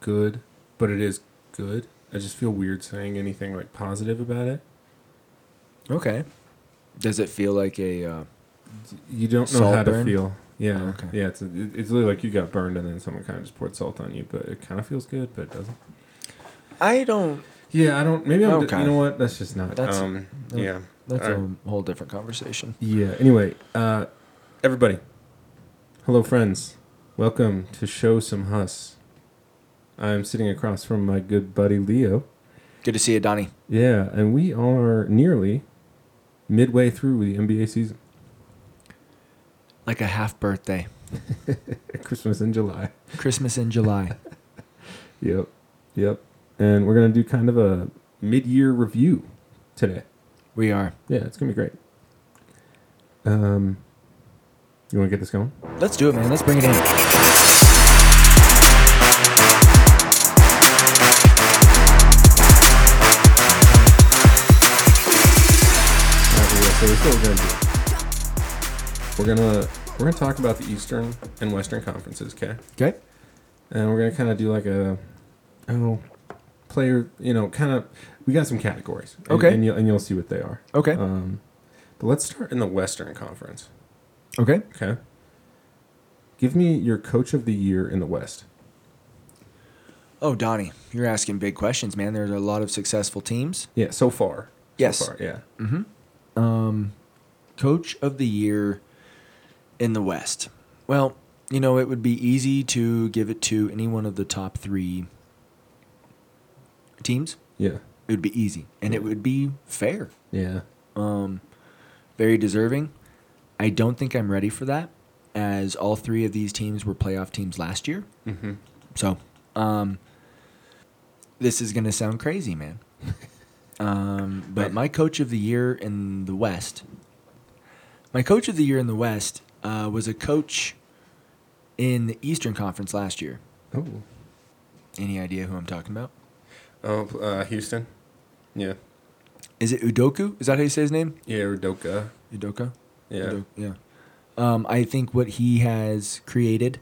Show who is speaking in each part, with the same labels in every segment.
Speaker 1: good, but it is good. I just feel weird saying anything like positive about it.
Speaker 2: Okay. Does it feel like a? Uh,
Speaker 1: You don't know
Speaker 2: Salt
Speaker 1: how
Speaker 2: burn?
Speaker 1: to feel. Yeah.
Speaker 2: Oh, okay.
Speaker 1: Yeah. It's it- it's literally like you got burned and then someone kind of just poured salt on you, but it kind of feels good, but it doesn't.
Speaker 2: I don't.
Speaker 1: Yeah, I don't. Maybe I'm.
Speaker 2: Okay.
Speaker 1: You know what? That's just not.
Speaker 2: Oh, That's-
Speaker 1: um.
Speaker 2: no.
Speaker 1: Yeah.
Speaker 2: That's
Speaker 1: All
Speaker 2: a whole different conversation.
Speaker 1: Yeah. Anyway, uh, everybody, hello, friends. Welcome to Show Some Huss. I'm sitting across from my good buddy Leo.
Speaker 2: Good to see you, Donnie.
Speaker 1: Yeah, and we are nearly midway through the NBA season.
Speaker 2: Like a half birthday,
Speaker 1: Christmas in July.
Speaker 2: Christmas in July.
Speaker 1: Yep. Yep. And we're gonna do kind of a mid-year review today.
Speaker 2: we are.
Speaker 1: Yeah, it's gonna be great. Um, you want to get this going?
Speaker 2: Let's do it, man. Let's bring it in.
Speaker 1: Alright, well, so here's what we're gonna do. We're gonna we're gonna talk about the Eastern and Western conferences, okay?
Speaker 2: Okay.
Speaker 1: And we're gonna kind of do like a oh player, you know, kind of we got some categories. and-
Speaker 2: Okay.
Speaker 1: and you'll and you'll see what they are.
Speaker 2: Okay.
Speaker 1: Um, but let's start in the Western Conference,
Speaker 2: okay.
Speaker 1: okay? Give me your coach of the year in the West.
Speaker 2: Oh, Donnie, you're asking big questions, man. There's a lot of successful teams.
Speaker 1: Yeah, so far.
Speaker 2: Yes.
Speaker 1: So far, yeah.
Speaker 2: Um, coach of the year in the West. Well, you know, it would be easy to give it to any one of the top three teams.
Speaker 1: Yeah.
Speaker 2: It would be easy, and it would be fair.
Speaker 1: Yeah.
Speaker 2: um, very deserving. I don't think I'm ready for that, as all three of these teams were playoff teams last year.
Speaker 1: Mm-hmm.
Speaker 2: So, um, this is gonna sound crazy, man. um, but my coach of the year in the West, my coach of the year in the West uh, was a coach in the Eastern Conference last year.
Speaker 1: Oh.
Speaker 2: Any idea who I'm talking about?
Speaker 1: Oh, uh, Houston. Yeah.
Speaker 2: Is it Udoku? Is that how you say his name?
Speaker 1: Yeah, Udoka.
Speaker 2: Udoka.
Speaker 1: Yeah.
Speaker 2: Udo- yeah. Um, I think what he has created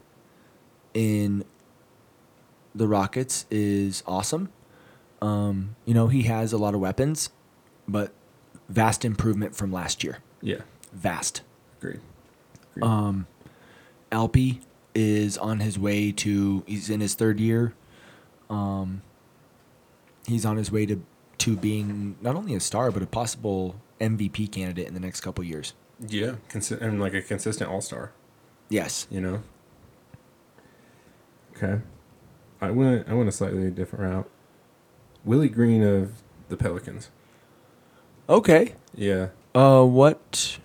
Speaker 2: in the Rockets is awesome. Um, you know, he has a lot of weapons, but vast improvement from last year.
Speaker 1: Yeah.
Speaker 2: Vast.
Speaker 1: Agreed.
Speaker 2: Um, Alpi is on his way to. He's in his third year. Um, he's on his way to to being not only a star but a possible MVP candidate in the next couple years.
Speaker 1: Yeah. Consi- and like a consistent all star,
Speaker 2: Yes.
Speaker 1: you know? Okay. I went, I went a slightly different route. Willie Green of the Pelicans.
Speaker 2: Okay.
Speaker 1: Yeah.
Speaker 2: Uh, what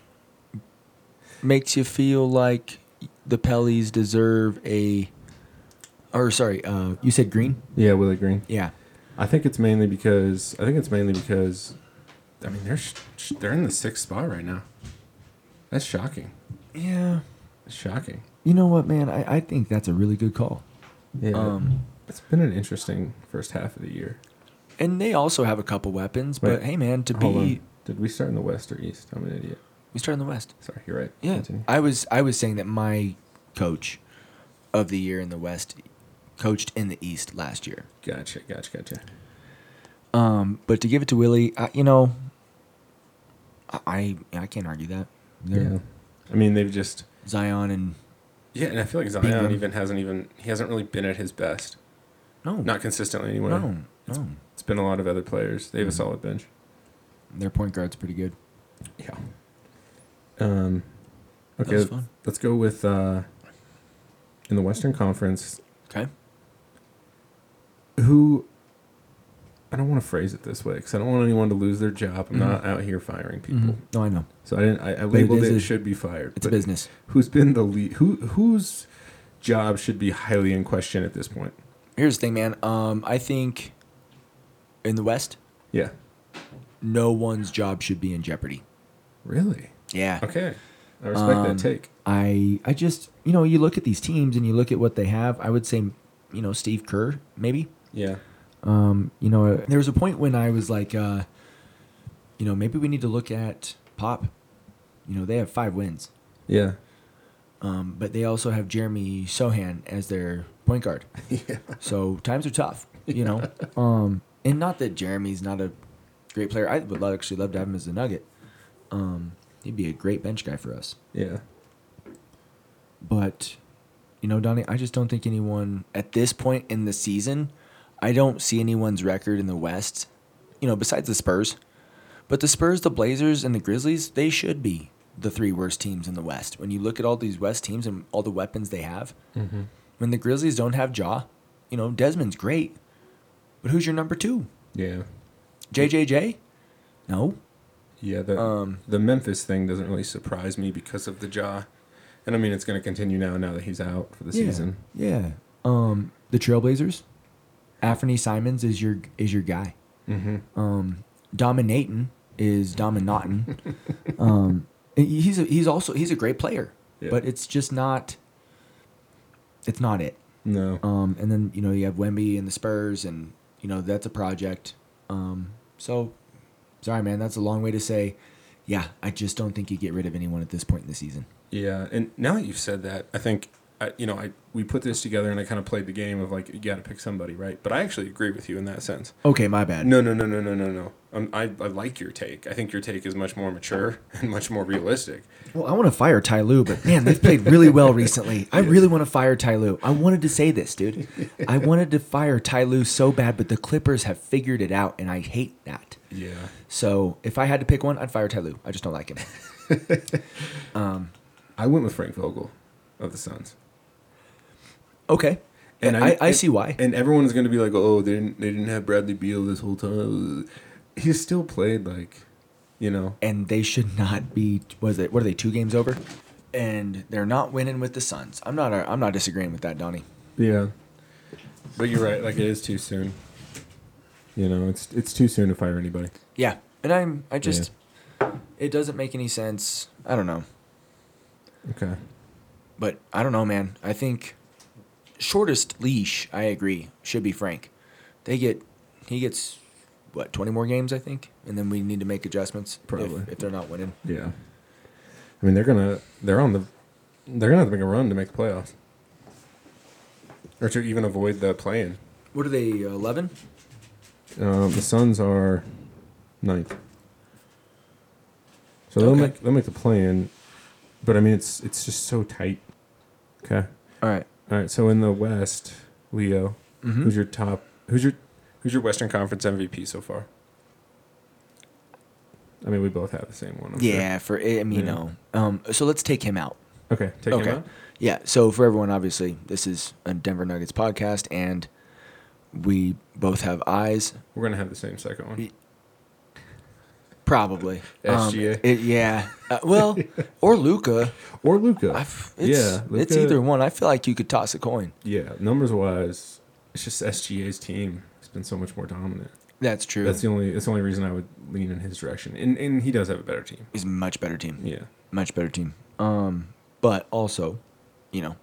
Speaker 2: makes you feel like the Pellies deserve a? Or sorry, uh, you said green.
Speaker 1: Yeah, Willie Green.
Speaker 2: Yeah.
Speaker 1: I think it's mainly because I think it's mainly because I mean they're sh- sh- they're in the sixth spot right now. That's shocking.
Speaker 2: Yeah.
Speaker 1: That's shocking.
Speaker 2: You know what, man? I, I think that's a really good call.
Speaker 1: Yeah.
Speaker 2: Um,
Speaker 1: it's been an interesting first half of the year.
Speaker 2: And they also have a couple weapons, but
Speaker 1: Wait,
Speaker 2: hey, man, to
Speaker 1: Hold
Speaker 2: be
Speaker 1: on. Did we start in the west or east? I'm an idiot.
Speaker 2: we start in the West.
Speaker 1: Sorry, you're right.
Speaker 2: Yeah.
Speaker 1: Continue.
Speaker 2: I was I was saying that my coach of the year in the West coached in the East last year.
Speaker 1: Gotcha. Gotcha. Gotcha.
Speaker 2: Um, but to give it to Willie, I, you know, I I I can't argue that. They're-
Speaker 1: Yeah. I mean, they've just
Speaker 2: Zion and
Speaker 1: yeah, and I feel like Zion
Speaker 2: Bingham.
Speaker 1: even hasn't even he hasn't really been at his best,
Speaker 2: no,
Speaker 1: not consistently anyway.
Speaker 2: no, no.
Speaker 1: It's been a lot of other players. They have a solid bench.
Speaker 2: Their point guard's pretty good.
Speaker 1: Yeah. Um,
Speaker 2: That
Speaker 1: okay,
Speaker 2: was fun.
Speaker 1: let's go with uh, in the Western Conference.
Speaker 2: Okay.
Speaker 1: Who? I don't want to phrase it this way because I don't want anyone to lose their job. I'm not
Speaker 2: Mm-hmm.
Speaker 1: out here firing people,
Speaker 2: No, I know
Speaker 1: so I didn't. I, I
Speaker 2: But it
Speaker 1: labeled
Speaker 2: is
Speaker 1: it,
Speaker 2: a-
Speaker 1: should be fired.
Speaker 2: it's a
Speaker 1: but
Speaker 2: business.
Speaker 1: Who's been the lead? Who whose job should be highly in question at this point?
Speaker 2: Here's the thing, man. Um, I think in the West,
Speaker 1: Yeah.
Speaker 2: no one's job should be in jeopardy.
Speaker 1: Really?
Speaker 2: Yeah.
Speaker 1: Okay. I respect
Speaker 2: Um,
Speaker 1: that take.
Speaker 2: I I just you know you look at these teams and you look at what they have. I would say you know Steve Kerr maybe.
Speaker 1: Yeah.
Speaker 2: Um, you know there was a point when I was like, uh, you know maybe we need to look at Pop. You know they have five wins.
Speaker 1: Yeah.
Speaker 2: Um, but they also have Jeremy Sohan as their point guard.
Speaker 1: yeah.
Speaker 2: So times are tough, you know. um, and not that Jeremy's not a great player. I would lo- actually love to have him as a Nugget. Um, he'd be a great bench guy for us.
Speaker 1: Yeah.
Speaker 2: But you know, Donnie, I just don't think anyone at this point in the season, I don't see anyone's record in the West. You know, besides the Spurs, but the Spurs, the Blazers, and the Grizzlies, they should be the three worst teams in the West. When you look at all these West teams and all the weapons they have,
Speaker 1: Mm-hmm.
Speaker 2: when the Grizzlies don't have Jaw, you know, Desmond's great. But who's your number two?
Speaker 1: Yeah.
Speaker 2: JJJ? No.
Speaker 1: Yeah. The,
Speaker 2: Um,
Speaker 1: the Memphis thing doesn't really surprise me because of the jaw. And I mean, it's going to continue now, now that he's out for the season.
Speaker 2: Yeah. Um, the Trailblazers? Afrony Simons is your is your guy.
Speaker 1: Mm-hmm.
Speaker 2: Um, Dominatin is Dominatin. um, and he's a, he's also he's a great player,
Speaker 1: Yeah.
Speaker 2: but it's just not. It's not it.
Speaker 1: No.
Speaker 2: Um, and then you know you have Wemby and the Spurs, and you know that's a project. Um, so, sorry, man, that's a long way to say. Yeah, I just don't think you get rid of anyone at this point in the season.
Speaker 1: Yeah, and now that you've said that, I think I, you know I we put this together and I kind of played the game of like you got to pick somebody, right? But I actually agree with you in that sense.
Speaker 2: Okay, my bad.
Speaker 1: No, no, no, no, no, no, no. Um, I I like your take. I think your take is much more mature and much more realistic.
Speaker 2: Well, I want to fire Ty Lue, but man, they've played really well recently. I really want to fire Ty Lue. I wanted to say this, dude. I wanted to fire Ty Lue so bad, but the Clippers have figured it out, and I hate that.
Speaker 1: Yeah,
Speaker 2: So if I had to pick one, I'd fire Ty Lue. I just don't like him.
Speaker 1: I went with Frank Vogel of the Suns,
Speaker 2: Okay, and I, I, see why.
Speaker 1: And everyone's going to be like, oh, they didn't they didn't have Bradley Beal this whole time. He still played like, you know,
Speaker 2: and they should not be. Was it? What are they? Two games over, and they're not winning with the Suns. I'm not. I'm not disagreeing with that, Donnie.
Speaker 1: Yeah. But you're right. Like it is too soon. You know, it's it's too soon to fire anybody.
Speaker 2: Yeah, and I'm. I just. It doesn't make any sense. I don't know,
Speaker 1: Okay.
Speaker 2: but I don't know, man. I think shortest leash. I agree. Should be Frank. They get. He gets. What twenty more games? I think, and then we need to make adjustments. if-
Speaker 1: Probably.
Speaker 2: if, they're not winning.
Speaker 1: Yeah. I mean, they're gonna they're on the they're gonna have to make a run to make the playoffs, or to even avoid the play-in.
Speaker 2: What are they? uh, Eleven.
Speaker 1: Um, the Suns are ninth, so they'll
Speaker 2: Okay.
Speaker 1: make they'll make the play-in. But I mean, it's it's just so tight. Okay.
Speaker 2: All right.
Speaker 1: All right. So in the West, Leo,
Speaker 2: Mhm.
Speaker 1: who's your top? Who's your who's your Western Conference MVP so far? I mean, we both have the same one. I'm sure.
Speaker 2: Yeah, for I mean,
Speaker 1: Yeah.
Speaker 2: no. Um, so let's take him out.
Speaker 1: Okay. Take
Speaker 2: Okay.
Speaker 1: him out.
Speaker 2: Yeah. So for everyone, obviously, this is a Denver Nuggets podcast, and we both have eyes,
Speaker 1: We're gonna have the same second one.
Speaker 2: probably. Um,
Speaker 1: SGA.
Speaker 2: it- yeah. Uh, well, or Luca.
Speaker 1: Or Luca.
Speaker 2: I've, it's,
Speaker 1: yeah.
Speaker 2: it's
Speaker 1: Luka-
Speaker 2: either one. I feel like you could toss a coin.
Speaker 1: Yeah. Numbers wise, it's just SGA's team has been so much more dominant.
Speaker 2: That's true.
Speaker 1: That's the only. That's the only reason I would lean in his direction. And and he does have a better team.
Speaker 2: He's a much better team.
Speaker 1: Yeah.
Speaker 2: Much better team. Um, but also, you know,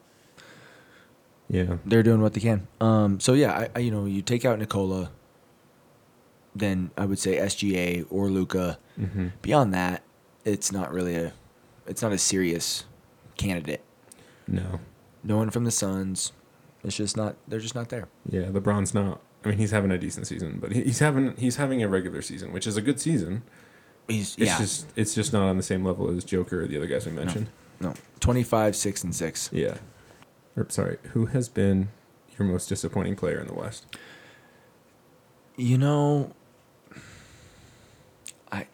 Speaker 1: Yeah.
Speaker 2: they're doing what they can. Um, so yeah, I, I you know you take out Nicola, then I would say SGA or Luca.
Speaker 1: hmm
Speaker 2: Beyond that, it's not really a, it's not a serious candidate.
Speaker 1: No.
Speaker 2: No one from the Suns. It's just not. They're just not there.
Speaker 1: Yeah. LeBron's not. I mean, he's having a decent season, but he- he's having he's having a regular season, which is a good season.
Speaker 2: He's
Speaker 1: It's
Speaker 2: yeah.
Speaker 1: just it's just not on the same level as Joker or the other guys we mentioned.
Speaker 2: no. Twenty five, six, and six.
Speaker 1: Yeah. Or, sorry, who has been your most disappointing player in the West?
Speaker 2: You know, I.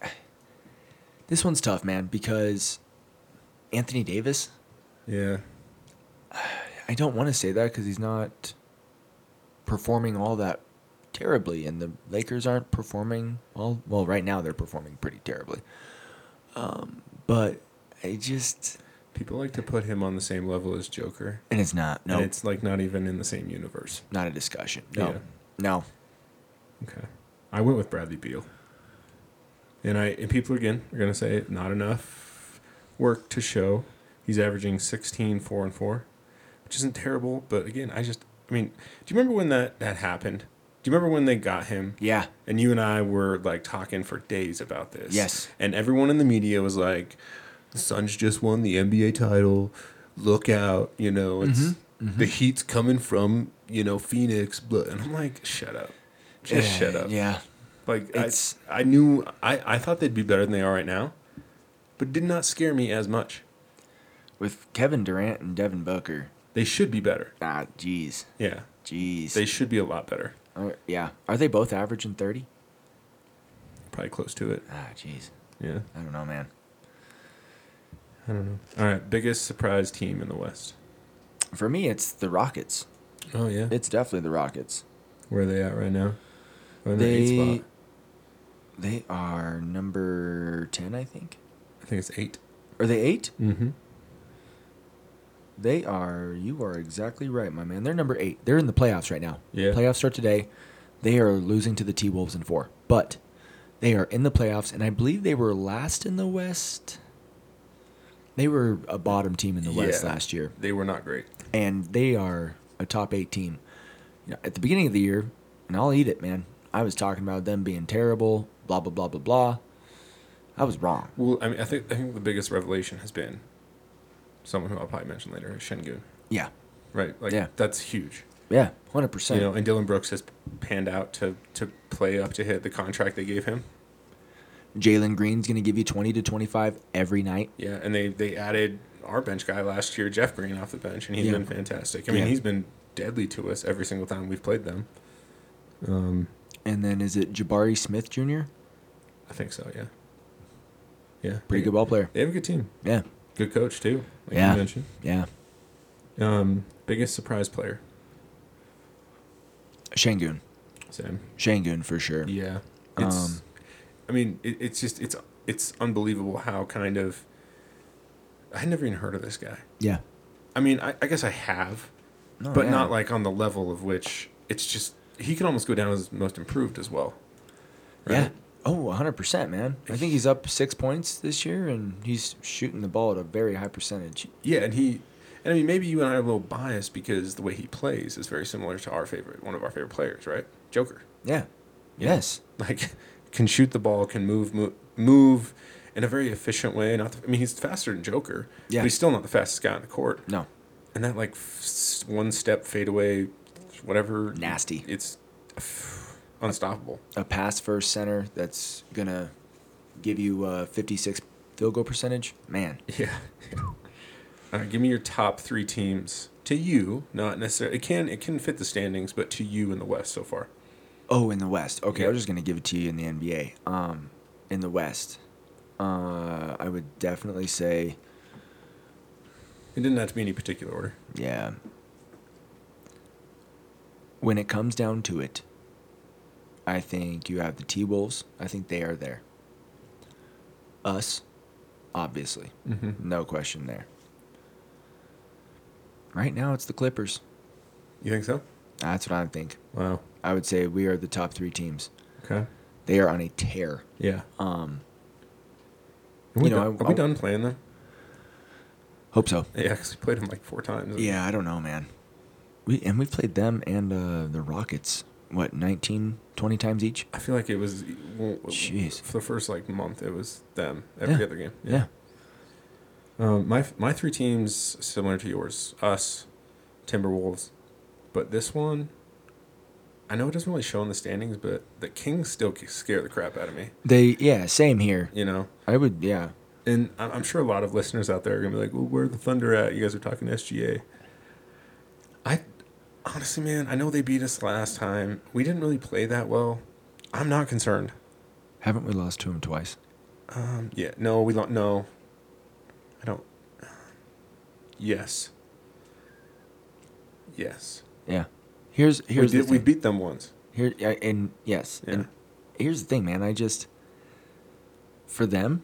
Speaker 2: This one's tough, man, because Anthony Davis.
Speaker 1: Yeah.
Speaker 2: I don't want to say that because he's not performing all that terribly, and the Lakers aren't performing well. Well, right now they're performing pretty terribly. Um, but I just
Speaker 1: People like to put him on the same level as Joker.
Speaker 2: and it's not no,
Speaker 1: And it's like not even in the same universe.
Speaker 2: not a discussion. No,
Speaker 1: Yeah.
Speaker 2: no,
Speaker 1: Okay. I went with Bradley Beal. And I and people again are gonna say not enough work to show. He's averaging 16, 4 and 4, which isn't terrible, but again, I just I mean, do you remember when that, that happened? Do you remember when they got him?
Speaker 2: yeah,
Speaker 1: And you and I were like talking for days about this.
Speaker 2: Yes.
Speaker 1: And everyone in the media was like, the Suns just won the NBA title. look out, you know, it's
Speaker 2: Mm-hmm,
Speaker 1: the heat's coming from, you know, Phoenix, but and I'm like, shut up. Just
Speaker 2: yeah,
Speaker 1: shut up.
Speaker 2: Yeah.
Speaker 1: Like I,
Speaker 2: It's-
Speaker 1: I knew I, I thought they'd be better than they are right now, but it did not scare me as much.
Speaker 2: With Kevin Durant and Devin Booker.
Speaker 1: They should be better.
Speaker 2: Ah, jeez.
Speaker 1: Yeah.
Speaker 2: Jeez.
Speaker 1: They should be a lot better.
Speaker 2: Are- yeah. Are they both averaging 30?
Speaker 1: Probably close to it.
Speaker 2: Ah, jeez.
Speaker 1: Yeah.
Speaker 2: I don't know, man.
Speaker 1: I don't know. All right, biggest surprise team in the West.
Speaker 2: For me, it's the Rockets.
Speaker 1: Oh yeah.
Speaker 2: It's definitely the Rockets.
Speaker 1: Where are they at right now? They're in the eighth
Speaker 2: They,
Speaker 1: spot.
Speaker 2: they are number 10, I think.
Speaker 1: I think it's eight.
Speaker 2: Are they eight?
Speaker 1: Mm-hmm.
Speaker 2: They are. You are exactly right, my man. They're number eight. They're in the playoffs right now.
Speaker 1: Yeah.
Speaker 2: Playoffs start today. They are losing to the T Wolves in four, but they are in the playoffs, and I believe they were last in the West. They were a bottom team in the West
Speaker 1: Yeah.
Speaker 2: last year,
Speaker 1: They were not great.
Speaker 2: and they are a top eight team. You know, at the beginning of the year, and I'll eat it, man. I was talking about them being terrible, blah blah blah blah blah. I was wrong.
Speaker 1: Well, I mean, I think I think the biggest revelation has been someone who I'll probably mention later, Shengun.
Speaker 2: Yeah,
Speaker 1: Right. Like
Speaker 2: Yeah.
Speaker 1: that's huge.
Speaker 2: yeah, hundred
Speaker 1: You
Speaker 2: percent.
Speaker 1: know, and Dylan Brooks has panned out to to play up to hit the contract they gave him.
Speaker 2: Jalen Green's gonna give you twenty to twenty five every night.
Speaker 1: Yeah, and they they added our bench guy last year, Jeff Green, off the bench, and he's
Speaker 2: Yeah.
Speaker 1: been fantastic. I mean,
Speaker 2: Yeah.
Speaker 1: he's been deadly to us every single time we've played them. Um,
Speaker 2: And then is it Jabari Smith Jr.?
Speaker 1: I think so. Yeah. Yeah.
Speaker 2: Pretty good ball player.
Speaker 1: They have a good team.
Speaker 2: Yeah.
Speaker 1: Good coach too. Like
Speaker 2: Yeah.
Speaker 1: you mentioned.
Speaker 2: Yeah.
Speaker 1: Um, biggest surprise player.
Speaker 2: Shangun.
Speaker 1: Sam.
Speaker 2: Shangun for sure.
Speaker 1: Yeah. It's.
Speaker 2: Um,
Speaker 1: I mean, it, it's just it's it's unbelievable how kind of. I had never even heard of this guy.
Speaker 2: Yeah.
Speaker 1: I mean, I, I guess I have,
Speaker 2: No,
Speaker 1: but
Speaker 2: yeah.
Speaker 1: not like on the level of which it's just he can almost go down as most improved as well.
Speaker 2: Yeah. Oh, 100%, man. I think he's up six points this year, and he's shooting the ball at a very high percentage.
Speaker 1: Yeah, and he, and I mean, maybe you and I are a little biased because the way he plays is very similar to our favorite, one of our favorite players, right? Joker.
Speaker 2: Yeah. Yes.
Speaker 1: Like, can shoot the ball, can move, move, move in a very efficient way. Not, the, I mean, he's faster than Joker.
Speaker 2: Yeah.
Speaker 1: But he's still not the fastest guy on the court.
Speaker 2: No.
Speaker 1: And that like f- one step fadeaway, whatever.
Speaker 2: Nasty.
Speaker 1: It's f- unstoppable.
Speaker 2: A pass first center that's going to give you uh, 56 field goal percentage. Man.
Speaker 1: Yeah. All right, give me your top three teams to you, not necessarily. It can it can fit the standings, but to you in the West so far.
Speaker 2: Oh, in the West. Okay, I
Speaker 1: Yeah.
Speaker 2: was just gonna give it to you in the NBA. Um, in the West, uh, I would definitely say,
Speaker 1: It didn't have to be any particular order.
Speaker 2: yeah. When it comes down to it, I think you have the T Wolves. I think they are there. Us, obviously,
Speaker 1: Mm-hmm.
Speaker 2: no question there. Right now, it's the Clippers.
Speaker 1: You think so?
Speaker 2: That's what I think.
Speaker 1: Wow.
Speaker 2: I would say we are the top three teams.
Speaker 1: Okay.
Speaker 2: They are on a tear.
Speaker 1: Yeah.
Speaker 2: Um,
Speaker 1: Are we,
Speaker 2: You know,
Speaker 1: done,
Speaker 2: I-
Speaker 1: are we
Speaker 2: I-
Speaker 1: done playing them?
Speaker 2: hope so.
Speaker 1: Yeah, because we played them like four times.
Speaker 2: Yeah, I don't know, man. We and we played them and uh, the Rockets what 19, 20 times each.
Speaker 1: I feel like it was well,
Speaker 2: Jeez.
Speaker 1: for the first like month. It was them every
Speaker 2: Yeah.
Speaker 1: other game.
Speaker 2: Yeah.
Speaker 1: Um, my my three teams similar to yours: us, Timberwolves, but this one, I know it doesn't really show in the standings, but the Kings still scare the crap out of me.
Speaker 2: They yeah, same here.
Speaker 1: You know,
Speaker 2: I would yeah.
Speaker 1: and I'm I'm sure a lot of listeners out there are gonna be like, well, "Where are the Thunder at?" You guys are talking SGA. I honestly, man, I know they beat us last time. We didn't really play that well. I'm not concerned.
Speaker 2: Haven't we lost to them twice?
Speaker 1: Um, yeah, no, we don't. No, I don't. Yes. Yes.
Speaker 2: Yeah. Here's here's
Speaker 1: we,
Speaker 2: the
Speaker 1: did, we
Speaker 2: thing.
Speaker 1: beat them once.
Speaker 2: Here yeah, and yes. And
Speaker 1: Yeah.
Speaker 2: here's the thing, man. I just for them,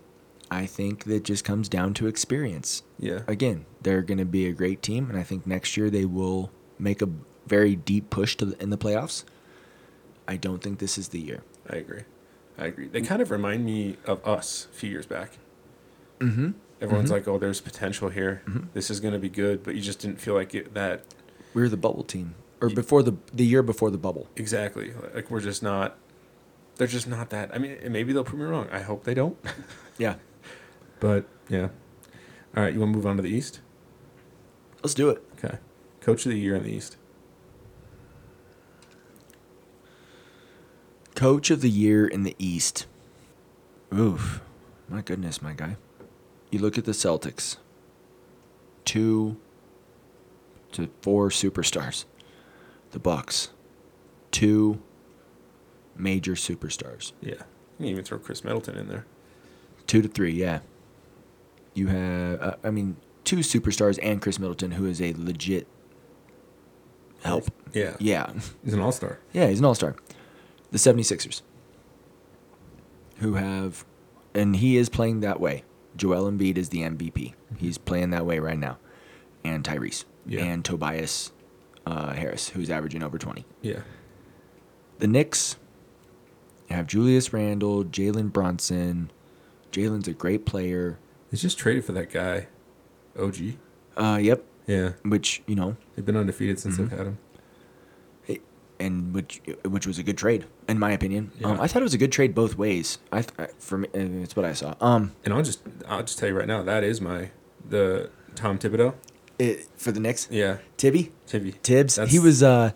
Speaker 2: I think that just comes down to experience.
Speaker 1: Yeah.
Speaker 2: Again, they're going to be a great team, and I think next year they will make a very deep push to the, in the playoffs. I don't think this is the year.
Speaker 1: I agree. I agree. They kind of remind me of us a few years back.
Speaker 2: Mm-hmm.
Speaker 1: Everyone's like, "Oh, there's potential here. This is going to be good," but you just didn't feel like it, that
Speaker 2: We were the bubble team, or before the the year before the bubble.
Speaker 1: exactly. Like we're just not. They're just not that. I mean, and maybe they'll prove me wrong. I hope they don't.
Speaker 2: Yeah.
Speaker 1: But yeah. All right, you want to move on to the East?
Speaker 2: Let's do it.
Speaker 1: Okay. Coach of the year in the East.
Speaker 2: Coach of the year in the East. Oof. My goodness, my guy. You look at the Celtics. Two to four superstars. The Bucks. Two major superstars.
Speaker 1: Yeah. You can even throw Chris Middleton in there.
Speaker 2: Two to three, yeah. You have, uh, I mean, two superstars and Chris Middleton, who is a legit help.
Speaker 1: Yeah.
Speaker 2: Yeah.
Speaker 1: He's an all star.
Speaker 2: Yeah, he's an all star. The 76ers, who have, and he is playing that way. Joel Embiid is the MVP. He's playing that way right now. And Tyrese.
Speaker 1: Yeah.
Speaker 2: And Tobias uh, Harris, who's averaging over 20.
Speaker 1: Yeah.
Speaker 2: The Knicks have Julius Randle, Jalen Bronson. Jalen's a great player.
Speaker 1: They just traded for that guy, OG.
Speaker 2: Uh, yep.
Speaker 1: Yeah. Mm-hmm.
Speaker 2: Which, you know,
Speaker 1: They've been undefeated since they've had him.
Speaker 2: it- and which which was a good trade in my opinion. Um,
Speaker 1: Yeah.
Speaker 2: I thought it was a good trade both ways. I, th- I for me, uh, it's what I saw. Um,
Speaker 1: And I'll just I'll just tell you right now, that is my the Tom Thibodeau.
Speaker 2: it, for the Knicks,
Speaker 1: Yeah.
Speaker 2: Tibby
Speaker 1: Tibby.
Speaker 2: Tibbs,
Speaker 1: That's-
Speaker 2: he was uh,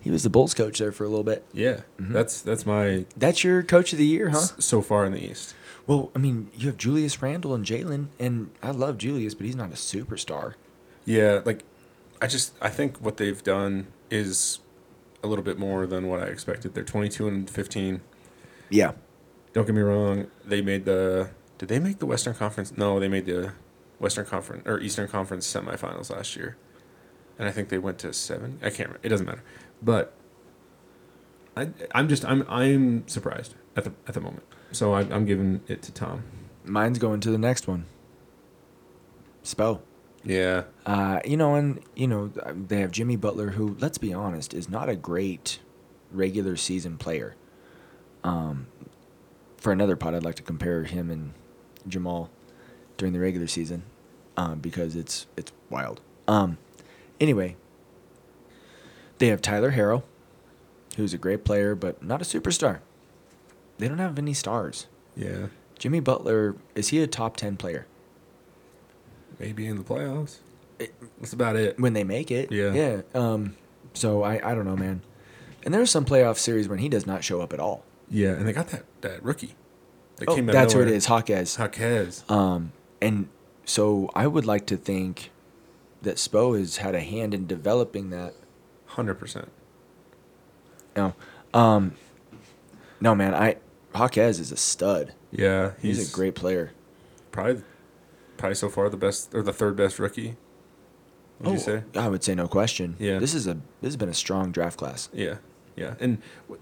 Speaker 2: he was the Bulls coach there for a little bit.
Speaker 1: Yeah. That's that's my
Speaker 2: That's your coach of the year, huh?
Speaker 1: s- so far in the East.
Speaker 2: Well, I mean, you have Julius Randle and Jalen, and I love Julius, but he's not a superstar.
Speaker 1: Yeah, like I just I think what they've done is a little bit more than what I expected. They're 22 and 15.
Speaker 2: Yeah,
Speaker 1: Don't get me wrong, they made the did they make the Western Conference? No, they made the Western Conference or Eastern Conference semifinals last year. And I think they went to 7. I can't remember. It doesn't matter. But I I'm just I'm I'm surprised at the at the moment. So I I'm giving it to Tom.
Speaker 2: mine's going to the next one. Spo.
Speaker 1: Yeah.
Speaker 2: Uh, you know, and you know they have Jimmy Butler, who, let's be honest, is not a great regular season player. Um, for another pod, I'd like to compare him and Jamal during the regular season, um, because it's it's wild. Um, anyway, they have Tyler Harrow, who's a great player but not a superstar. They don't have any stars.
Speaker 1: Yeah.
Speaker 2: Jimmy Butler is he a top ten player?
Speaker 1: Maybe in the playoffs. That's about it.
Speaker 2: when they make it.
Speaker 1: Yeah.
Speaker 2: Yeah. Um, so I, I don't know, man. And there's some playoff series when he does not show up at all.
Speaker 1: Yeah, and they got that that rookie. That
Speaker 2: Oh,
Speaker 1: came out of
Speaker 2: that's who it
Speaker 1: nowhere.
Speaker 2: is, Hawkes.
Speaker 1: Jaquez.
Speaker 2: Um, and so I would like to think that Spo has had a hand in developing that.
Speaker 1: Hundred percent.
Speaker 2: No, um, no, man. I Hawkes is a stud.
Speaker 1: Yeah,
Speaker 2: He's, a great player.
Speaker 1: probably probably so far the best or the third best rookie. Would you say?
Speaker 2: Oh, I would say no question.
Speaker 1: Yeah.
Speaker 2: This is a this has been a strong draft class.
Speaker 1: Yeah, yeah. And w-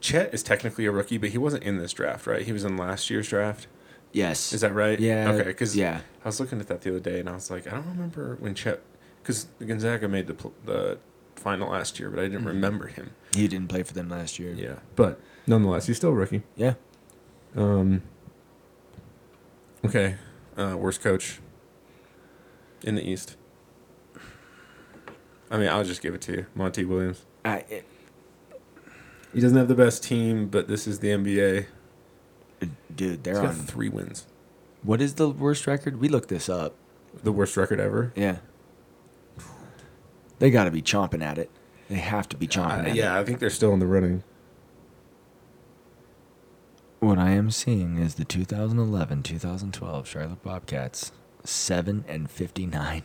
Speaker 1: Chet is technically a rookie, but he wasn't in this draft, right? He was in last year's draft.
Speaker 2: Yes.
Speaker 1: Is that right?
Speaker 2: Yeah.
Speaker 1: Okay, because
Speaker 2: yeah.
Speaker 1: I was looking at that the other day, and I was like, I don't remember when Chet because Gonzaga made the pl- the final last year, but I didn't remember him.
Speaker 2: He didn't play for them last year.
Speaker 1: Mm-hmm. Yeah, but nonetheless, he's still a rookie.
Speaker 2: Yeah.
Speaker 1: Um. Okay, uh, worst coach in the East. I mean, I'll just give it to you, Monty Williams.
Speaker 2: I, it,
Speaker 1: He doesn't have the best team, but this is the NBA.
Speaker 2: dude,
Speaker 1: He's
Speaker 2: they're
Speaker 1: got
Speaker 2: on
Speaker 1: three wins.
Speaker 2: What is the worst record? We looked this up.
Speaker 1: The worst record ever.
Speaker 2: Yeah. They got to be chomping at it. They have to be chomping
Speaker 1: Uh,
Speaker 2: at it.
Speaker 1: yeah, I think they're still in the running.
Speaker 2: What I am seeing is the 2011-2012 Charlotte Bobcats 7 and 59.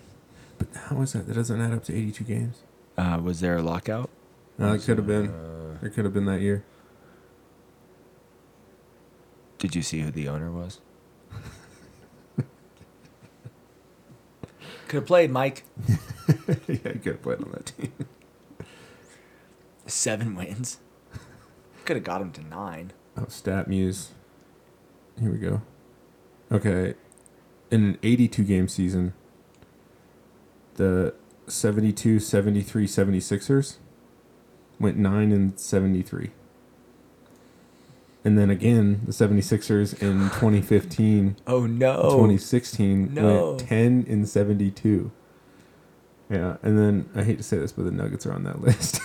Speaker 1: But how is that? That doesn't add up to eighty-two games.
Speaker 2: Uh, was there a lockout?
Speaker 1: No, it could have been.
Speaker 2: Uh,
Speaker 1: It could have been that year.
Speaker 2: did you see who the owner was? Could have played Mike.
Speaker 1: yeah, he could have played on that team.
Speaker 2: 7 wins. Could have got him to 9.
Speaker 1: Oh, stat muse. Here we go. Okay, in an 82 game season, the 72, 73, 76ers went 9 and 73. And then again, the 76ers in 2015,
Speaker 2: Oh no.
Speaker 1: 2016
Speaker 2: no.
Speaker 1: went 10 and 72. Yeah, and then I hate to say this, but the Nuggets are on that list.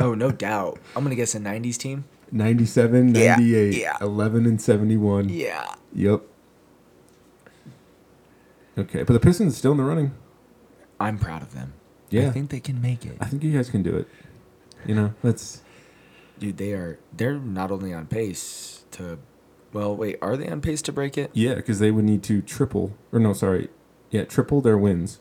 Speaker 2: Oh, no doubt. I'm going to guess a 90s team.
Speaker 1: 97,
Speaker 2: Yeah,
Speaker 1: 98,
Speaker 2: yeah.
Speaker 1: 11 and 71.
Speaker 2: Yeah.
Speaker 1: Yep. Okay, but the Pistons still in the running.
Speaker 2: I'm proud of them. I
Speaker 1: Yeah.
Speaker 2: think they can make it.
Speaker 1: I think you guys can do it. You know, let's.
Speaker 2: Dude, they are they're not only on pace to well, wait, are they on pace to break it?
Speaker 1: Yeah, because they would need to triple, or no, sorry, yeah, triple their wins.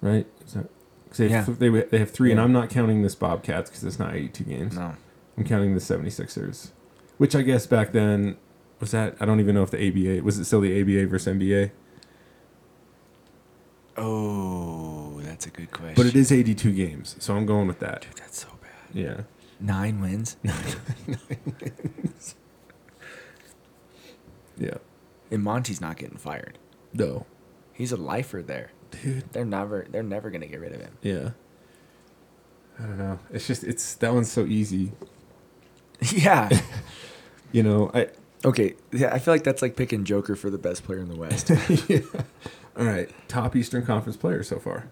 Speaker 1: Right? Is that? Cause they, have,
Speaker 2: Yeah.
Speaker 1: they, they have three, and
Speaker 2: Yeah.
Speaker 1: I'm not counting this Bobcats because it's not 82 games.
Speaker 2: No.
Speaker 1: I'm counting the 76ers, which I guess back then was that I don't even know if the ABA was it still the ABA versus NBA,
Speaker 2: Oh, that's a good question.
Speaker 1: but it is 82 games, so I'm going with that.
Speaker 2: Dude, that's so bad.
Speaker 1: Yeah,
Speaker 2: Nine wins
Speaker 1: yeah,
Speaker 2: and Monty's not getting fired.
Speaker 1: no,
Speaker 2: He's a lifer there.
Speaker 1: dude,
Speaker 2: They're never they're never gonna get rid of him.
Speaker 1: yeah. I don't know. It's just it's that one's so easy.
Speaker 2: yeah.
Speaker 1: You know, I
Speaker 2: Okay. Yeah, I feel like that's like picking Joker for the best player in the West.
Speaker 1: all right. Top Eastern Conference player so far.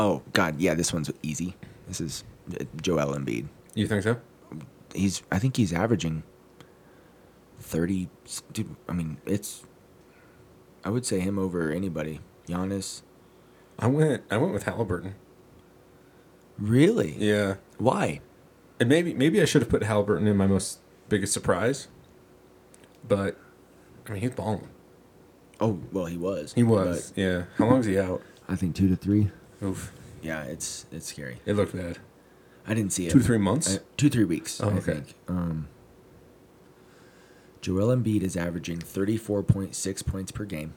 Speaker 2: oh God, yeah, this one's easy. This is uh, Joel Embiid.
Speaker 1: You think so?
Speaker 2: He's I think he's averaging thirty. Dude, I mean it's. I would say him over anybody. Giannis.
Speaker 1: I went I went with Halliburton.
Speaker 2: Really?
Speaker 1: Yeah,
Speaker 2: Why?
Speaker 1: and maybe maybe I should have put Halliburton in my most biggest surprise, but I mean he's balling.
Speaker 2: Oh well, he was.
Speaker 1: He was. yeah. How long's he out?
Speaker 2: but I think two to three.
Speaker 1: Oof.
Speaker 2: Yeah, it's it's scary.
Speaker 1: It looked bad.
Speaker 2: I didn't see it.
Speaker 1: Two to three months.
Speaker 2: Uh, two three weeks.
Speaker 1: Oh,
Speaker 2: I
Speaker 1: okay.
Speaker 2: think. Um, Joel Embiid is averaging thirty four point six points per game,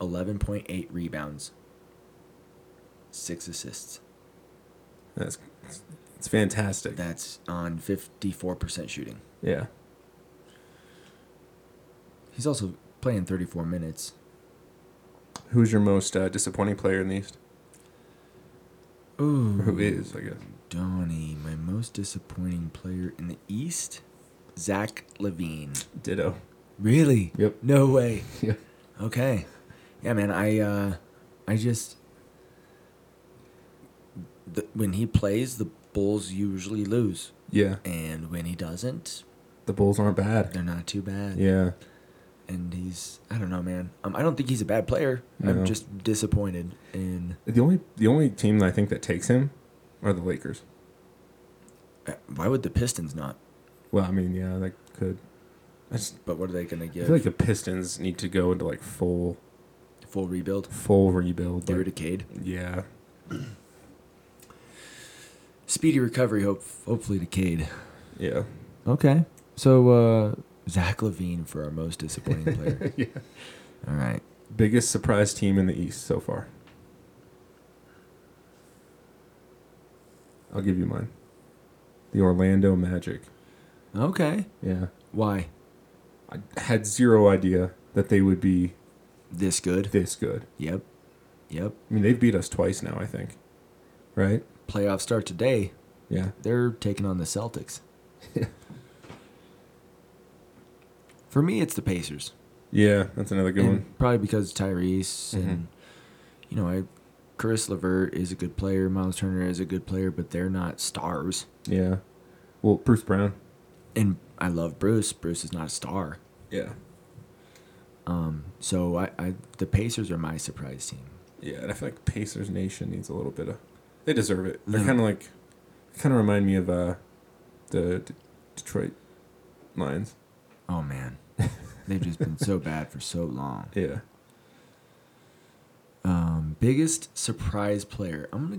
Speaker 2: eleven point eight rebounds, six assists.
Speaker 1: That's it's fantastic.
Speaker 2: That's on fifty four percent shooting.
Speaker 1: yeah.
Speaker 2: He's also playing thirty four minutes.
Speaker 1: Who's your most uh, disappointing player in the East?
Speaker 2: Ooh,
Speaker 1: Or who is? I guess.
Speaker 2: Donnie, my most disappointing player in the East, Zach Levine.
Speaker 1: Ditto.
Speaker 2: Really?
Speaker 1: Yep.
Speaker 2: No way.
Speaker 1: Yeah.
Speaker 2: Okay. Yeah, man. I uh, I just the, when he plays, the Bulls usually lose,
Speaker 1: Yeah.
Speaker 2: and when he doesn't,
Speaker 1: The Bulls aren't bad.
Speaker 2: they're not too bad.
Speaker 1: Yeah.
Speaker 2: And he's I don't know, man. Um, I don't think he's a bad player.
Speaker 1: No.
Speaker 2: I'm just disappointed in
Speaker 1: The only the only team that I think that takes him are the Lakers.
Speaker 2: uh, why would the Pistons not?
Speaker 1: Well, I mean, yeah, that could. I just
Speaker 2: But what are they gonna
Speaker 1: I
Speaker 2: give?
Speaker 1: feel like the Pistons need to go into like full
Speaker 2: Full rebuild.
Speaker 1: full rebuild.
Speaker 2: They were
Speaker 1: Like,
Speaker 2: decayed.
Speaker 1: yeah.
Speaker 2: Speedy recovery. Hope hopefully decayed.
Speaker 1: Yeah.
Speaker 2: Okay. So uh, Zach Levine for our most disappointing player.
Speaker 1: Yeah.
Speaker 2: All right.
Speaker 1: Biggest surprise team in the East so far. I'll give you mine. The Orlando Magic.
Speaker 2: Okay.
Speaker 1: Yeah.
Speaker 2: Why?
Speaker 1: I had zero idea that they would be
Speaker 2: This good.
Speaker 1: this good.
Speaker 2: Yep. Yep.
Speaker 1: I mean, they've beat us twice now, I think. Right?
Speaker 2: Playoffs start today.
Speaker 1: Yeah.
Speaker 2: They're taking on the Celtics. For me, it's the Pacers.
Speaker 1: Yeah, that's another good
Speaker 2: And
Speaker 1: one.
Speaker 2: Probably because Tyrese and, you know, I, Chris Levert is a good player. Miles Turner is a good player, but they're not stars.
Speaker 1: Yeah. Well, Bruce Brown.
Speaker 2: And I love Bruce. Bruce is not a star.
Speaker 1: Yeah.
Speaker 2: Um, so I, I the Pacers are my surprise team.
Speaker 1: Yeah, and I feel like Pacers Nation needs a little bit of. They deserve it. They're
Speaker 2: Yeah.
Speaker 1: kind of like, kind of remind me of uh, the D- Detroit Lions.
Speaker 2: Oh man, they've just been so bad for so long.
Speaker 1: Yeah.
Speaker 2: Um, biggest surprise player. I'm gonna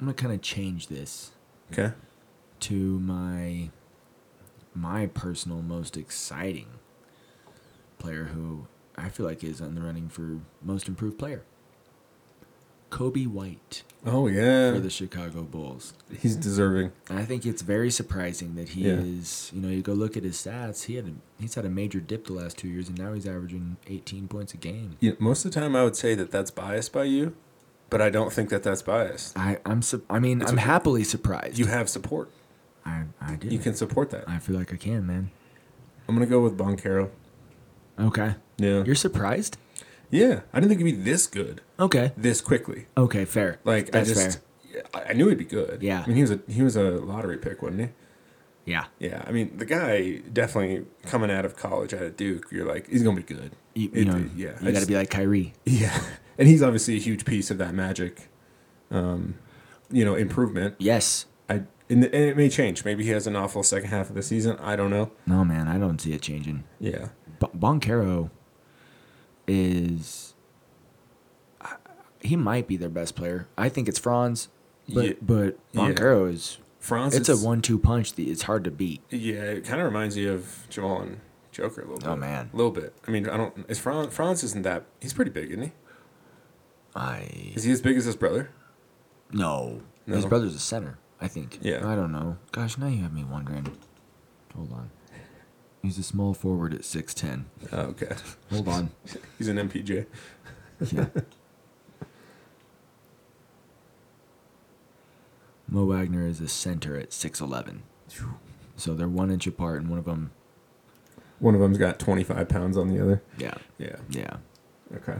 Speaker 2: I'm gonna kind of change this
Speaker 1: Okay.
Speaker 2: to my my personal most exciting player who I feel like is in the running for most improved player. Kobe White
Speaker 1: Oh yeah.
Speaker 2: for the Chicago Bulls.
Speaker 1: He's deserving.
Speaker 2: And I think it's very surprising that he
Speaker 1: Yeah.
Speaker 2: is, you know, you go look at his stats, he had a, he's had a major dip the last 2 years and now he's averaging 18 points a game.
Speaker 1: You know, most of the time, I would say that that's biased by you, but I don't think that that's biased.
Speaker 2: I I'm sup- I mean,
Speaker 1: It's
Speaker 2: I'm
Speaker 1: okay.
Speaker 2: happily surprised.
Speaker 1: You have support.
Speaker 2: I I do.
Speaker 1: You can support that.
Speaker 2: I feel like I can, man.
Speaker 1: I'm gonna go with Boncaro.
Speaker 2: Okay.
Speaker 1: Yeah.
Speaker 2: You're surprised?
Speaker 1: yeah. I didn't think he'd be this good
Speaker 2: Okay.
Speaker 1: this quickly.
Speaker 2: Okay, fair.
Speaker 1: Like
Speaker 2: That's
Speaker 1: I just,
Speaker 2: fair.
Speaker 1: yeah, I I knew he'd be good.
Speaker 2: Yeah.
Speaker 1: I mean, he was a he was a lottery pick, wasn't he?
Speaker 2: Yeah.
Speaker 1: Yeah, I mean, the guy definitely coming out of college out of Duke, you're like, he's gonna be good.
Speaker 2: You, you
Speaker 1: It-
Speaker 2: know,
Speaker 1: it- yeah,
Speaker 2: you got to
Speaker 1: I just-
Speaker 2: be like Kyrie.
Speaker 1: yeah, and he's obviously a huge piece of that magic, um, you know, improvement.
Speaker 2: Yes.
Speaker 1: I and, and it may change. Maybe he has an awful second half of the season. I don't know.
Speaker 2: No, man, I don't see it changing.
Speaker 1: Yeah,
Speaker 2: B- Boncaro is. I- He might be their best player. I think it's Franz, but
Speaker 1: Yeah.
Speaker 2: but
Speaker 1: Yeah.
Speaker 2: Boncaro is.
Speaker 1: Franz.
Speaker 2: It's a one-two punch. That it's hard to beat.
Speaker 1: Yeah, it kind of reminds you of Jamal and Joker a little bit.
Speaker 2: Oh, man.
Speaker 1: a little bit. I mean, I don't. Is Franz? Franz isn't that? He's pretty big, isn't he?
Speaker 2: I
Speaker 1: Is he as big as his brother?
Speaker 2: no.
Speaker 1: No.
Speaker 2: His brother's a center, I think.
Speaker 1: Yeah.
Speaker 2: I don't know. Gosh, now you have me wondering. Hold on. He's a small forward at six ten.
Speaker 1: Oh, okay.
Speaker 2: Hold on.
Speaker 1: He's an MPJ.
Speaker 2: Yeah. Mo Wagner is a center at 6'11. So they're one inch apart, and one of them,
Speaker 1: One of them's got 25 pounds on the other.
Speaker 2: yeah,
Speaker 1: Yeah.
Speaker 2: yeah.
Speaker 1: Okay.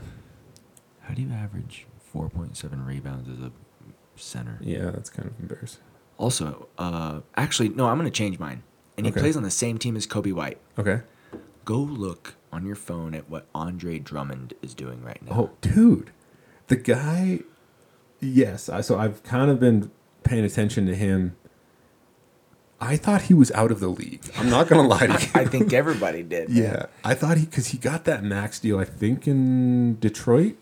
Speaker 2: How do you average 4.7 rebounds as a center?
Speaker 1: Yeah, that's kind of embarrassing.
Speaker 2: Also, uh, actually, no, I'm going to change mine. And he
Speaker 1: Okay.
Speaker 2: plays on the same team as Kobe White.
Speaker 1: Okay.
Speaker 2: Go look on your phone at what Andre Drummond is doing right now.
Speaker 1: Oh,
Speaker 3: dude, the guy. Yes, I, so I've kind of been
Speaker 1: paying attention to him. I thought he was out of the league. I'm not gonna lie to you.
Speaker 2: I think everybody did. man.
Speaker 1: Yeah, I thought he because he got that max deal, I think in Detroit,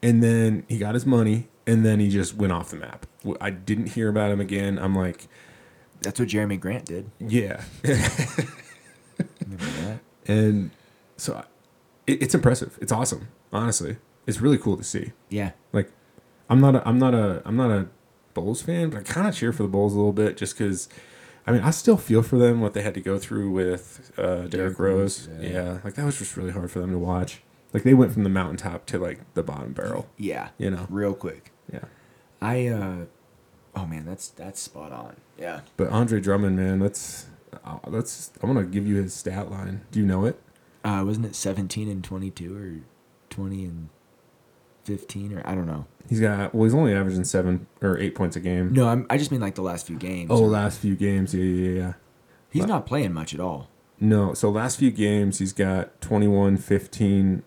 Speaker 1: and then he got his money, and then he just went off the map. W- I didn't hear about him again. I'm like,
Speaker 2: That's what Jeremy Grant did.
Speaker 1: yeah,
Speaker 2: Remember that?
Speaker 1: and so I, it, it's impressive. It's awesome. Honestly, it's really cool to see.
Speaker 2: Yeah.
Speaker 1: Like, I'm not a, I'm not a, I'm not a Bulls fan, but I kind of cheer for the Bulls a little bit just because. I mean, I still feel for them what they had to go through with uh, Derrick
Speaker 2: Derrick Rose,
Speaker 1: Rose.
Speaker 2: yeah.
Speaker 1: Yeah. like that was just really hard for them to watch. Like they went from the mountaintop to like the bottom barrel.
Speaker 2: Yeah.
Speaker 1: You know.
Speaker 2: Real quick.
Speaker 1: Yeah.
Speaker 2: I uh oh man, that's that's spot on. Yeah.
Speaker 1: But Andre Drummond, man, that's uh, that's. I'm gonna give you his stat line. Do you know it?
Speaker 2: Uh wasn't it 17 and 22 or 20 and 15 or I don't know.
Speaker 1: He's got well, he's only averaging seven or eight points a game.
Speaker 2: No, I'm, I just mean like the last few games.
Speaker 1: Oh, last few games, yeah, yeah, yeah, yeah.
Speaker 2: He's not playing much at all.
Speaker 1: No, so last few games he's got 21, 15,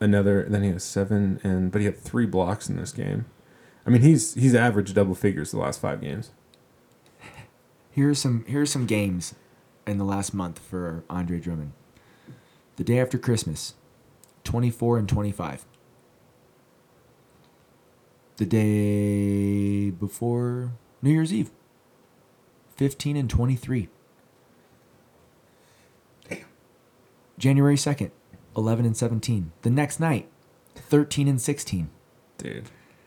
Speaker 1: another. Then he has seven, and but he had three blocks in this game. I mean, he's he's averaged double figures the last five games.
Speaker 2: Here are some here are some games in the last month for Andre Drummond. The day after Christmas, 24 and 25. The day before New Year's Eve, 15 and 23. January 2nd, 11 and 17. The next night, 13 and 16.
Speaker 1: Dude,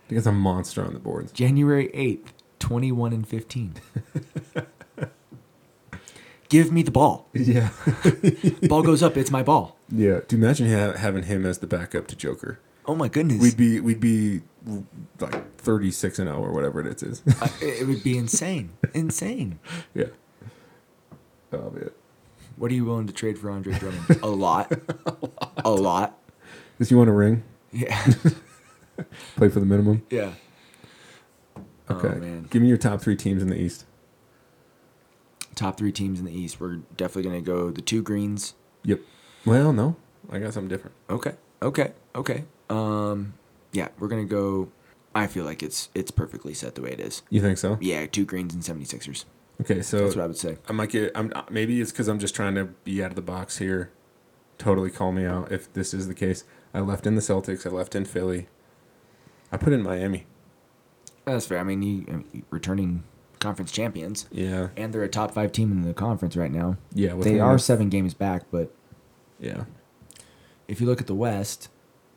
Speaker 1: he gets a monster on the boards.
Speaker 2: January 8th, 21 and 15. Give me the ball.
Speaker 1: Yeah,
Speaker 2: Ball goes up, it's my ball.
Speaker 1: yeah. Do you imagine ha- having him as the backup to Joker?
Speaker 2: Oh my goodness.
Speaker 1: We'd be we'd be like 36 and 0 or whatever it is.
Speaker 2: I- uh, it would be insane. insane.
Speaker 1: yeah. Oh man.
Speaker 2: What are you willing to trade for Andre Drummond? A lot. A lot.
Speaker 1: Does he want a ring?
Speaker 2: Yeah.
Speaker 1: Play for the minimum.
Speaker 2: Yeah.
Speaker 1: Okay.
Speaker 2: Oh, man.
Speaker 1: Give me your top three teams in the East.
Speaker 2: Top three teams in the East. We're definitely going to go the two greens.
Speaker 1: Yep. Well, no, I got something different.
Speaker 2: Okay. Okay. Okay. Um, yeah, we're going to go. I feel like it's it's perfectly set the way it is.
Speaker 1: You think so?
Speaker 2: Yeah, two greens and 76ers.
Speaker 1: Okay, so
Speaker 2: That's what I would say.
Speaker 1: I might get. I'm uh, maybe it's because I'm just trying to be out of the box here. Totally call me out if this is the case. I left in the Celtics. I left in Philly. I put in Miami.
Speaker 2: That's fair. I mean, you, I mean, you- returning conference champions,
Speaker 1: Yeah,
Speaker 2: and they're a top five team in the conference right now.
Speaker 1: yeah. with
Speaker 2: They
Speaker 1: one
Speaker 2: are
Speaker 1: of-
Speaker 2: seven games back, but
Speaker 1: Yeah,
Speaker 2: if you look at the West,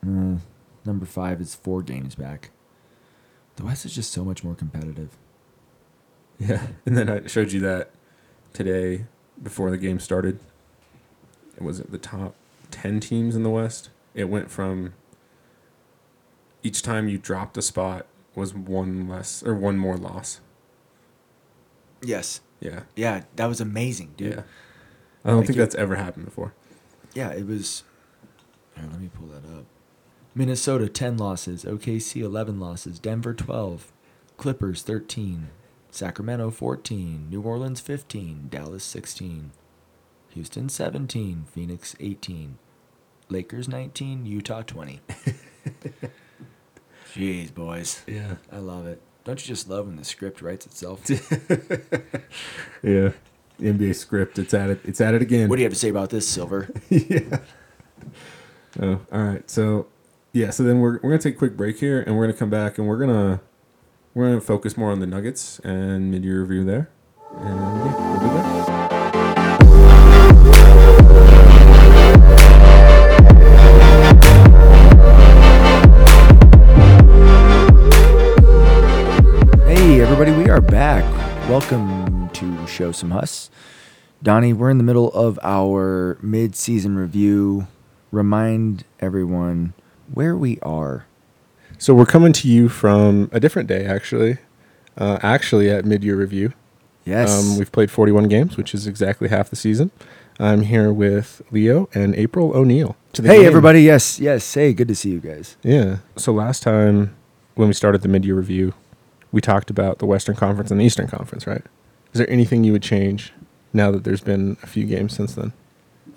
Speaker 2: uh, number five is four games back. The West is just so much more competitive.
Speaker 1: yeah. And then I showed you that today before the game started. It was at the top ten teams in the West. It went from each time you dropped a spot was one less or one more loss.
Speaker 2: Yes.
Speaker 1: Yeah,
Speaker 2: Yeah, that was amazing, dude.
Speaker 1: yeah. I don't
Speaker 2: Like
Speaker 1: think
Speaker 2: you-
Speaker 1: that's ever happened before.
Speaker 2: Yeah, it was. Here, let me pull that up. Minnesota ten losses, OKC eleven losses, Denver twelve, Clippers thirteen, Sacramento fourteen, New Orleans fifteen, Dallas sixteen, Houston seventeen, Phoenix eighteen, Lakers nineteen, Utah twenty. Jeez, boys.
Speaker 1: Yeah.
Speaker 2: I love it. Don't you just love when the script writes itself?
Speaker 4: Yeah. The NBA script. It's at it. It's at it again.
Speaker 2: what do you have to say about this, Silver?
Speaker 4: yeah. Oh, all right. So, yeah. So then we're we're gonna take a quick break here, and we're gonna come back, and we're gonna we're gonna focus more on the Nuggets and mid year review there. And yeah, we'll be back.
Speaker 2: Hey, everybody, we are back. Welcome to Show Some Hus. Donnie, we're in the middle of our mid season review. Remind everyone where we are.
Speaker 1: So we're coming to you from a different day, actually. Uh, actually, at mid-year review,
Speaker 2: Yes.
Speaker 1: um, we've played 41 games, which is exactly half the season. I'm here with Leo and April O'Neil. To the
Speaker 2: hey,
Speaker 1: game.
Speaker 2: everybody. Yes, yes. Hey, good to see you guys.
Speaker 1: Yeah. So last time when we started the mid-year review, we talked about the Western Conference and the Eastern Conference, right? Is there anything you would change now that there's been a few games since then?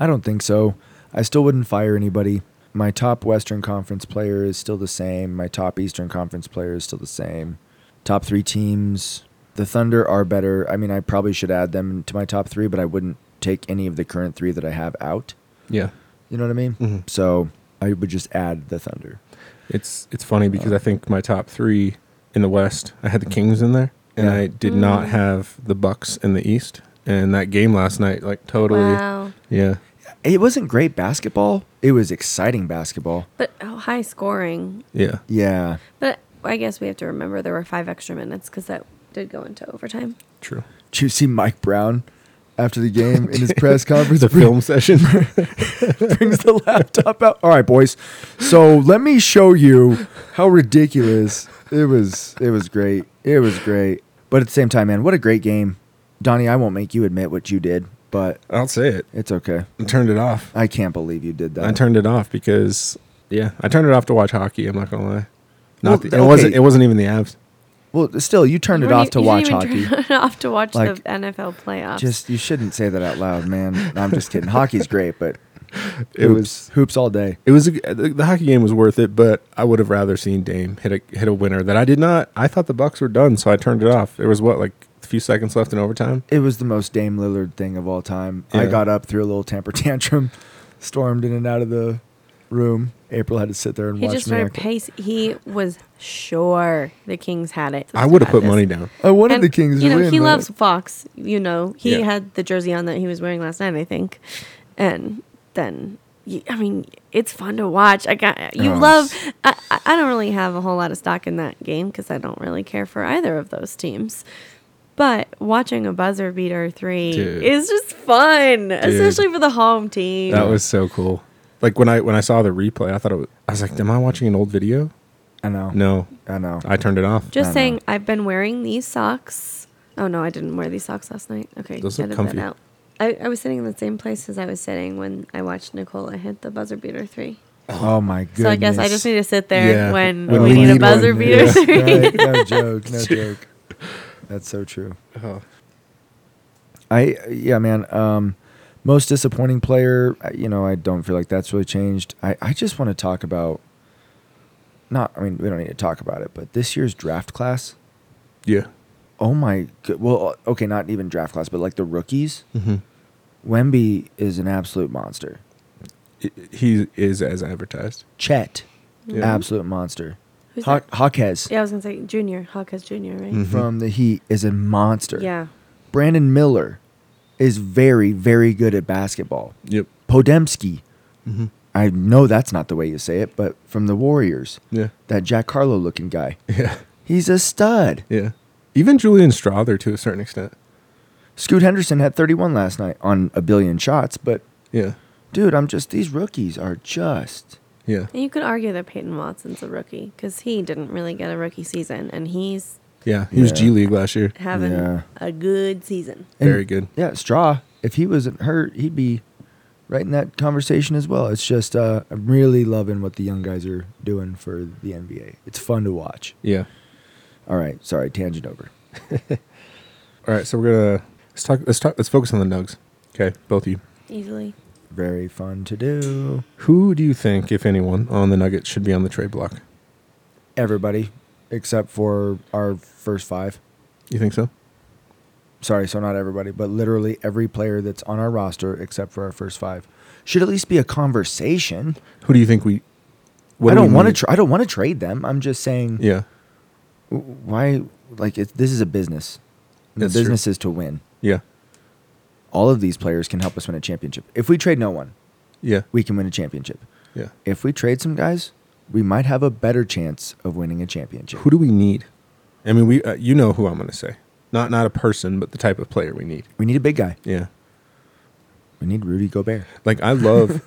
Speaker 2: I don't think so. I still wouldn't fire anybody. My top Western Conference player is still the same. My top Eastern Conference player is still the same. Top three teams. The Thunder are better. I mean, I probably should add them to my top three, but I wouldn't take any of the current three that I have out.
Speaker 1: Yeah.
Speaker 2: You know what I mean?
Speaker 1: Mhm.
Speaker 2: So I would just add the Thunder.
Speaker 1: It's it's funny because I think my top three in the West, I had the Kings in there, and
Speaker 2: Yeah.
Speaker 1: I did not have the Bucks in the East. And that game last night, like totally,
Speaker 5: Wow.
Speaker 1: yeah,
Speaker 2: It wasn't great basketball. It was exciting basketball.
Speaker 5: But oh, high scoring.
Speaker 1: yeah,
Speaker 2: Yeah.
Speaker 5: But I guess we have to remember there were five extra minutes because that did go into overtime.
Speaker 1: true.
Speaker 2: Did you see Mike Brown after the game in his press conference?
Speaker 1: The film session.
Speaker 2: brings the laptop out. All right, boys. So let me show you how ridiculous it was. It was great. It was great. But at the same time, man, what a great game, Donnie. I won't make you admit what you did, but
Speaker 1: I'll say it.
Speaker 2: it's okay.
Speaker 1: I turned it off.
Speaker 2: I can't believe you did that.
Speaker 1: I turned it off because yeah, I turned it off to watch hockey. I'm not gonna lie. Not
Speaker 2: Well,
Speaker 1: the, it
Speaker 2: okay.
Speaker 1: wasn't. It wasn't even the abs.
Speaker 2: well, still, you turned it
Speaker 5: Well,
Speaker 2: off
Speaker 5: you- e-
Speaker 2: to
Speaker 5: you
Speaker 2: watch
Speaker 5: didn't even
Speaker 2: hockey.
Speaker 5: Turn it off to watch
Speaker 2: Like-
Speaker 5: the NFL playoffs.
Speaker 2: Just you shouldn't say that out loud, man. No, I'm just kidding. Hockey's great, but
Speaker 1: It
Speaker 2: hoops,
Speaker 1: was.
Speaker 2: hoops all day.
Speaker 1: It was a, the, the hockey game was worth it, but I would have rather seen Dame hit a hit a winner that I did not. I thought the Bucks were done, so I turned it off. There was what like a few seconds left in overtime.
Speaker 2: It was the most Dame Lillard thing of all time. I
Speaker 1: Yeah.
Speaker 2: got up, threw a little temper tantrum, stormed in and out of the room. April had to sit there and
Speaker 5: he
Speaker 2: watch
Speaker 5: just
Speaker 2: me.
Speaker 5: started pace. He was sure the Kings had it.
Speaker 1: I would have
Speaker 5: Had
Speaker 1: put
Speaker 5: this.
Speaker 1: money down.
Speaker 2: I wanted
Speaker 5: And,
Speaker 2: Oh, the Kings
Speaker 5: You know,
Speaker 2: to win.
Speaker 5: he
Speaker 2: but-
Speaker 5: loves Fox. You know, he
Speaker 1: Yeah.
Speaker 5: had the jersey on that he was wearing last night, I think. And then, y- I mean, it's fun to watch. I got you
Speaker 2: Oh,
Speaker 5: love.
Speaker 2: it's-
Speaker 5: I, I I don't really have a whole lot of stock in that game because I don't really care for either of those teams. But watching a buzzer beater three
Speaker 1: Dude.
Speaker 5: is just fun, especially for the home team.
Speaker 1: That was so cool. Like when I when I saw the replay, I thought it was, I was like, "Am I watching an old video?"
Speaker 2: I know.
Speaker 1: No,
Speaker 2: I know.
Speaker 1: I turned it off.
Speaker 5: Just
Speaker 2: I know.
Speaker 5: saying, I've been wearing these socks. Oh no, I didn't wear these socks last night. Okay,
Speaker 1: Those look
Speaker 5: edit
Speaker 1: comfy.
Speaker 5: that out. I, I was sitting in the same place as I was sitting when I watched Nicola hit the buzzer beater three.
Speaker 2: oh my goodness.
Speaker 5: So I guess I just need to sit there
Speaker 1: Yeah.
Speaker 5: when,
Speaker 1: When
Speaker 5: we,
Speaker 1: we
Speaker 5: need,
Speaker 1: need
Speaker 5: a buzzer
Speaker 1: one,
Speaker 5: beater
Speaker 1: yeah.
Speaker 5: three.
Speaker 2: Right, no joke. No joke. That's so true.
Speaker 1: Oh.
Speaker 2: I yeah, man. Um, most disappointing player. I- You know, I don't feel like that's really changed. I I just want to talk about. Not, I mean, we don't need to talk about it, but this year's draft class.
Speaker 1: Yeah.
Speaker 2: Oh my good. Well, uh, okay, not even draft class, but like the rookies.
Speaker 1: Mm-hmm.
Speaker 2: Wemby is an absolute monster.
Speaker 1: He is as advertised.
Speaker 2: Chet,
Speaker 1: Yeah.
Speaker 2: absolute monster.
Speaker 5: Who's
Speaker 2: Ha-
Speaker 5: that?
Speaker 2: Hawkes
Speaker 5: Yeah, I was gonna say Junior Hawkes Junior, right?
Speaker 1: Mhm.
Speaker 2: from the Heat is a monster.
Speaker 5: Yeah,
Speaker 2: Brandon Miller is very, very good at basketball.
Speaker 1: Yep.
Speaker 2: Podemski,
Speaker 1: Mm-hmm.
Speaker 2: I know that's not the way you say it, but from the Warriors,
Speaker 1: Yeah.
Speaker 2: that Jack Harlow looking guy,
Speaker 1: Yeah.
Speaker 2: he's a stud.
Speaker 1: Yeah. Even Julian Strother to a certain extent.
Speaker 2: Scoot Henderson had 31 last night on a billion shots, but
Speaker 1: Yeah.
Speaker 2: dude, I'm just, these rookies are just.
Speaker 1: Yeah.
Speaker 5: and you could argue that Peyton Watson's a rookie because he didn't really get a rookie season, and he's
Speaker 1: Yeah. He was
Speaker 2: Yeah.
Speaker 1: G League last year.
Speaker 5: having
Speaker 2: Yeah.
Speaker 5: a good season.
Speaker 2: and-
Speaker 1: Very good.
Speaker 2: Yeah, Straw, if he wasn't hurt, he'd be right in that conversation as well. It's just, uh, I'm really loving what the young guys are doing for the NBA. It's fun to watch.
Speaker 1: Yeah.
Speaker 2: All right, sorry, tangent over.
Speaker 1: All right. So we're gonna let's talk. Let's talk. Let's focus on the Nugs. Okay, both of you.
Speaker 5: Easily,
Speaker 2: Very fun to do.
Speaker 1: Who do you think, if anyone, on the Nuggets should be on the trade block?
Speaker 2: everybody except for our first five.
Speaker 1: You think so?
Speaker 2: Sorry, so not everybody, but literally every player that's on our roster except for our first five should at least be a conversation.
Speaker 1: Who do you think we? what
Speaker 2: I
Speaker 1: do we
Speaker 2: don't want to.
Speaker 1: need?
Speaker 2: Tra- I don't want to trade them. I'm just saying.
Speaker 1: Yeah,
Speaker 2: w- Why? Like it, this is a business. And The
Speaker 1: That's true.
Speaker 2: business is to win.
Speaker 1: yeah,
Speaker 2: All of these players can help us win a championship. If we trade no one,
Speaker 1: yeah,
Speaker 2: we can win a championship.
Speaker 1: yeah.
Speaker 2: If we trade some guys, we might have a better chance of winning a championship.
Speaker 1: Who do we need? I mean, we. Uh, you know who I'm going to say. Not not a person, but the type of player we need.
Speaker 2: We need a big guy.
Speaker 1: Yeah.
Speaker 2: We need Rudy Gobert.
Speaker 1: Like I love.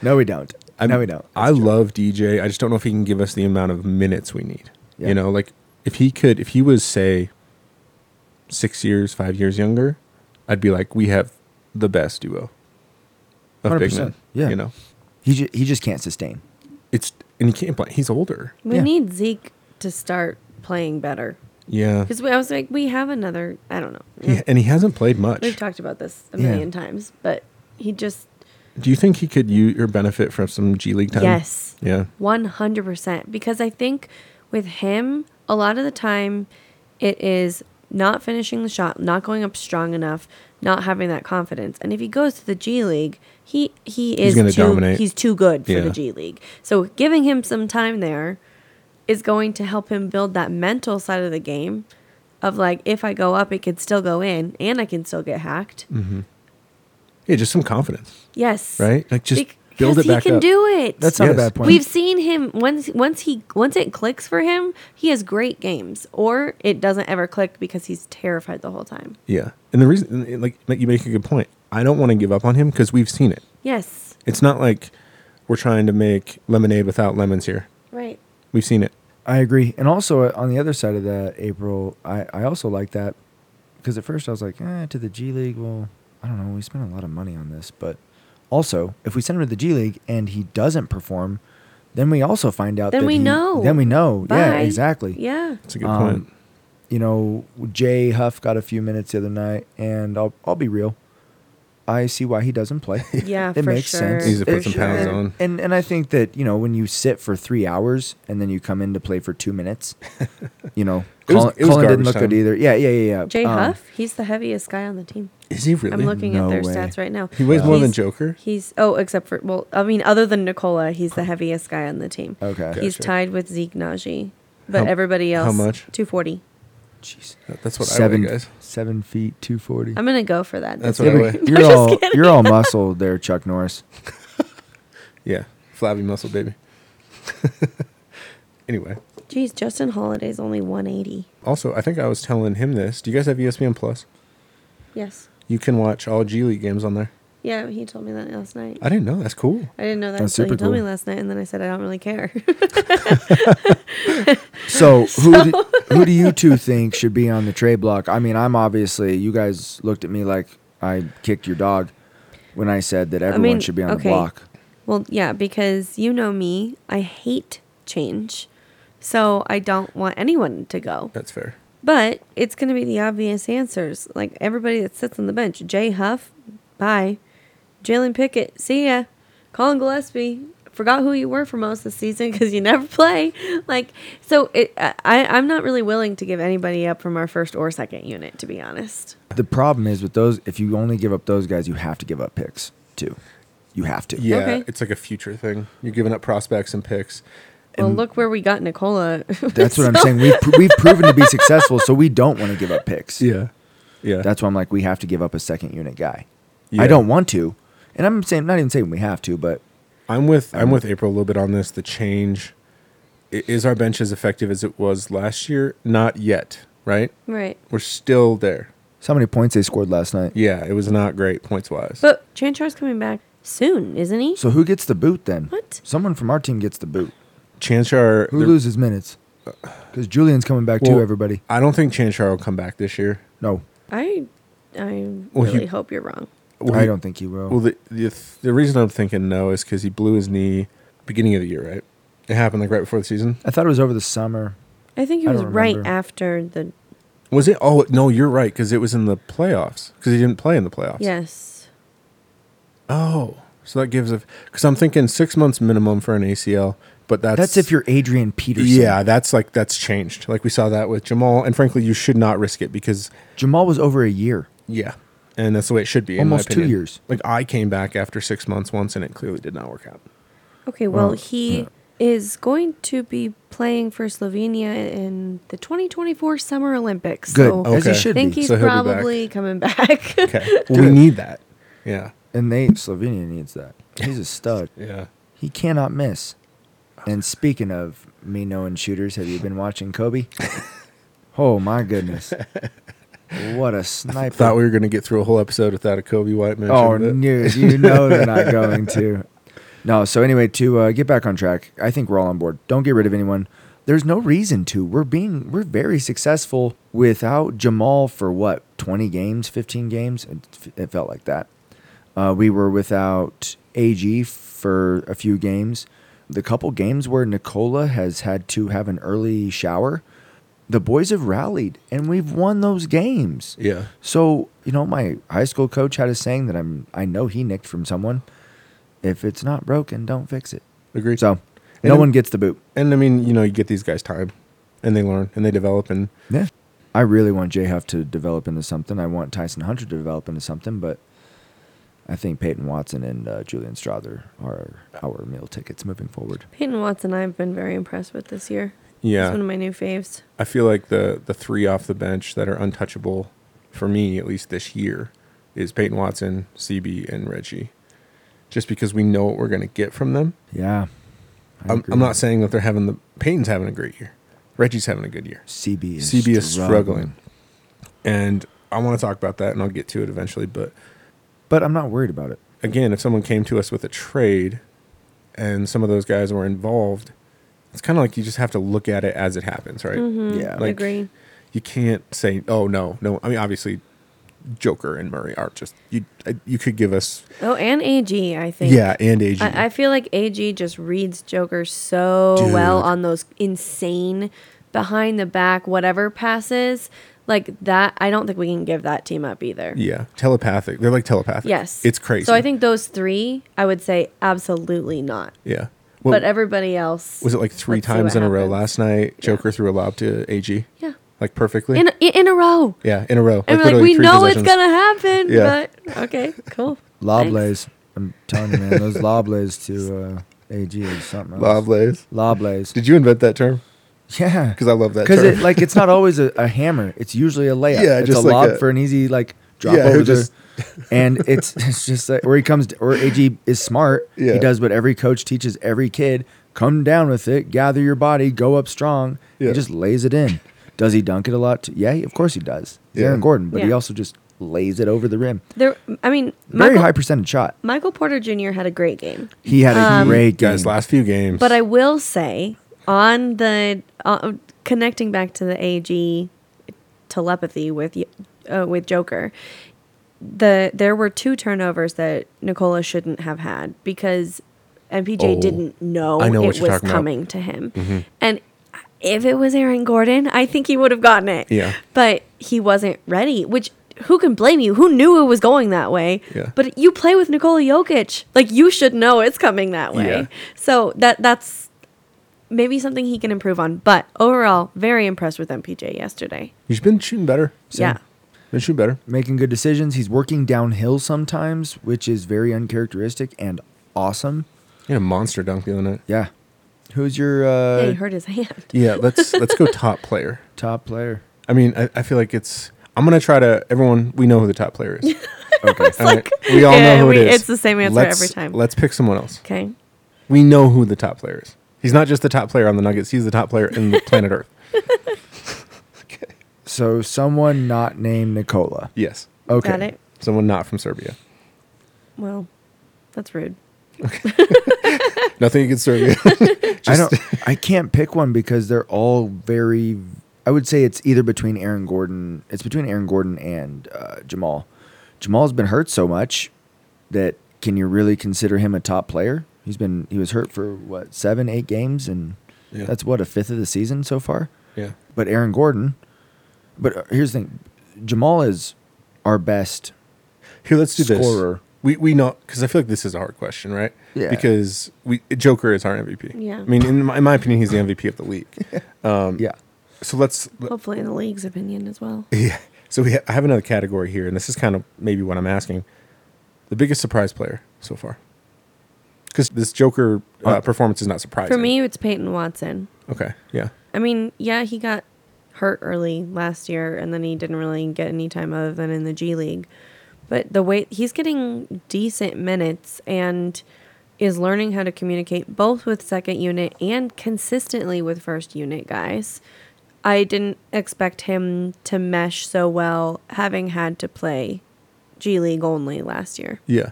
Speaker 2: No, we don't.
Speaker 1: I
Speaker 2: no, we don't.
Speaker 1: I love DJ. I just don't know if he can give us the amount of minutes we need.
Speaker 2: Yeah.
Speaker 1: You know, like if he could, if he was say six years, five years younger, I'd be like, we have the best duo of big
Speaker 2: 100%.
Speaker 1: men.
Speaker 2: Yeah.
Speaker 1: you know,
Speaker 2: He ju- he just can't sustain.
Speaker 1: it's and he can't play. He's older.
Speaker 5: We
Speaker 2: Yeah.
Speaker 5: need Zeke to start playing better.
Speaker 1: Yeah,
Speaker 5: Because I was like, we have another, I don't know.
Speaker 1: He- and he hasn't played much.
Speaker 5: We've talked about this a
Speaker 2: Yeah.
Speaker 5: million times, but he just,
Speaker 1: Do you think he could use or benefit from some G League time?
Speaker 5: yes,
Speaker 1: Yeah.
Speaker 5: 100%. Because I think with him, a lot of the time, it is not finishing the shot, not going up strong enough, not having that confidence. And if he goes to the G League, he, he is
Speaker 1: gonna
Speaker 5: too,
Speaker 1: dominate.
Speaker 5: he's too good for
Speaker 1: Yeah.
Speaker 5: the G League. So giving him some time there is going to help him build that mental side of the game of like if I go up it could still go in and I can still get hacked.
Speaker 1: Yeah, just some confidence,
Speaker 5: Yes.
Speaker 1: right? Like just
Speaker 5: Because
Speaker 1: build it
Speaker 5: he
Speaker 1: back
Speaker 5: can
Speaker 1: up.
Speaker 5: do it.
Speaker 2: That's not
Speaker 1: Yes.
Speaker 2: a bad point.
Speaker 5: We've seen him once once he once it clicks for him, he has great games or it doesn't ever click because he's terrified the whole time.
Speaker 1: yeah, and the reason, and, like, like you make a good point. I don't want to give up on him because we've seen it.
Speaker 5: Yes.
Speaker 1: It's not like we're trying to make lemonade without lemons here.
Speaker 5: Right.
Speaker 1: We've seen it.
Speaker 2: I agree. And also uh, on the other side of that, April, I, I also like that because at first I was like, eh, to the G League. Well, I don't know. We spent a lot of money on this, but also if we send him to the G League and he doesn't perform, then we also find out.
Speaker 5: Then
Speaker 2: that
Speaker 5: we
Speaker 2: he-
Speaker 5: know.
Speaker 2: Then we know. Yeah,
Speaker 5: Bye.
Speaker 2: exactly.
Speaker 5: Yeah.
Speaker 1: That's a good
Speaker 2: Um,
Speaker 1: point.
Speaker 2: You know, Jay Huff got a few minutes the other night, and I'll I'll be real. I see why he doesn't play.
Speaker 5: Yeah,
Speaker 2: it
Speaker 5: for
Speaker 2: makes
Speaker 5: sure.
Speaker 2: sense.
Speaker 1: Needs to put some
Speaker 5: for
Speaker 1: pounds
Speaker 5: sure.
Speaker 1: on.
Speaker 2: And and I think that you know when you sit for three hours and then you come in to play for two minutes, you know,
Speaker 1: It was-
Speaker 2: Colin,
Speaker 1: it was
Speaker 2: Colin didn't
Speaker 1: garbage
Speaker 2: look
Speaker 1: time.
Speaker 2: good either. Yeah, yeah, yeah. yeah.
Speaker 5: Jay
Speaker 2: Um,
Speaker 5: Huff, he's the heaviest guy on the team.
Speaker 1: Is he really?
Speaker 5: I'm looking
Speaker 2: No
Speaker 5: at their
Speaker 2: way.
Speaker 5: stats right now.
Speaker 1: He weighs more than
Speaker 5: He's-
Speaker 1: Joker?
Speaker 5: He's oh, except for well, I mean, other than Nicola, he's the heaviest guy on the team.
Speaker 2: Okay.
Speaker 5: He's
Speaker 1: Gotcha.
Speaker 5: tied with Zeke Naji, but
Speaker 1: How-
Speaker 5: everybody
Speaker 1: how
Speaker 5: else.
Speaker 1: much?
Speaker 5: Two forty.
Speaker 2: Jeez.
Speaker 1: That- That's what
Speaker 2: Seven,
Speaker 1: I weigh, guys.
Speaker 2: seven feet, two forty.
Speaker 5: I'm gonna go for that.
Speaker 1: That's
Speaker 5: this
Speaker 1: what I
Speaker 5: year.
Speaker 1: weigh.
Speaker 5: I'm
Speaker 2: You're
Speaker 5: just
Speaker 2: all
Speaker 5: kidding.
Speaker 2: you're all muscle there, Chuck Norris.
Speaker 1: Yeah, flabby muscle baby. anyway,
Speaker 5: Jeez, Justin Holiday's only one eighty.
Speaker 1: also I think I was telling him this. Do you guys have E ESPN Plus?
Speaker 5: Yes.
Speaker 1: You can watch all G League games on there.
Speaker 5: Yeah, he told me that last night.
Speaker 1: I didn't know. That's cool.
Speaker 5: I didn't know that
Speaker 2: That's
Speaker 5: until he
Speaker 2: super
Speaker 5: told me
Speaker 2: cool.
Speaker 5: last night, and then I said I don't really care.
Speaker 2: So who do, who do you two think should be on the trade block? I mean, I'm obviously you guys looked at me like I kicked your dog when I said that everyone
Speaker 5: mean,
Speaker 2: should be on the
Speaker 5: okay.
Speaker 2: block.
Speaker 5: well, yeah, because you know me, I hate change, so I don't want anyone to go.
Speaker 1: That's fair.
Speaker 5: But it's going to be the obvious answers. Like everybody that sits on the bench. Jay Huff, bye. Jalen Pickett, see ya. Colin Gillespie, forgot who you were for most of the season because you never play. Like, so it, I, I'm not really willing to give anybody up from our first or second unit, to be honest.
Speaker 2: The problem is with those. If you only give up those guys, you have to give up picks too. You have to.
Speaker 1: Yeah,
Speaker 5: Okay.
Speaker 1: it's like a future thing. You're giving up prospects and picks.
Speaker 5: Well, look where we got Nicola.
Speaker 2: That's what I'm saying. We've, pr- we've proven to be successful, so we don't want to give up picks.
Speaker 1: Yeah, yeah.
Speaker 2: That's why I'm like, we have to give up a second unit guy.
Speaker 1: Yeah.
Speaker 2: I don't want to, and I'm saying not even saying we have to, but
Speaker 1: I'm with
Speaker 2: Mm-hmm.
Speaker 1: I'm with April a little bit on this. The change I- is our bench as effective as it was last year? Not yet, right?
Speaker 5: right.
Speaker 1: We're still there.
Speaker 2: so many points they scored last night.
Speaker 1: Yeah, it was not great points wise.
Speaker 5: But Chanchar's coming back soon, isn't he?
Speaker 2: So who gets the boot then?
Speaker 5: What?
Speaker 2: Someone from our team gets the boot.
Speaker 1: Chanchar,
Speaker 2: Who
Speaker 1: the-
Speaker 2: loses minutes? Because Julian's coming back
Speaker 1: well,
Speaker 2: too. Everybody.
Speaker 1: I don't think Chanchar will come back this year.
Speaker 2: No,
Speaker 5: I, I
Speaker 1: Well, he-
Speaker 5: really hope you're wrong.
Speaker 1: Well,
Speaker 2: I
Speaker 1: he-
Speaker 2: don't think he will.
Speaker 1: Well, the the, th- the reason I'm thinking no is because he blew his knee beginning of the year, right? It happened like right before the season.
Speaker 2: I thought it was over the summer.
Speaker 5: I think it
Speaker 2: I
Speaker 5: was
Speaker 2: don't
Speaker 5: right
Speaker 2: remember.
Speaker 5: after the.
Speaker 1: Was it? Oh no, you're right because it was in the playoffs because he didn't play in the playoffs.
Speaker 5: Yes.
Speaker 1: Oh, So that gives a because I'm thinking six months minimum for an ACL, but that's
Speaker 2: That's if you're Adrian Peterson.
Speaker 1: yeah, that's like that's changed. Like we saw that with Jamal, and frankly, you should not risk it because
Speaker 2: Jamal was over a year.
Speaker 1: yeah, and that's the way it should be. in my
Speaker 2: Almost two
Speaker 1: opinion.
Speaker 2: years.
Speaker 1: Like I came back after six months once, and it clearly did not work out.
Speaker 5: Okay, well,
Speaker 1: Well,
Speaker 5: he is going to be playing for Slovenia in the 2024 Summer Olympics.
Speaker 2: Good.
Speaker 5: So
Speaker 2: As he
Speaker 1: Okay.
Speaker 5: I
Speaker 2: should
Speaker 5: think
Speaker 2: be.
Speaker 5: he's
Speaker 1: So he'll be back.
Speaker 5: probably coming back.
Speaker 1: Okay, Well, we need that. Yeah,
Speaker 2: and they Slovenia needs that. He's a stud.
Speaker 1: yeah.
Speaker 2: He cannot miss. And speaking of me knowing shooters, have you been watching Kobe? oh my goodness. What a sniper.
Speaker 1: Thought we were gonna get through a whole episode without a Kobe White mention.
Speaker 2: Oh,
Speaker 1: but-
Speaker 2: no, you know they're not going to. No, so anyway, to uh, get back on track, I think we're all on board. Don't get rid of anyone. There's no reason to. We're being we're very successful without Jamal for what 20 games, 15 games. It, f- it felt like that. Uh, we were without AG for a few games. The couple games where Nicola has had to have an early shower, the boys have rallied and we've won those games.
Speaker 1: Yeah.
Speaker 2: So you know, my high school coach had a saying that I'm. I know he nicked from someone. If it's not broken, don't fix it.
Speaker 1: Agreed.
Speaker 2: So no
Speaker 1: And-
Speaker 2: one gets the boot.
Speaker 1: And I mean, you know, you get these guys time, and they learn and they develop, and
Speaker 2: Yeah. I really want J Huff to develop into something. I want Tyson Hunter to develop into something, but I think Peyton Watson and uh, Julian Strother are our meal tickets moving forward.
Speaker 5: Peyton Watson, I've been very impressed with this year. He's one of
Speaker 1: yeah.
Speaker 5: my new faves.
Speaker 1: I feel like the the three off the bench that are untouchable for me, at least this year, is Peyton Watson, CB, and Reggie. Just because we know what we're going to get from them.
Speaker 2: Yeah. I
Speaker 1: I'm,
Speaker 2: agree.
Speaker 1: I'm not saying that they're having the Peyton's having a great year, Reggie's having a good year.
Speaker 2: CB is
Speaker 1: CB
Speaker 2: struggling.
Speaker 1: is struggling. And I want to talk about that and I'll get to it eventually. But
Speaker 2: but I'm not worried about it.
Speaker 1: again, if someone came to us with a trade and some of those guys were involved, it's kind of like you just have to look at it as it happens, right?
Speaker 2: Yeah.
Speaker 1: Like-
Speaker 5: Mm-hmm. Agree.
Speaker 1: You can't say, oh, no, no. I mean, obviously, Joker and Murray are just, you uh, You could give us,
Speaker 5: Oh, and AG, I think.
Speaker 1: yeah, and AG.
Speaker 5: I, I feel like AG just reads Joker so well
Speaker 1: Dude.
Speaker 5: on those insane behind the back whatever passes. Like that, I don't think we can give that team up either.
Speaker 1: yeah, telepathic. They're like telepathic.
Speaker 5: Yes.
Speaker 1: It's crazy.
Speaker 5: So I think those three, I would say absolutely not.
Speaker 1: yeah. What,
Speaker 5: but everybody else.
Speaker 1: was it like 3
Speaker 5: let's see
Speaker 1: times
Speaker 5: what
Speaker 1: in a row
Speaker 5: happens.
Speaker 1: last night? Joker threw a lob to AG,
Speaker 5: Yeah.
Speaker 1: like perfectly.
Speaker 5: In, in a row.
Speaker 1: yeah, in a row.
Speaker 5: And we're like,
Speaker 1: literally
Speaker 5: we
Speaker 1: three
Speaker 5: know it's
Speaker 1: possessions.
Speaker 5: going to happen.
Speaker 1: Yeah.
Speaker 5: But okay, cool. Thanks.
Speaker 2: Lobles. I'm telling you, man, those lobles to uh, AG is something else.
Speaker 1: Lobless.
Speaker 2: Lobles.
Speaker 1: Did you invent that term?
Speaker 2: Yeah.
Speaker 1: Because I love that
Speaker 2: Because
Speaker 1: term.
Speaker 2: it like it's not always a, a hammer. It's usually a layup.
Speaker 1: Yeah,
Speaker 2: it's
Speaker 1: just
Speaker 2: a
Speaker 1: like
Speaker 2: lob
Speaker 1: a-
Speaker 2: for an easy like drop
Speaker 1: Yeah,
Speaker 2: over
Speaker 1: he'll just-
Speaker 2: there. and it's it's just like where he comes where AG is smart.
Speaker 1: Yeah.
Speaker 2: He does what every coach teaches every kid: come down with it, gather your body, go up strong.
Speaker 1: Yeah.
Speaker 2: He just lays it in. Does he dunk it a lot? Too? Yeah, of course he does. He's
Speaker 1: Yeah.
Speaker 2: Aaron Gordon, but he
Speaker 5: Yeah.
Speaker 2: also just lays it over the rim.
Speaker 5: There, I mean,
Speaker 2: Very
Speaker 5: Michael,
Speaker 2: high percentage shot.
Speaker 5: Michael Porter Jr. had a great game.
Speaker 2: He had a
Speaker 5: Um,
Speaker 2: great game.
Speaker 1: Guys, last few games.
Speaker 5: But I will say, on the uh, connecting back to the AG telepathy with y- uh, with Joker, the there were two turnovers that Nicola shouldn't have had because MPJ
Speaker 1: Oh.
Speaker 5: didn't know,
Speaker 1: I know
Speaker 5: it
Speaker 1: what you're
Speaker 5: was
Speaker 1: talking about. Mm-hmm.
Speaker 5: coming to him, and if it was Aaron Gordon, I think he would have gotten it.
Speaker 1: Yeah.
Speaker 5: but he wasn't ready, which. Who can blame you? Who knew it was going that way?
Speaker 1: Yeah.
Speaker 5: But you play with Nikola Jokic. Like you should know it's coming that way.
Speaker 1: Yeah.
Speaker 5: So that that's maybe something he can improve on. But overall, very impressed with MPJ yesterday.
Speaker 1: He's been shooting better.
Speaker 5: Yeah.
Speaker 1: Been shooting better.
Speaker 2: making good decisions. He's working downhill sometimes, which is very uncharacteristic and awesome.
Speaker 1: He had a monster dunk the other night.
Speaker 2: Yeah. Who's your
Speaker 5: Yeah,
Speaker 2: uh,
Speaker 5: he hurt his hand.
Speaker 1: Yeah, let's let's go top player.
Speaker 2: top player?
Speaker 1: I mean, I, I feel like it's I'm gonna try to everyone we know who the top player is.
Speaker 2: Okay.
Speaker 1: All right, we all
Speaker 5: Yeah,
Speaker 1: know who
Speaker 5: we-
Speaker 1: it is.
Speaker 5: it's the same answer
Speaker 1: Let's-
Speaker 5: every time.
Speaker 1: Let's pick someone else.
Speaker 5: Okay.
Speaker 1: We know who the top player is. He's not just the top player on the Nuggets, he's the top player in the planet Earth.
Speaker 2: so someone not named Nicola.
Speaker 1: Yes.
Speaker 2: Okay.
Speaker 5: Got it.
Speaker 1: Someone not from Serbia.
Speaker 5: Well, that's rude.
Speaker 1: Nothing against Serbia.
Speaker 2: I don't. I can't pick one because they're all very. I would say it's either between Aaron Gordon. It's between Aaron Gordon and uh, Jamal. Jamal's been hurt so much that can you really consider him a top player? He's been he was hurt for what seven eight games and
Speaker 1: Yeah.
Speaker 2: that's what a fifth of the season so far.
Speaker 1: yeah.
Speaker 2: But Aaron Gordon. uh, But here's the thing, Jamal is our best
Speaker 1: Here, let's do this.
Speaker 2: scorer
Speaker 1: We we know because I feel like this is a hard question, right?
Speaker 2: Yeah.
Speaker 1: Because we Joker is our MVP.
Speaker 5: Yeah.
Speaker 1: I mean, in my, in my opinion, he's the MVP of the league.
Speaker 2: yeah.
Speaker 1: So let's.
Speaker 5: Hopefully, in the league's opinion as well.
Speaker 1: Yeah. So we ha- I have another category here, and this is kind of maybe what I'm asking. The biggest surprise player so far, because this Joker uh,
Speaker 2: Uh,
Speaker 1: performance is not surprising
Speaker 5: For me, it's Peyton Watson.
Speaker 1: Okay. Yeah.
Speaker 5: I mean, yeah, he got hurt early last year, and then he didn't really get any time other than in the G League. But the way he's getting decent minutes and is learning how to communicate both with second unit and consistently with first unit guys. I didn't expect him to mesh so well, having had to play G League only last year.
Speaker 1: Yeah.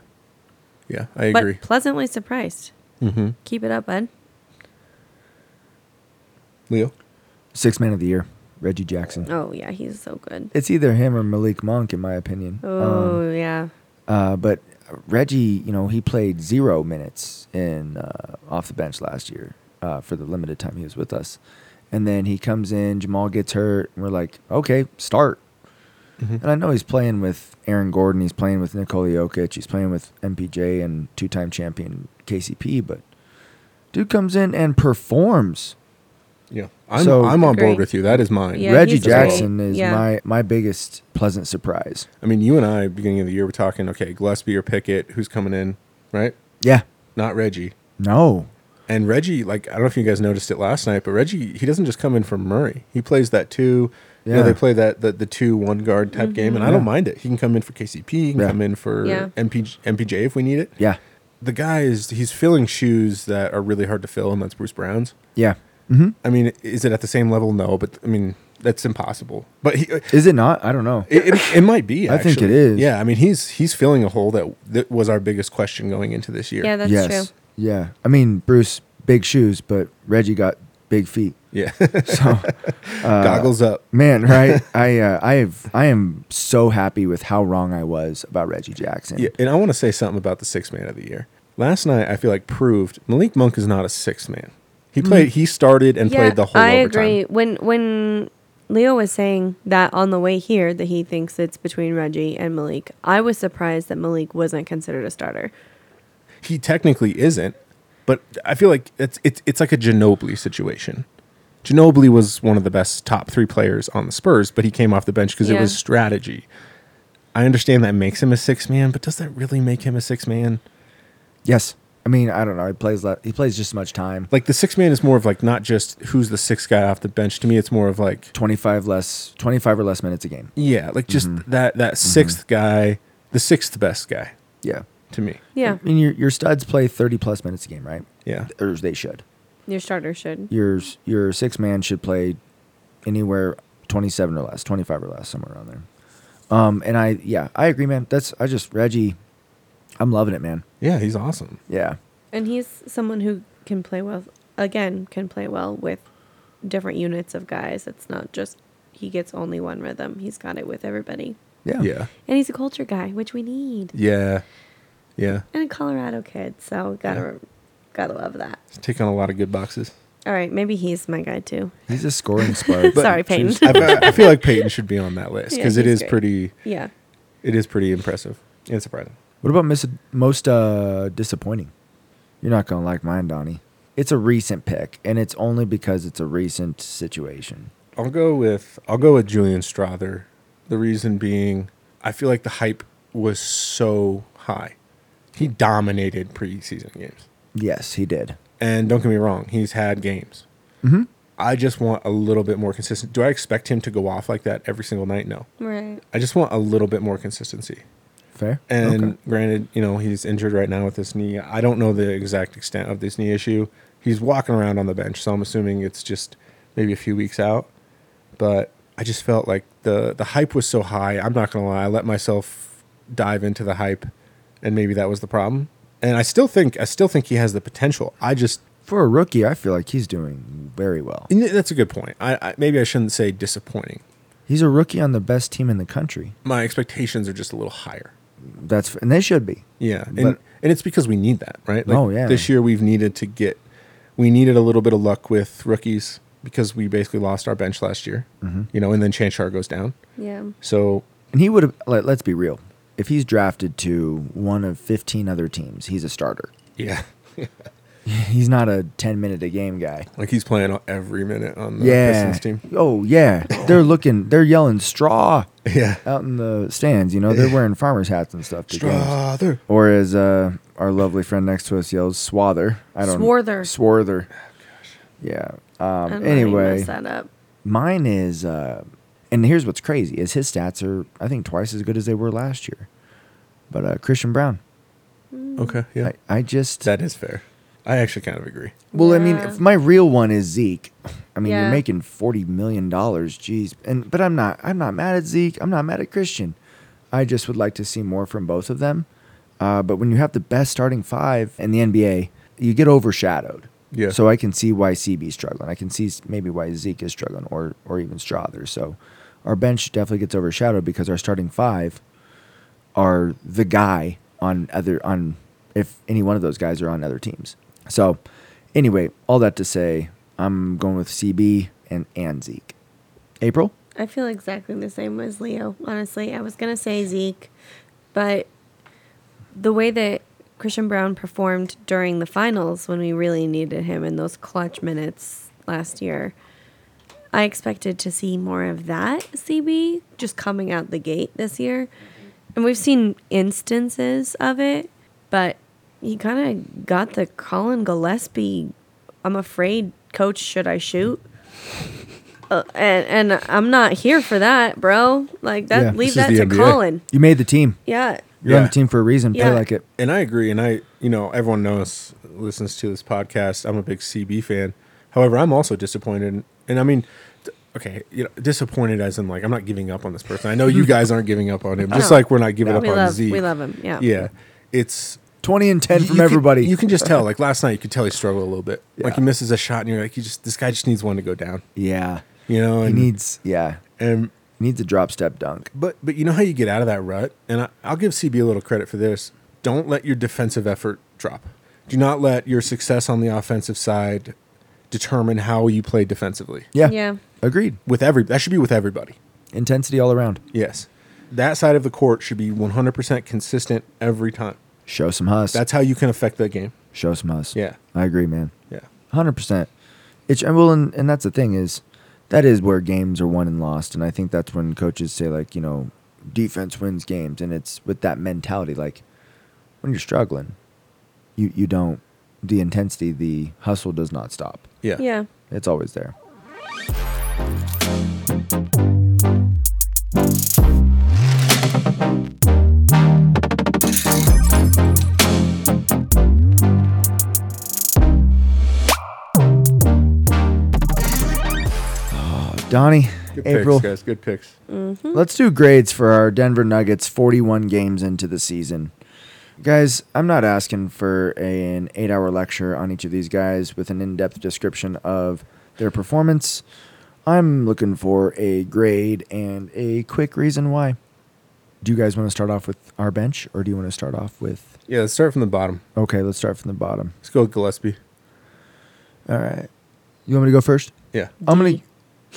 Speaker 1: Yeah. I
Speaker 5: but
Speaker 1: agree.
Speaker 5: pleasantly surprised.
Speaker 1: mm-hmm.
Speaker 5: Keep it up, bud.
Speaker 1: Leo.
Speaker 2: Sixth man of the year, Reggie Jackson.
Speaker 5: Oh yeah, he's so good.
Speaker 2: It's either him or Malik Monk, in my opinion.
Speaker 5: Oh
Speaker 2: Um,
Speaker 5: yeah.
Speaker 2: uh, but Reggie, you know, he played zero minutes in uh, off the bench last year uh, for the limited time he was with us, and then he comes in. Jamal gets hurt, and we're like, okay, start. And I know he's playing with Aaron Gordon. He's playing with Nikola Jokic. He's playing with MPJ and two-time champion KCP. But dude comes in and performs.
Speaker 1: Yeah. I'm
Speaker 2: So-
Speaker 1: I'm on
Speaker 5: Agree.
Speaker 1: board with you. That is mine.
Speaker 5: Yeah,
Speaker 2: Reggie
Speaker 5: he's great.
Speaker 2: Jackson is
Speaker 5: Yeah.
Speaker 2: my my biggest pleasant surprise.
Speaker 1: I mean, you and I, beginning of the year, were talking, okay, Gillespie or Pickett, who's coming in, right?
Speaker 2: Yeah.
Speaker 1: Not Reggie.
Speaker 2: No.
Speaker 1: And Reggie, like, I don't know if you guys noticed it last night, but Reggie, he doesn't just come in for Murray. He plays that two. Yeah. You know,
Speaker 2: Yeah.
Speaker 1: they play that the, the two one guard type game, and I
Speaker 2: Yeah.
Speaker 1: don't mind it. He can come in for KCP. He can
Speaker 2: Yeah.
Speaker 1: come in for
Speaker 5: Mm-hmm. Yeah.
Speaker 1: MPJ, MPJ if we need it.
Speaker 2: Yeah.
Speaker 1: The guy is he's filling shoes that are really hard to fill, and that's Bruce Brown's.
Speaker 2: Yeah. hmm
Speaker 1: I mean, is it at the same level? No, but I mean that's impossible. But he, uh,
Speaker 2: Is it not? I don't know.
Speaker 1: It, it, it might be.
Speaker 2: I think it
Speaker 1: actually.
Speaker 2: is.
Speaker 1: Yeah, I mean, he's he's filling a hole that that was our biggest question going into this year.
Speaker 5: Yeah, that's
Speaker 2: yes.
Speaker 5: true.
Speaker 2: Yeah. I mean, Bruce, big shoes, but Reggie got big feet.
Speaker 1: yeah.
Speaker 2: So, uh,
Speaker 1: Goggles up.
Speaker 2: man, right? I uh, I have I am so happy with how wrong I was about Reggie Jackson.
Speaker 1: Yeah, and I want to say something about the sixth man of the year. Last night, I feel like proved Malik Monk is not a sixth man. He played. He started and played the whole.
Speaker 5: Mm-hmm. I
Speaker 1: overtime.
Speaker 5: agree. When when Leo was saying that on the way here that he thinks it's between Reggie and Malik, I was surprised that Malik wasn't considered a starter.
Speaker 1: He technically isn't, but I feel like it's it's it's like a Ginobili situation. Ginobili was one of the best top three players on the Spurs, but he came off the bench because
Speaker 5: Yeah.
Speaker 1: it was strategy. I understand that makes him a six man, but does that really make him a six man?
Speaker 2: Yes. I mean, I don't know. He plays le- he plays just as much time.
Speaker 1: like the six man is more of like not just who's the sixth guy off the bench. To me, it's more of like
Speaker 2: 25 less 25 or less minutes a game.
Speaker 1: yeah, like just that that 6th guy, the sixth best guy
Speaker 2: Yeah.
Speaker 1: to me.
Speaker 5: Yeah,
Speaker 2: I mean, your your studs play 30 plus minutes a game, right?
Speaker 1: Yeah,
Speaker 2: Or they should.
Speaker 1: Mm-hmm.
Speaker 5: your starter should.
Speaker 2: Your your six man should play anywhere 27 or less, 25 or less, somewhere around there. Um, and I yeah, I agree, man. That's I just Reggie, I'm loving it, man.
Speaker 1: yeah, he's awesome.
Speaker 2: Yeah,
Speaker 5: And he's someone who can play well. Again, can play well with different units of guys. It's not just he gets only one rhythm. He's got it with everybody.
Speaker 2: yeah,
Speaker 1: Yeah,
Speaker 5: And he's a culture guy, which we need.
Speaker 1: yeah, yeah.
Speaker 5: And a Colorado kid, so gotta gotta love that.
Speaker 1: He's taking a lot of good boxes.
Speaker 5: All right, maybe he's my guy too.
Speaker 2: He's a scoring spark.
Speaker 1: But-
Speaker 5: Sorry, Peyton.
Speaker 1: I, I feel like Peyton should be on that list
Speaker 5: Yeah,
Speaker 1: because it
Speaker 5: he's
Speaker 1: is
Speaker 5: great.
Speaker 1: pretty.
Speaker 5: Yeah.
Speaker 1: It is pretty impressive and surprising.
Speaker 2: what about mis- most uh, disappointing? You're not gonna like mine, Donnie. It's a recent pick, and it's only because it's a recent situation.
Speaker 1: I'll go with I'll go with Julian Strother. The reason being, I feel like the hype was so high. He dominated preseason games.
Speaker 2: Yes, he did.
Speaker 1: And don't get me wrong, he's had games.
Speaker 2: Mm-hmm.
Speaker 1: I just want a little bit more consistent. Do I expect him to go off like that every single night? No.
Speaker 5: Right.
Speaker 1: I just want a little bit more consistency.
Speaker 2: Fair.
Speaker 1: And
Speaker 2: Okay.
Speaker 1: granted, you know, he's injured right now with this knee. I don't know the exact extent of this knee issue. He's walking around on the bench, so I'm assuming it's just maybe a few weeks out. But I just felt like the the hype was so high. I'm not going to lie. I let myself dive into the hype and maybe that was the problem. And I still think I still think he has the potential. I just
Speaker 2: for a rookie, I feel like he's doing very well.
Speaker 1: And That's a good point. I, I maybe I shouldn't say disappointing.
Speaker 2: He's a rookie on the best team in the country.
Speaker 1: My expectations are just a little higher.
Speaker 2: That's and they should be.
Speaker 1: Yeah, and
Speaker 2: But-
Speaker 1: and it's because we need that, right?
Speaker 2: Oh, yeah.
Speaker 1: This year we've needed to get, we needed a little bit of luck with rookies because we basically lost our bench
Speaker 2: Mm-hmm.
Speaker 1: last year. You know, and then Chanchar goes down,
Speaker 5: Yeah.
Speaker 1: so
Speaker 2: And he would have. Let, let's be real. if he's drafted to one of 15 other teams, he's a starter.
Speaker 1: Yeah.
Speaker 2: He's not a 10 minute a game guy.
Speaker 1: Like he's playing every minute on the
Speaker 2: yeah.
Speaker 1: Pistons team.
Speaker 2: Oh yeah. They're looking. They're yelling straw
Speaker 1: Yeah.
Speaker 2: out in the stands. You know they're wearing farmers hats and stuff. to games.
Speaker 1: Strother.
Speaker 2: Or as uh, our lovely friend next to us yells, swather. I don't
Speaker 5: Swarther.
Speaker 2: Swarther.
Speaker 1: Oh,
Speaker 2: Yeah.
Speaker 5: I don't
Speaker 2: Um,
Speaker 5: know how you
Speaker 2: anyway,
Speaker 5: messed that up.
Speaker 2: mine is, uh, and here's what's crazy: is his stats are I think twice as good as they were last year. But uh, Christian Brown,
Speaker 1: Okay. Yeah.
Speaker 2: I, I just
Speaker 1: that is fair. I actually kind of agree.
Speaker 2: Well, I mean,
Speaker 5: Yeah.
Speaker 2: if my real one is Zeke. I mean,
Speaker 5: Yeah.
Speaker 2: you're making forty million dollars, jeez. And but I'm not. I'm not mad at Zeke. I'm not mad at Christian. I just would like to see more from both of them. Uh, but when you have the best starting five in the NBA, you get overshadowed.
Speaker 1: Yeah.
Speaker 2: So I can see why CB's struggling. I can see s- maybe why Zeke is struggling, or or even Strother. So our bench definitely gets overshadowed because our starting five are the guy on other on if any one of those guys are on other teams. So anyway, all that to say, I'm going with CB and and Zeke. April,
Speaker 5: I feel exactly the same as Leo. Honestly, I was gonna say Zeke, but the way that Christian Brown performed during the finals when we really needed him in those clutch minutes last year, I expected to see more of that CB just coming out the gate this year. And we've seen instances of it, but he kind of got the Colin Gillespie, I'm afraid, coach, should I shoot? Uh, and, and I'm not here for that, bro. Like that,
Speaker 2: Yeah,
Speaker 1: this
Speaker 5: leave that
Speaker 1: is
Speaker 5: to
Speaker 1: the NBA.
Speaker 5: Colin.
Speaker 2: you made the team.
Speaker 5: Yeah.
Speaker 2: You're on
Speaker 1: Yeah.
Speaker 2: the team for a reason.
Speaker 5: Yeah.
Speaker 2: Play like it.
Speaker 1: And I agree. And I, you know, everyone knows, listens to this podcast. I'm a big CB fan. However, I'm also disappointed. And I mean, d- okay, you know, disappointed as in like, I'm not giving up on this person. I know you guys aren't giving up on him, just
Speaker 5: No.
Speaker 1: like we're not giving up
Speaker 5: we
Speaker 1: on
Speaker 5: love
Speaker 1: Z.
Speaker 5: we love him. Yeah.
Speaker 1: Yeah. It's,
Speaker 2: Twenty and ten
Speaker 1: you-
Speaker 2: from
Speaker 1: you can-
Speaker 2: everybody.
Speaker 1: you can just tell. Like last night, you could tell he struggled a little bit. Like
Speaker 2: Yeah.
Speaker 1: he misses a shot, and you're like, he just this guy just needs one to go down.
Speaker 2: yeah.
Speaker 1: You know,
Speaker 2: He
Speaker 1: and
Speaker 2: needs yeah.
Speaker 1: and
Speaker 2: He needs a drop step dunk.
Speaker 1: but but you know how you get out of that rut, and I, I'll give CB a little credit for this. Don't let your defensive effort drop. Do not let your success on the offensive side determine how you play defensively.
Speaker 2: Yeah.
Speaker 5: Yeah.
Speaker 2: Agreed.
Speaker 1: With every that should be with everybody.
Speaker 2: Intensity all around.
Speaker 1: Yes, that side of the court should be 100% consistent every time.
Speaker 2: Show some hustle.
Speaker 1: That's how you can affect that game.
Speaker 2: Show some us.
Speaker 1: Yeah.
Speaker 2: I agree, man.
Speaker 1: Yeah.
Speaker 2: Hundred percent. It's and well, and, and that's the thing is, that is where games are won and lost, and I think that's when coaches say like, you know, defense wins games, and it's with that mentality. Like, when you're struggling, you you don't the intensity, the hustle does not stop.
Speaker 1: Yeah.
Speaker 5: Yeah.
Speaker 2: It's always there. Oh, Donnie,
Speaker 1: Good
Speaker 2: April,
Speaker 1: picks, guys. Good picks.
Speaker 2: Mm. let's do grades for our Denver Nuggets 41 games into the season. Guys, I'm not asking for an eight hour lecture on each of these guys with an in depth description of their performance. I'm looking for a grade and a quick reason why. Do you guys want to start off with our bench or do you want to start off with.
Speaker 1: Yeah. Let's start from the bottom.
Speaker 2: Okay, let's start from the bottom.
Speaker 1: Let's go with Gillespie.
Speaker 2: All right. You want me to go first?
Speaker 1: Yeah.
Speaker 2: I'm going to.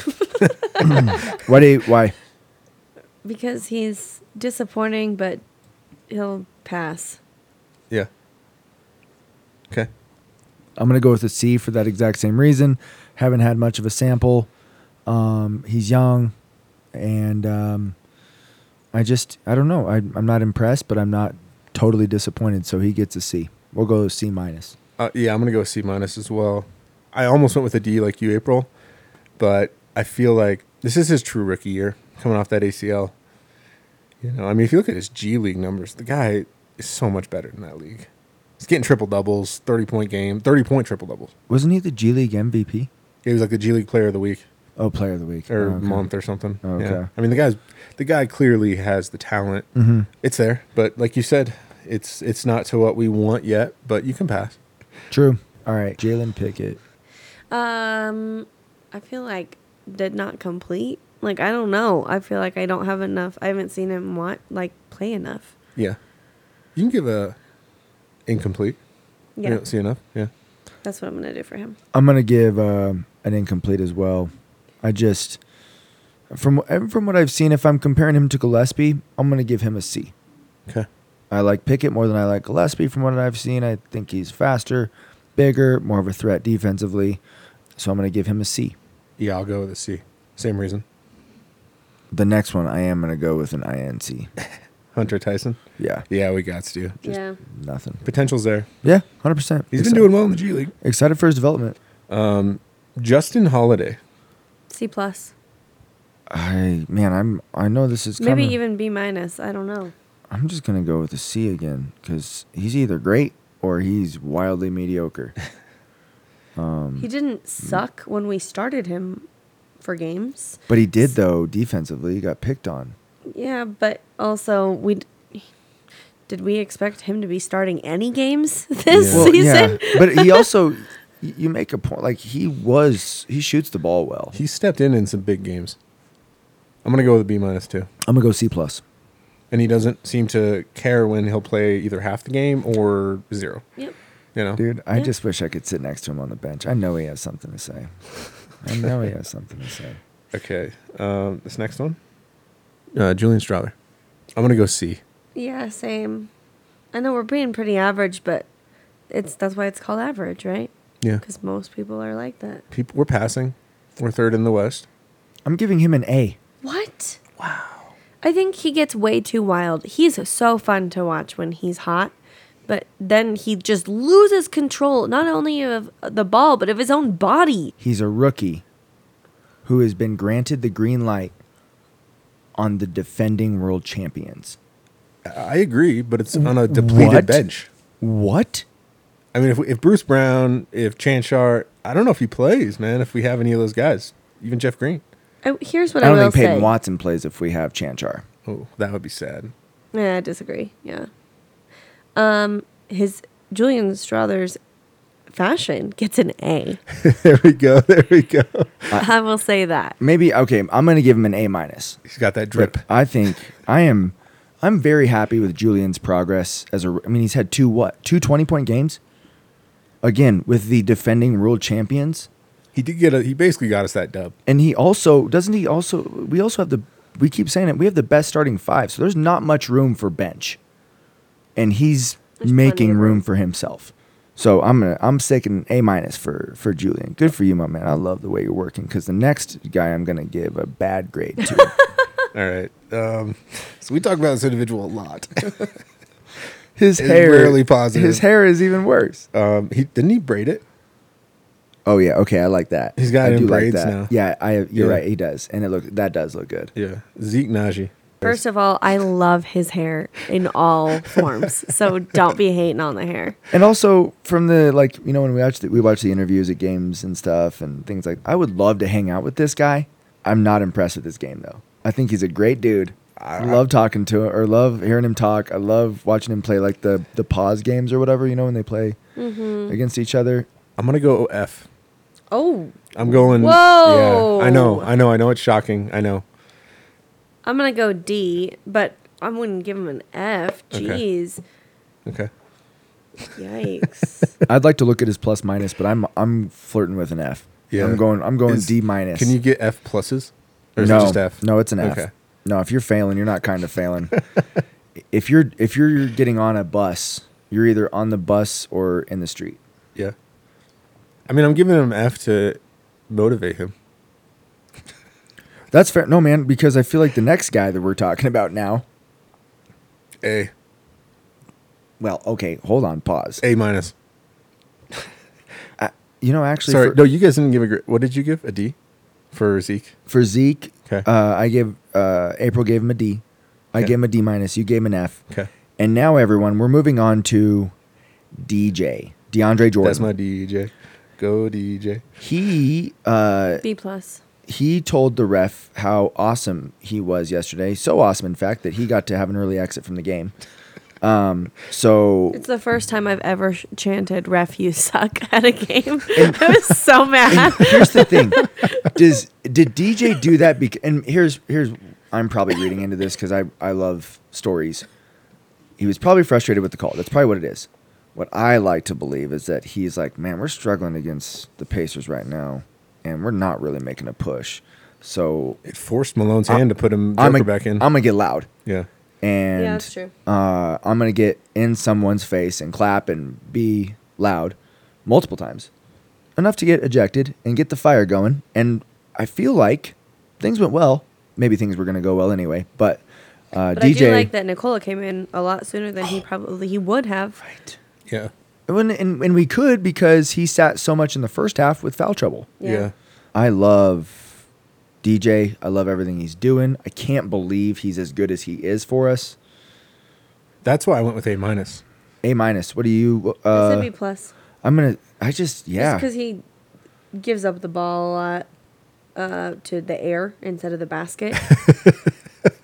Speaker 2: Why do you. Why?
Speaker 5: Because he's disappointing, but he'll pass.
Speaker 1: Yeah. Okay.
Speaker 2: I'm gonna go with a C for that exact same reason. Haven't had much of a sample. Um, he's young, and um, I just I don't know. I, I'm not impressed, but I'm not totally disappointed. So he gets a C. We'll go C minus.
Speaker 1: Uh, yeah, I'm gonna go with C minus as well. I almost went with a D like you, April, but I feel like this is his true rookie year, coming off that ACL. You know, I mean, if you look at his G League numbers, the guy is so much better than that league. He's getting triple doubles, thirty point game, thirty point triple doubles.
Speaker 2: Wasn't he the G League MVP?
Speaker 1: He was like the G League Player of the Week
Speaker 2: Oh, Player of the Week
Speaker 1: or
Speaker 2: Oh, okay.
Speaker 1: month or something.
Speaker 2: Okay.
Speaker 1: Yeah. I mean, the guy's the guy clearly has the talent.
Speaker 2: Mhm.
Speaker 1: It's there, but like you said, it's it's not to what we want yet. But you can pass.
Speaker 2: True. All right, Jalen Pickett.
Speaker 5: Um, I feel like did not complete. Like I don't know. I feel like I don't have enough. I haven't seen him want like play enough.
Speaker 1: Yeah. You can give a incomplete.
Speaker 5: Yeah,
Speaker 1: You don't see enough. Yeah.
Speaker 5: that's what I'm gonna do for him.
Speaker 2: I'm gonna give um, an incomplete as well. I just from from what I've seen, if I'm comparing him to Gillespie, I'm gonna give him a C.
Speaker 1: Okay.
Speaker 2: I like Pickett more than I like Gillespie from what I've seen. I think he's faster, bigger, more of a threat defensively. So I'm going to give him a C.
Speaker 1: Yeah, I'll go with a C. Same reason.
Speaker 2: The next one, I am going to go with an INC.
Speaker 1: Hunter Tyson.
Speaker 2: Yeah,
Speaker 1: Yeah, we got to.
Speaker 5: yeah.
Speaker 2: nothing.
Speaker 1: Potential's there.
Speaker 2: Yeah, 100%.
Speaker 1: He's been doing well in the G League. Um,
Speaker 2: Excited for his development.
Speaker 1: Justin Holiday.
Speaker 5: C plus.
Speaker 2: I man, I'm I know this is
Speaker 5: Maybe
Speaker 2: kinda-
Speaker 5: even B minus. I don't know.
Speaker 2: I'm just gonna go with a C again because he's either great or he's wildly mediocre. Um,
Speaker 5: He
Speaker 2: mm.
Speaker 5: didn't suck when we started him for games.
Speaker 2: But he did though defensively. He got picked on.
Speaker 5: Yeah, but also we d- did we expect him to be starting any games this
Speaker 2: Well,
Speaker 5: season?
Speaker 2: yeah, but he also you make a point like he was he shoots the ball well.
Speaker 1: He stepped in in some big games. I'm going to go with a B minus too.
Speaker 2: I'm gonna go C plus.
Speaker 1: And he doesn't seem to care when he'll play either half the game or zero.
Speaker 5: Yep.
Speaker 1: You know?
Speaker 2: Dude, I
Speaker 5: Yeah.
Speaker 2: just wish I could sit next to him on the bench. I know he has something to say. I know he has something to say.
Speaker 1: Okay. Um, this next one. Uh, Julian Strother. I'm going to go C.
Speaker 5: Yeah, same. I know we're being pretty average, but it's that's why it's called average, right?
Speaker 1: Yeah.
Speaker 5: Because most people are like that.
Speaker 1: People, we're passing. We're third in the West.
Speaker 2: I'm giving him an A.
Speaker 5: What? Wow. I think he gets way too wild. He's so fun to watch when he's hot, but then he just loses control not only of the ball but of his own body.
Speaker 2: He's a rookie who has been granted the green light on the defending world champions.
Speaker 1: I- I agree, but it's on a depleted
Speaker 2: What?
Speaker 1: bench.
Speaker 2: What?
Speaker 1: I mean, if, if Bruce Brown, if Chanchar, I don't know if he plays, man, if we have any of those guys, even Jeff Green.
Speaker 5: I, Oh, here's what
Speaker 2: I
Speaker 5: I,
Speaker 2: don't
Speaker 5: will
Speaker 2: think Peyton
Speaker 5: say.
Speaker 2: Watson plays if we have Chanchar.
Speaker 1: Oh, that would be sad.
Speaker 5: Yeah, I disagree. Yeah. Um, his Julian Strother's fashion gets an A.
Speaker 1: there we go. There we go.
Speaker 5: I will say that.
Speaker 2: Maybe okay. I'm going to give him an A minus.
Speaker 1: He's got that drip.
Speaker 2: I think I am. I'm very happy with Julian's progress as a. I mean, he's had two what two 20 point games. Again, with the defending world champions,
Speaker 1: He did get a, he basically got us that dub.
Speaker 2: and he also doesn't he also we also have the we keep saying it we have the best starting five so there's not much room for bench and he's
Speaker 5: There's plenty
Speaker 2: making
Speaker 5: of
Speaker 2: room,
Speaker 5: room.
Speaker 2: for himself so i'm gonna i'm sticking a minus for for julian good for you my man i love the way you're working because the next guy i'm gonna give a bad grade to
Speaker 1: All right. Um, so we talk about this individual a lot.
Speaker 2: his
Speaker 1: It's
Speaker 2: hair
Speaker 1: rarely positive.
Speaker 2: his hair is even worse
Speaker 1: um, he didn't he braid it?
Speaker 2: Uh, oh yeah okay i like that
Speaker 1: He's got
Speaker 2: I
Speaker 1: it in
Speaker 2: do
Speaker 1: braids
Speaker 2: that.
Speaker 1: now.
Speaker 2: yeah i you're
Speaker 1: Yeah.
Speaker 2: right he does and it look that does look good
Speaker 1: Yeah. Zeke Najee.
Speaker 5: First of all, I love his hair in all forms. So don't be hating on the hair.
Speaker 2: And also from the like, you know, when we watch the, we watch the interviews at games and stuff and things like, I would love to hang out with this guy. I'm not impressed with this game though. I think he's a great dude. I love talking to him or love hearing him talk. I love watching him play like the the pause games or whatever. You know when they play against each other.
Speaker 1: I'm gonna go F.
Speaker 5: Oh,
Speaker 1: I'm going.
Speaker 5: Whoa.
Speaker 1: Yeah, I know. I know. I know. It's shocking. I know.
Speaker 5: I'm gonna go D, but I wouldn't give him an F.
Speaker 1: Okay.
Speaker 5: Jeez,
Speaker 1: Okay.
Speaker 5: yikes!
Speaker 2: I'd like to look at his plus minus, but I'm I'm flirting with an F.
Speaker 1: Yeah.
Speaker 2: I'm going I'm going
Speaker 1: Is-
Speaker 2: D minus.
Speaker 1: Can you get F pluses? Or is
Speaker 2: no,
Speaker 1: it just F?
Speaker 2: No, it's an F.
Speaker 1: Okay.
Speaker 2: No, if you're failing, you're not kind of failing. if you're if you're getting on a bus, you're either on the bus or in the street.
Speaker 1: Yeah. I mean, I'm giving him F to motivate him.
Speaker 2: That's fair. No, man, because I feel like the next guy that we're talking about now.
Speaker 1: A.
Speaker 2: Well, okay, hold on, pause.
Speaker 1: A minus.
Speaker 2: You know, actually,
Speaker 1: Sorry.
Speaker 2: for,
Speaker 1: no, you guys didn't give a. gr- What did you give? A D for Zeke.
Speaker 2: for Zeke,
Speaker 1: Okay.
Speaker 2: uh, I gave uh, April gave him a D. I
Speaker 1: Okay.
Speaker 2: gave him a D minus. You gave him an F.
Speaker 1: Okay.
Speaker 2: And now, everyone, we're moving on to DJ DeAndre Jordan.
Speaker 1: That's my DJ. Go E DJ.
Speaker 2: he uh,
Speaker 5: B plus.
Speaker 2: he told the ref how awesome he was yesterday. So awesome, in fact, that he got to have an early exit from the game. Um, so
Speaker 5: It's the first time I've ever sh- chanted "Ref, you suck" at a game. I was so mad.
Speaker 2: here's the thing: does did DJ do that? Bec- and here's here's I'm probably reading into this because I I love stories. He was probably frustrated with the call. That's probably what it is. What I like to believe is that he's like, man, we're struggling against the Pacers right now, and we're not really making a push. So
Speaker 1: It forced Malone's hand to put him Joker
Speaker 2: I'm a,
Speaker 1: back in.
Speaker 2: I'm gonna get loud.
Speaker 1: yeah.
Speaker 2: and
Speaker 5: Yeah, that's true.
Speaker 2: Uh, I'm gonna get in someone's face and clap and be loud multiple times, enough to get ejected and get the fire going. And I feel like things went well. Maybe things were gonna go well anyway, but, uh,
Speaker 5: But
Speaker 2: DJ.
Speaker 5: I do like that Nicola came in a lot sooner than
Speaker 2: Oh.
Speaker 5: he probably he would have.
Speaker 2: Right.
Speaker 1: Yeah.
Speaker 2: When, and, and we could because he sat so much in the first half with foul trouble.
Speaker 5: Yeah.
Speaker 1: Yeah.
Speaker 2: I love DJ. I love everything he's doing. I can't believe he's as good as he is for us.
Speaker 1: That's why I went with A minus.
Speaker 2: A minus. What do you?
Speaker 5: This
Speaker 2: Uh,
Speaker 5: would be plus.
Speaker 2: I'm gonna. I just yeah.
Speaker 5: because he gives up the ball a lot uh, to the air instead of the basket.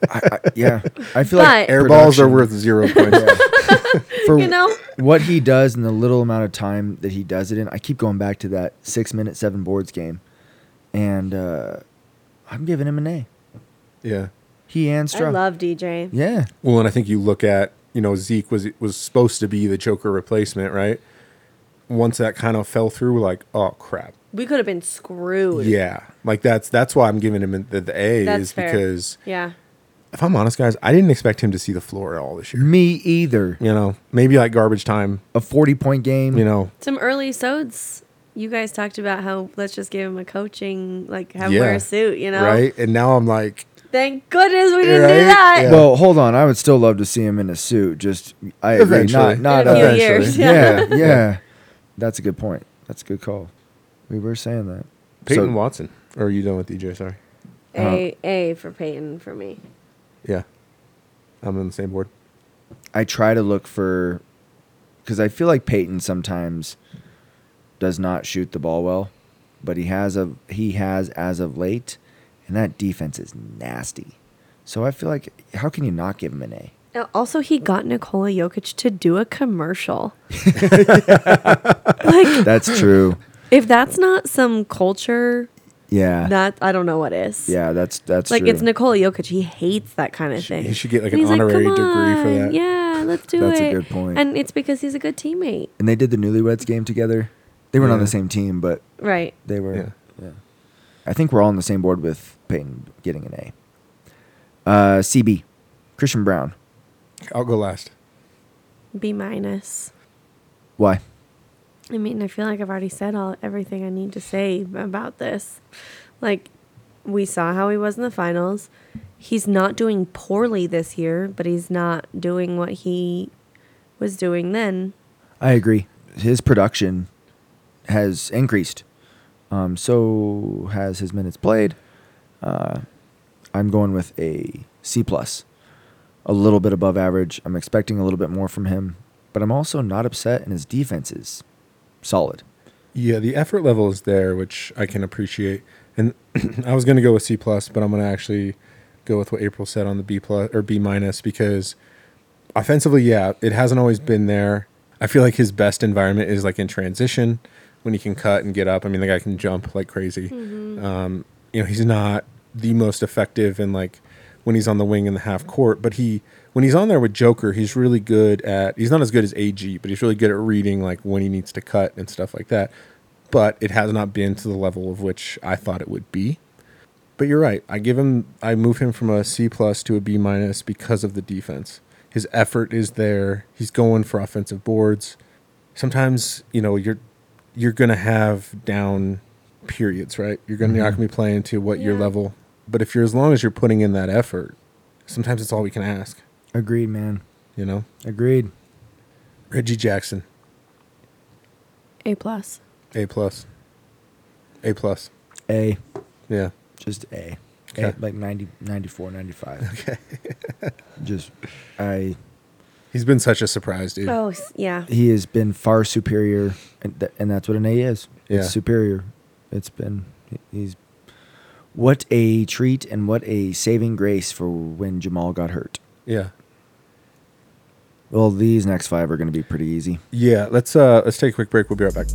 Speaker 2: I, I, yeah. I feel like
Speaker 5: But-
Speaker 1: Air balls are
Speaker 2: production-
Speaker 1: worth zero points.
Speaker 2: for
Speaker 5: you know?
Speaker 2: what he does in the little amount of time that he does it in. I keep going back to that six minute seven boards game, and uh, I'm giving him an A.
Speaker 1: yeah.
Speaker 2: He and
Speaker 5: I
Speaker 2: Stroh.
Speaker 5: love DJ.
Speaker 2: yeah.
Speaker 1: Well, and I think you look at you know Zeke was was supposed to be the Joker replacement, right? Once that kind of fell through, we're like, oh crap.
Speaker 5: We could have been screwed.
Speaker 1: Yeah, like that's that's why I'm giving him the, the A
Speaker 5: That's
Speaker 1: is
Speaker 5: fair.
Speaker 1: because
Speaker 5: Yeah.
Speaker 1: if I'm honest, guys, I didn't expect him to see the floor at all this year.
Speaker 2: Me either.
Speaker 1: You know, maybe like garbage time.
Speaker 2: A forty point game.
Speaker 1: You know,
Speaker 5: Some early sods. You guys talked about how let's just give him a coaching, like have
Speaker 1: Yeah.
Speaker 5: wear a suit, you know?
Speaker 1: right? And now I'm like,
Speaker 5: Thank goodness we didn't
Speaker 1: Right?
Speaker 5: do that.
Speaker 1: Yeah.
Speaker 2: Well, hold on. I would still love to see him in a suit. Just I agree.
Speaker 1: Eventually.
Speaker 2: Not not
Speaker 5: In a few
Speaker 2: uh,
Speaker 1: eventually.
Speaker 5: years.
Speaker 2: yeah,
Speaker 5: Yeah.
Speaker 2: yeah, That's a good point. That's a good call. We were saying that.
Speaker 1: Peyton
Speaker 2: So-
Speaker 1: Watson. Or are you done with DJ? Sorry.
Speaker 5: A
Speaker 1: Uh-huh.
Speaker 5: A for Peyton for me.
Speaker 1: Yeah, I'm on the same board.
Speaker 2: I try to look for because I feel like Peyton sometimes does not shoot the ball well, but he has of he has as of late, and that defense is nasty. So I feel like how can you not give him an A?
Speaker 5: Now, Also, he got Nikola Jokic to do a commercial. like,
Speaker 2: That's true.
Speaker 5: if that's not some culture,
Speaker 2: Yeah.
Speaker 5: that I don't know what is.
Speaker 2: yeah, that's that's
Speaker 5: like
Speaker 2: true.
Speaker 5: it's Nikola Jokic. He hates that kind of thing.
Speaker 1: he should get, like,
Speaker 5: And
Speaker 1: an
Speaker 5: he's
Speaker 1: honorary
Speaker 5: "Come
Speaker 1: degree for
Speaker 5: on,
Speaker 1: that."
Speaker 5: Yeah, let's do
Speaker 2: That's
Speaker 5: it.
Speaker 2: a good point.
Speaker 5: And it's because he's a good teammate,
Speaker 2: and they did the newlyweds game together. They weren't on
Speaker 1: Yeah.
Speaker 2: the same team, but
Speaker 5: right?
Speaker 2: they were.
Speaker 1: Yeah.
Speaker 2: Yeah. I think we're all on the same board with Peyton getting an A. Uh, CB, Christian Brown.
Speaker 1: I'll go last.
Speaker 5: B minus.
Speaker 2: Why?
Speaker 5: I mean, I feel like I've already said all everything I need to say about this. Like, we saw how he was in the finals. He's not doing poorly this year, but he's not doing what he was doing then.
Speaker 2: I agree. His production has increased. Um, so has his minutes played. Uh, I'm going with a C plus, a little bit above average. I'm expecting a little bit more from him, but I'm also not upset, and his defense is solid.
Speaker 1: Yeah, the effort level is there, which I can appreciate. And I was going to go with C plus, but I'm going to actually go with what April said on the B plus or B minus because offensively, yeah, it hasn't always been there. I feel like his best environment is like in transition when he can cut and get up. I mean, the guy can jump like crazy. Um, you know, he's not the most effective in like when he's on the wing in the half court, but he when he's on there with Joker, he's really good at. He's not as good as AG, but he's really good at reading like when he needs to cut and stuff like that. But it has not been to the level of which I thought it would be. But you're right. I give him I move him from a C plus to a B minus because of the defense. His effort is there. He's going for offensive boards. Sometimes, you know, you're you're gonna have down periods, right? You're gonna not gonna be playing to what your
Speaker 5: Yeah.
Speaker 1: level. But if you're as long as you're putting in that effort, sometimes it's all we can ask,
Speaker 2: Agreed, man.
Speaker 1: you know?
Speaker 2: Agreed.
Speaker 1: Reggie Jackson,
Speaker 5: A plus.
Speaker 1: A plus. A plus.
Speaker 2: A,
Speaker 1: Yeah.
Speaker 2: just A.
Speaker 1: Okay.
Speaker 2: A like 90, 94, 95. Okay. just, I,
Speaker 1: He's been such a surprise, dude.
Speaker 5: Oh s- yeah.
Speaker 2: he has been far superior, and, th- and that's what an A is.
Speaker 1: Yeah.
Speaker 2: It's superior. It's been, he- he's, what a treat and what a saving grace for when Jamal got hurt.
Speaker 1: Yeah.
Speaker 2: Well, these next five are going to be pretty easy.
Speaker 1: Yeah, let's uh let's take a quick break. We'll be right back.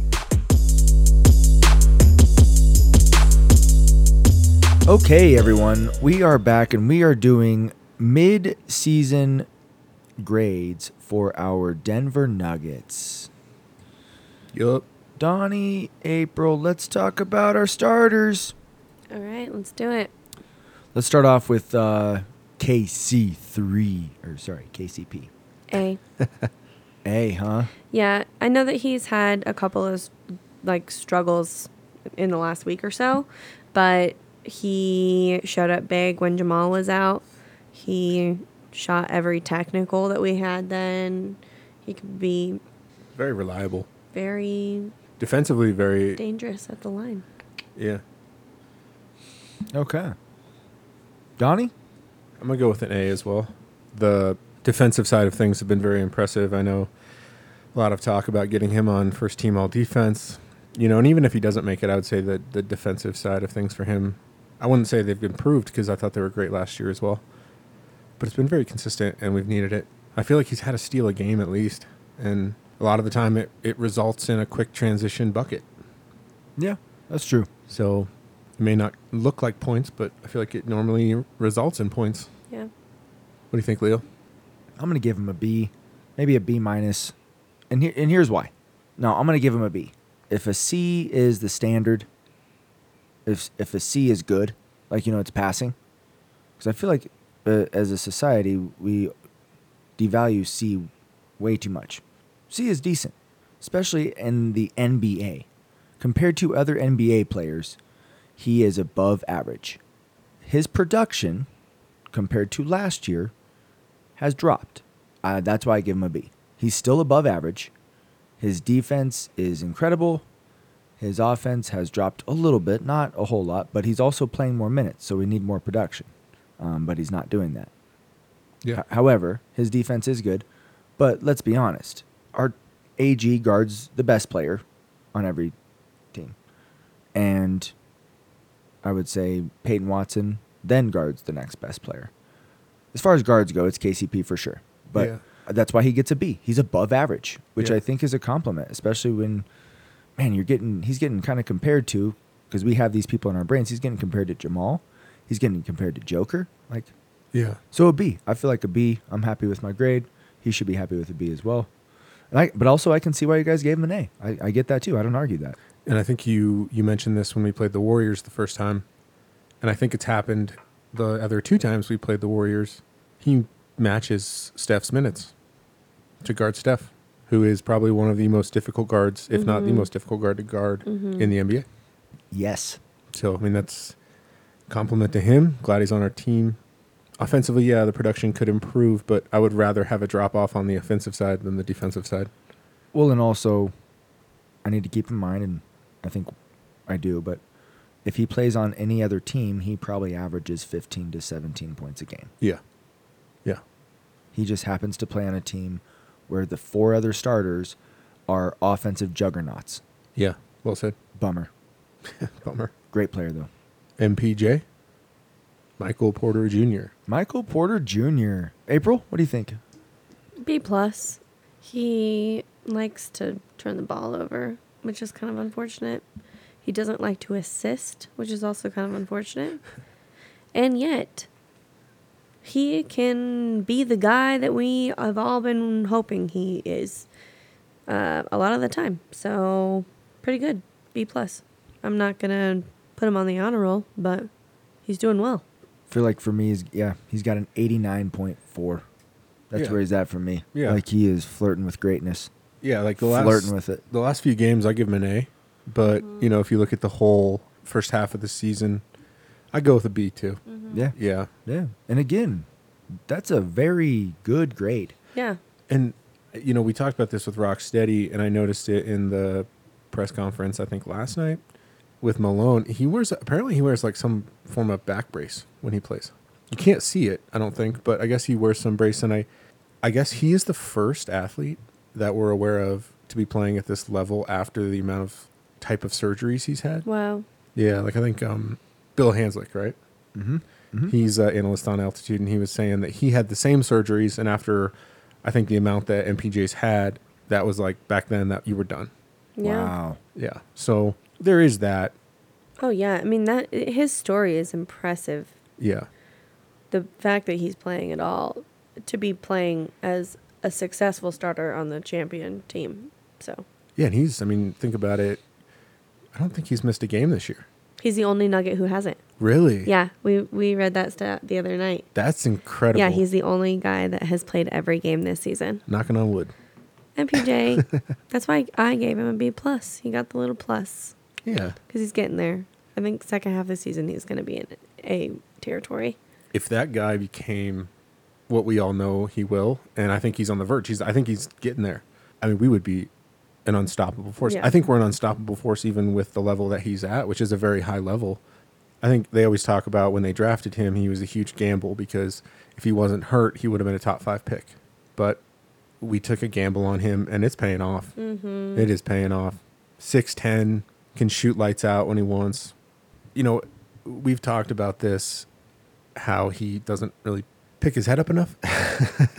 Speaker 2: Okay, everyone, we are back and we are doing mid season grades for our Denver Nuggets.
Speaker 1: Yup.
Speaker 2: Donnie, April, let's talk about our starters.
Speaker 5: All right, let's do it.
Speaker 2: Let's start off with uh, KC3 or sorry, KCP.
Speaker 5: A.
Speaker 2: A, huh?
Speaker 5: Yeah, I know that he's had a couple of like struggles in the last week or so, but he showed up big when Jamal was out. He shot every technical that we had then. He could be
Speaker 1: Very reliable.
Speaker 5: very
Speaker 1: Defensively, very.
Speaker 5: dangerous at the line.
Speaker 1: Yeah.
Speaker 2: Okay. Donnie?
Speaker 1: I'm gonna go with an A as well. The defensive side of things have been very impressive. I know a lot of talk about getting him on first team all defense. You know, and even if he doesn't make it, I would say that the defensive side of things for him, I wouldn't say they've improved because I thought they were great last year as well. But it's been very consistent, and we've needed it. I feel like he's had a steal a game at least, and a lot of the time it, it results in a quick transition bucket.
Speaker 2: Yeah, that's true.
Speaker 1: So it may not look like points, but I feel like it normally results in points.
Speaker 5: Yeah.
Speaker 1: What do you think, Leo?
Speaker 2: I'm gonna give him a B, maybe a B minus, and here and here's why. No, I'm gonna give him a B. If a C is the standard, if if a C is good, like you know, it's passing, because I feel like uh, as a society we devalue C way too much. C is decent, especially in the NBA. Compared to other NBA players, he is above average. His production, compared to last year, has dropped. Uh, that's why I give him a B. He's still above average. His defense is incredible. His offense has dropped a little bit, not a whole lot, but he's also playing more minutes, so we need more production. Um, but he's not doing that. H- however, his defense is good, but let's be honest. Our AG guards the best player on every team. And I would say Peyton Watson then guards the next best player. As far as guards go, it's KCP for sure. But
Speaker 1: Yeah.
Speaker 2: that's why he gets a B. He's above average, which
Speaker 1: Yeah.
Speaker 2: I think is a compliment, especially when man, you're getting he's getting kind of compared to because we have these people in our brains. He's getting compared to Jamal. He's getting compared to Joker. Like
Speaker 1: Yeah.
Speaker 2: so a B. I feel like a B. I'm happy with my grade. He should be happy with a B as well. And I, but also I can see why you guys gave him an A. I, I get that too. I don't argue that.
Speaker 1: And I think you you mentioned this when we played the Warriors the first time. And I think it's happened the other two times we played the Warriors. He matches Steph's minutes to guard Steph, who is probably one of the most difficult guards, if not the most difficult guard to guard in the NBA.
Speaker 2: Yes.
Speaker 1: So I mean that's compliment to him. Glad he's on our team. Offensively, yeah, the production could improve, but I would rather have a drop off on the offensive side than the defensive side.
Speaker 2: Well, and also, I need to keep in mind, and I think I do, but if he plays on any other team, he probably averages 15 to 17 points a game.
Speaker 1: Yeah. Yeah.
Speaker 2: He just happens to play on a team where the four other starters are offensive juggernauts.
Speaker 1: Yeah. Well said.
Speaker 2: Bummer.
Speaker 1: Bummer.
Speaker 2: Great player, though.
Speaker 1: MPJ, Michael Porter Jr.
Speaker 2: Michael Porter Jr. April, what do you think?
Speaker 5: B plus. He likes to turn the ball over, which is kind of unfortunate. He doesn't like to assist, which is also kind of unfortunate. And yet, he can be the guy that we have all been hoping he is uh, a lot of the time. So, pretty good. B plus. I'm not gonna put him on the honor roll, but he's doing well.
Speaker 2: feel like for me he's yeah he's got an 89.4 that's
Speaker 1: Yeah.
Speaker 2: where he's at for me
Speaker 1: Yeah.
Speaker 2: like he is flirting with greatness
Speaker 1: Yeah, like the last
Speaker 2: flirting with it
Speaker 1: the last few games, I give him an A. But you know, if you look at the whole first half of the season, I go with a B too.
Speaker 5: Mm-hmm.
Speaker 2: yeah
Speaker 1: Yeah,
Speaker 2: yeah and again that's a very good grade
Speaker 5: Yeah.
Speaker 1: and you know, we talked about this with Rocksteady, and I noticed it in the press conference I think last night with Malone. He wears apparently he wears like some form of back brace when he plays. You can't see it, I don't think, but I guess he wears some brace, and I, I guess he is the first athlete that we're aware of to be playing at this level after the amount of type of surgeries he's had.
Speaker 5: Wow.
Speaker 1: Yeah, like I think um, Bill Hanslick, right? Mm-hmm. He's an analyst on altitude, and he was saying that he had the same surgeries, and after I think the amount that MPJ's had, that was like back then that you were done.
Speaker 5: Yeah.
Speaker 2: wow
Speaker 1: Yeah, so there is that.
Speaker 5: Oh yeah, I mean that his story is impressive.
Speaker 1: Yeah,
Speaker 5: The fact that he's playing at all, to be playing as a successful starter on the champion team. So
Speaker 1: yeah, and he's. I mean, think about it. I don't think he's missed a game this year.
Speaker 5: He's the only Nugget who hasn't.
Speaker 1: Really?
Speaker 5: Yeah, we we read that stat the other night.
Speaker 1: That's incredible.
Speaker 5: Yeah, he's the only guy that has played every game this season.
Speaker 1: knocking on wood.
Speaker 5: MPJ, that's why I gave him a B plus. He got the little plus
Speaker 1: Yeah.
Speaker 5: because he's getting there. I think second half of the season he's going to be in A territory.
Speaker 1: If that guy became what we all know he will, and I think he's on the verge. He's I think he's getting there. I mean, we would be an unstoppable force.
Speaker 5: Yeah.
Speaker 1: I think we're an unstoppable force even with the level that he's at, which is a very high level. I think they always talk about when they drafted him, he was a huge gamble because if he wasn't hurt, he would have been a top five pick. But we took a gamble on him, and it's paying off. It is paying off. 6'10, can shoot lights out when he wants. You know, we've talked about this how he doesn't really pick his head up enough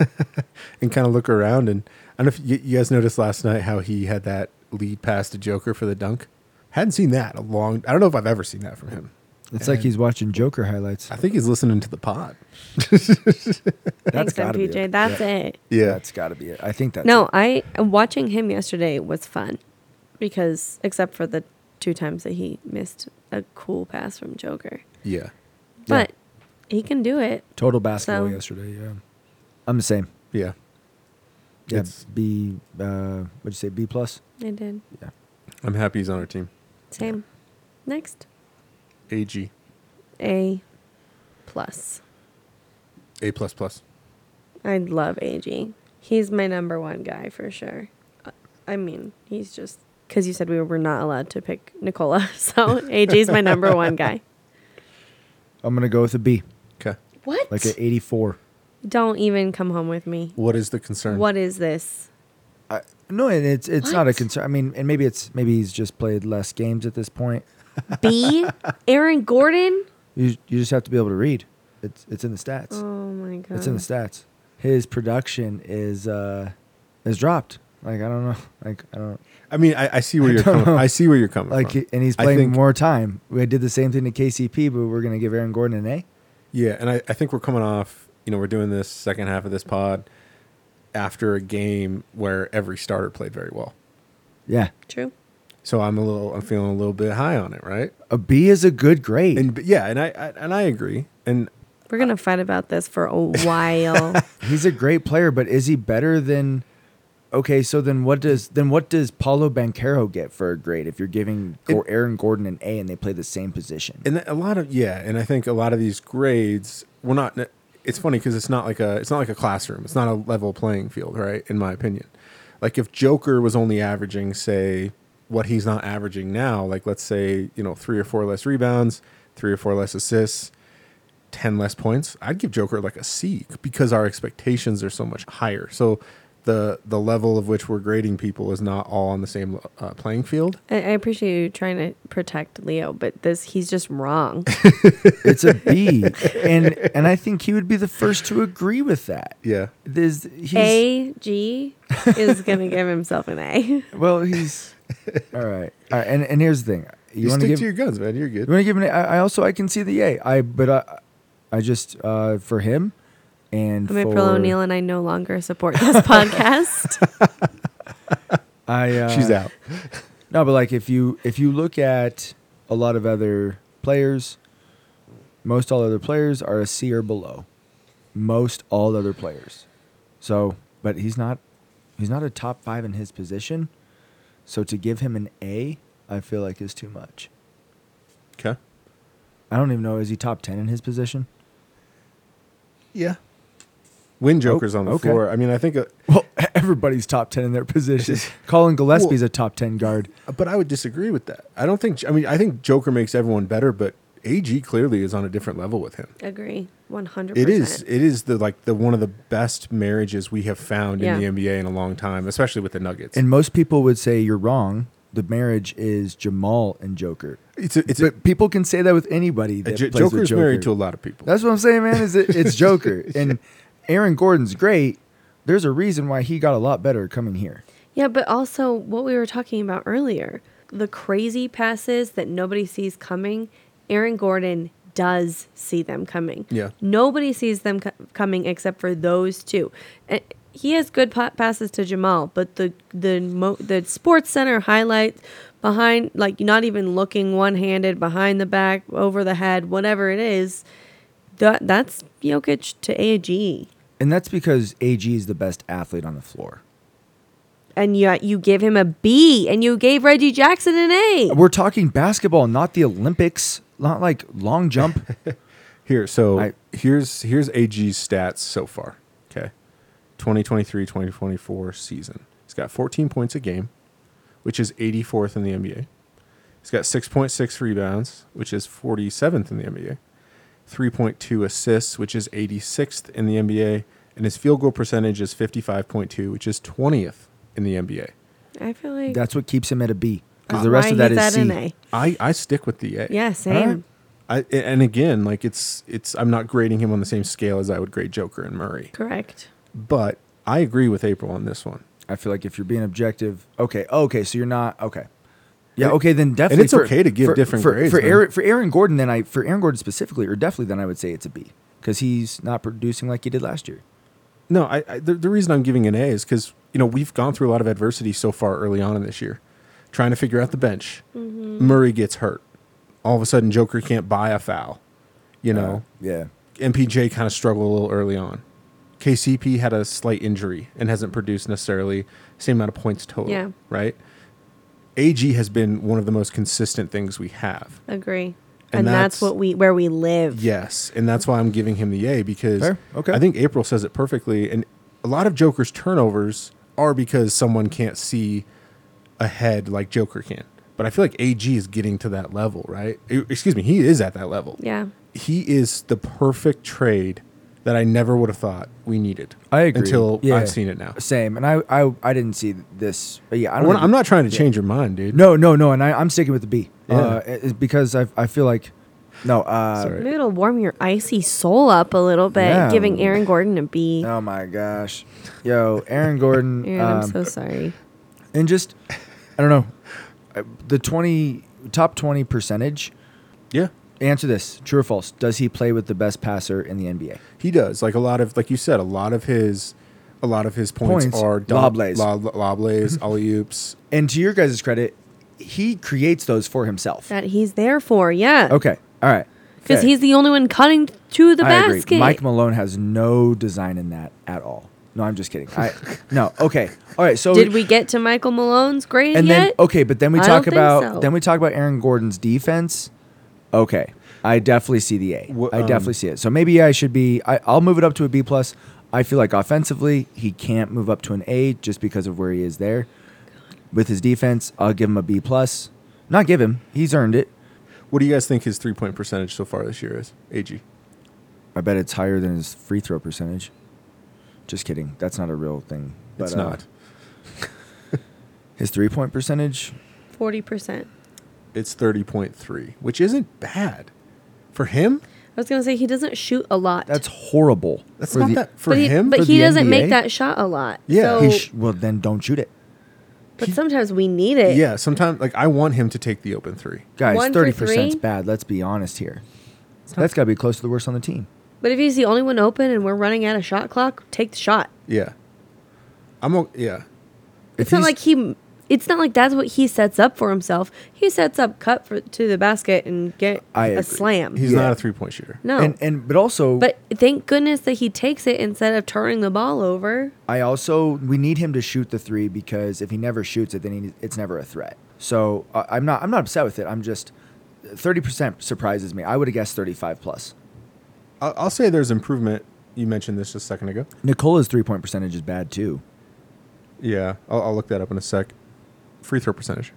Speaker 1: and kind of look around. And I don't know if you, you guys noticed last night how he had that lead pass to Joker for the dunk. Hadn't seen that in a long. I don't know if I've ever seen that from him.
Speaker 2: It's like he's watching Joker highlights.
Speaker 1: I think he's listening to the pod.
Speaker 2: That's
Speaker 5: Thanks,
Speaker 2: gotta be
Speaker 5: MPJ.
Speaker 2: it.
Speaker 5: That's
Speaker 2: Yeah.
Speaker 5: it.
Speaker 1: Yeah,
Speaker 2: That's got to be it. I think that's
Speaker 5: no,
Speaker 2: it.
Speaker 5: I watching him yesterday was fun because except for the two times that he missed a cool pass from Joker,
Speaker 1: yeah.
Speaker 5: but he can do it.
Speaker 2: total basketball
Speaker 5: So-
Speaker 2: yesterday. Yeah, I'm the same.
Speaker 1: Yeah,
Speaker 2: Yeah,
Speaker 1: It's-
Speaker 2: B. Uh, what'd you say? B plus.
Speaker 5: I did
Speaker 2: Yeah.
Speaker 1: I'm happy he's on our team.
Speaker 5: same. Next,
Speaker 1: AG,
Speaker 5: A plus.
Speaker 1: A plus plus.
Speaker 5: I love AG. He's my number one guy for sure. I mean, he's just because you said we were not allowed to pick Nicola, so AG's my number one guy.
Speaker 2: I'm gonna go with a B,
Speaker 1: Okay.
Speaker 5: What?
Speaker 2: like an 84.
Speaker 5: Don't even come home with me.
Speaker 1: What is the concern?
Speaker 5: What is this?
Speaker 2: No, and it's it's not a
Speaker 5: What?
Speaker 2: concern. I mean, and maybe it's maybe he's just played less games at this point.
Speaker 5: B? Aaron Gordon?
Speaker 2: You you just have to be able to read. It's it's in the stats.
Speaker 5: Oh my god.
Speaker 2: It's in the stats. His production is uh is dropped. Like I don't know. Like I don't
Speaker 1: I mean, I, I see where
Speaker 2: I
Speaker 1: you're
Speaker 2: don't
Speaker 1: coming.
Speaker 2: know.
Speaker 1: I see where you're coming
Speaker 2: like.
Speaker 1: from.
Speaker 2: And he's
Speaker 1: I
Speaker 2: playing
Speaker 1: think-
Speaker 2: more time. We did the same thing to KCP, but we're gonna give Aaron Gordon an A.
Speaker 1: Yeah, and I, I think we're coming off, you know, we're doing this second half of this pod after a game where every starter played very well.
Speaker 2: Yeah,
Speaker 5: True.
Speaker 1: So I'm a little, I'm feeling a little bit high on it, right?
Speaker 2: a B is a good grade.
Speaker 1: And but yeah, and I, I and I agree. And
Speaker 5: We're gonna fight about this for a while.
Speaker 2: He's a great player, but is he better than? Okay, so then what does then what does Paulo Banquero get for a grade if you're giving Go-
Speaker 1: It-
Speaker 2: Aaron Gordon an A and they play the same position?
Speaker 1: and a lot of yeah, and I think a lot of these grades, we're not. It's funny because it's not like a, it's not like a classroom. It's not a level playing field, right? In my opinion, like if Joker was only averaging, say, what he's not averaging now, like let's say, you know, three or four less rebounds, three or four less assists, 10 less points, I'd give Joker like a C because our expectations are so much higher. So the the level of which we're grading people is not all on the same uh, playing field.
Speaker 5: I, I appreciate you trying to protect Leo, but this he's just wrong.
Speaker 2: It's a B, and and I think he would be the first to agree with that.
Speaker 1: Yeah.
Speaker 2: There's he's
Speaker 5: A G is gonna give himself an A.
Speaker 2: well he's all right. All right, and and here's the thing: you
Speaker 1: You,
Speaker 2: want
Speaker 1: stick
Speaker 2: to give
Speaker 1: to your guns, man. You're
Speaker 2: you
Speaker 1: good.
Speaker 2: want to give him. An, I, I also I can see the A. I but I I just uh, for him and
Speaker 5: I'm April
Speaker 2: for-
Speaker 5: O'Neil, and I no longer support this podcast.
Speaker 2: I uh,
Speaker 1: She's out.
Speaker 2: No, but like if you if you look at a lot of other players, most all other players are a C or below. Most all other players. So, but he's not he's not a top 5 in his position. So to give him an A, I feel like is too much.
Speaker 1: Okay.
Speaker 2: I don't even know is he top 10 in his position?
Speaker 1: Yeah. When Joker's on the
Speaker 2: okay.
Speaker 1: floor, I mean, I think, uh,
Speaker 2: Well, everybody's top 10 in their position. Colin Gillespie's a top 10 guard.
Speaker 1: Uh, but I would disagree with that. I don't think, I mean, I think Joker makes everyone better, but AG clearly is on a different level with him.
Speaker 5: Agree, 100.
Speaker 1: It is, it is the like the one of the best marriages we have found
Speaker 5: Yeah.
Speaker 1: in the NBA in a long time, especially with the Nuggets.
Speaker 2: And most people would say you're wrong. The marriage is Jamal and Joker.
Speaker 1: it's a, it's a,
Speaker 2: but people can say that with anybody. That
Speaker 1: J-
Speaker 2: plays
Speaker 1: Joker's
Speaker 2: with Joker.
Speaker 1: married to a lot of people.
Speaker 2: That's what I'm saying, man. Is it, it's Joker and Aaron Gordon's great. There's a reason why he got a lot better coming here.
Speaker 5: Yeah, but also what we were talking about earlier the crazy passes that nobody sees coming, Aaron Gordon does see them coming.
Speaker 1: Yeah.
Speaker 5: Nobody sees them co- coming except for those two. And he has good pa- passes to Jamal, but the the mo- the Sports Center highlights behind like not even looking one handed behind the back over the head whatever it is, that that's Jokic to AG,
Speaker 2: And that's because AG is the best athlete on the floor.
Speaker 5: and yet you give him a B, and you gave Reggie Jackson an A.
Speaker 2: We're talking basketball, not the Olympics, not like long jump.
Speaker 1: Here, so
Speaker 2: I-
Speaker 1: here's here's AG's stats so far. Okay. 2023-2024 season. He's got 14 points a game, which is 84th in the NBA. He's got 6.6 rebounds, which is 47th in the NBA. 3.2 assists, which is 86th in the NBA, and his field goal percentage is 55.2, which is 20th in the NBA.
Speaker 5: I feel like
Speaker 2: that's what keeps him at a B. Because
Speaker 5: uh,
Speaker 2: the rest
Speaker 5: why
Speaker 2: of that is
Speaker 5: he's at
Speaker 2: C.
Speaker 5: an A.
Speaker 1: I I stick with the A.
Speaker 5: Yeah, same.
Speaker 1: I, and again, like it's it's I'm not grading him on the same scale as I would grade Joker and Murray.
Speaker 5: Correct.
Speaker 1: but I agree with April on this one.
Speaker 2: I feel like if you're being objective, okay, oh, okay, so you're not okay. Yeah, okay, then definitely.
Speaker 1: it's okay to give different
Speaker 2: for,
Speaker 1: grades,
Speaker 2: for
Speaker 1: man.
Speaker 2: Aaron, for Aaron Gordon. Then I for Aaron Gordon specifically, or definitely, then I would say it's a B because he's not producing like he did last year.
Speaker 1: No, I, I the, the reason I'm giving an A is because you know we've gone through a lot of adversity so far early on in this year, trying to figure out the bench. Murray gets hurt, all of a sudden Joker can't buy a foul. You know,
Speaker 2: Yeah,
Speaker 1: MPJ kind of struggled a little early on. KCP had a slight injury and hasn't produced necessarily same amount of points total.
Speaker 5: Yeah.
Speaker 1: Right. AG has been one of the most consistent things we have.
Speaker 5: Agree.
Speaker 1: And
Speaker 5: And, that's,
Speaker 1: that's-
Speaker 5: what we where we live.
Speaker 1: Yes, and that's why I'm giving him the A because
Speaker 2: Fair, okay.
Speaker 1: I think April says it perfectly. And a lot of Joker's turnovers are because someone can't see ahead like Joker can. But I feel like AG is getting to that level, right? E- Excuse me, he is at that level.
Speaker 5: Yeah.
Speaker 1: He is the perfect trade that I never would have thought we needed.
Speaker 2: I agree.
Speaker 1: Until
Speaker 2: Yeah.
Speaker 1: I've seen it now.
Speaker 2: same. And I, I, I didn't see this. but yeah, I don't.
Speaker 1: We're not-
Speaker 2: think-
Speaker 1: I'm not trying to change your mind, dude.
Speaker 2: No, no, no. And I, I'm sticking with the B
Speaker 1: Yeah.
Speaker 2: uh, it- it's because I, I feel like no. Uh,
Speaker 1: Sorry.
Speaker 5: Maybe it'll warm your icy soul up a little bit,
Speaker 2: Yeah.
Speaker 5: giving Aaron Gordon a B.
Speaker 2: Oh my gosh, yo, Aaron Gordon.
Speaker 5: Aaron,
Speaker 2: um,
Speaker 5: I'm so sorry.
Speaker 2: and just I don't know uh, the twenty top twenty percentage.
Speaker 1: Yeah.
Speaker 2: Answer this: True or false? Does he play with the best passer in the NBA?
Speaker 1: He does. Like a lot of like you said, a lot of his a lot of his points,
Speaker 2: Points,
Speaker 1: are
Speaker 2: lob lays.
Speaker 1: lob, lob lays, alley oops,
Speaker 2: And to your guys' credit, he creates those for himself.
Speaker 5: That he's there for, yeah.
Speaker 2: okay, all right.
Speaker 5: Because
Speaker 2: Okay.
Speaker 5: he's the only one cutting to the
Speaker 2: I
Speaker 5: basket.
Speaker 2: agree. Mike Malone has no design in that at all. No, I'm just kidding. I no. Okay, all right. So
Speaker 5: Did we get to Michael Malone's grade
Speaker 2: And
Speaker 5: yet?
Speaker 2: then oh. okay, but then we
Speaker 5: I
Speaker 2: talk
Speaker 5: don't think
Speaker 2: about
Speaker 5: so.
Speaker 2: then we talk about Aaron Gordon's defense. Okay, I definitely see the A. I
Speaker 1: Wha- um,
Speaker 2: definitely see it. So maybe I should be. I, I'll move it up to a B plus. I feel like offensively he can't move up to an A just because of where he is there. With his defense, I'll give him a B plus. Not give him. He's earned it.
Speaker 1: What do you guys think his three point percentage so far this year is? AG.
Speaker 2: I bet it's higher than his free throw percentage. Just kidding. That's not a real thing.
Speaker 1: it's
Speaker 2: uh,
Speaker 1: not.
Speaker 2: His three point percentage.
Speaker 5: Forty percent.
Speaker 1: It's 30.3, which isn't bad. For him,
Speaker 5: I was gonna say he doesn't shoot a lot.
Speaker 2: That's horrible.
Speaker 1: that's
Speaker 2: for
Speaker 1: not
Speaker 2: the-
Speaker 1: that. For
Speaker 5: but he,
Speaker 1: him,
Speaker 5: but
Speaker 2: for
Speaker 5: he
Speaker 2: the
Speaker 5: doesn't make
Speaker 2: NBA?
Speaker 5: that shot a lot.
Speaker 1: Yeah.
Speaker 5: So,
Speaker 2: He sh- well, then don't shoot it.
Speaker 5: but sometimes we need it.
Speaker 1: yeah, sometimes, like, I want him to take the open three.
Speaker 2: Guys,
Speaker 5: One for
Speaker 2: thirty percent's
Speaker 5: three?
Speaker 2: bad. Let's be honest here. That's got to be close to the worst on the team.
Speaker 5: But if he's the only one open and we're running out of shot clock, take the shot.
Speaker 1: Yeah. I'm, o- yeah.
Speaker 2: If
Speaker 5: It's not
Speaker 2: he's-
Speaker 5: like he. It's not like that's what he sets up for himself. He sets up cut for, to the basket and get
Speaker 2: I
Speaker 5: a
Speaker 2: agree.
Speaker 5: slam.
Speaker 1: He's
Speaker 2: Yeah.
Speaker 1: not a three point shooter.
Speaker 5: no,
Speaker 2: and and but also,
Speaker 5: but thank goodness that he takes it instead of turning the ball over.
Speaker 2: I also we need him to shoot the three because if he never shoots it, then he, it's never a threat. So I I'm not I'm not upset with it. I'm just thirty percent surprises me. I would have guessed thirty five plus.
Speaker 1: I'll, I'll say there's improvement. You mentioned this just a second ago.
Speaker 2: Nicola's three point percentage is bad too.
Speaker 1: Yeah, I'll, I'll look that up in a sec. Free throw percentage.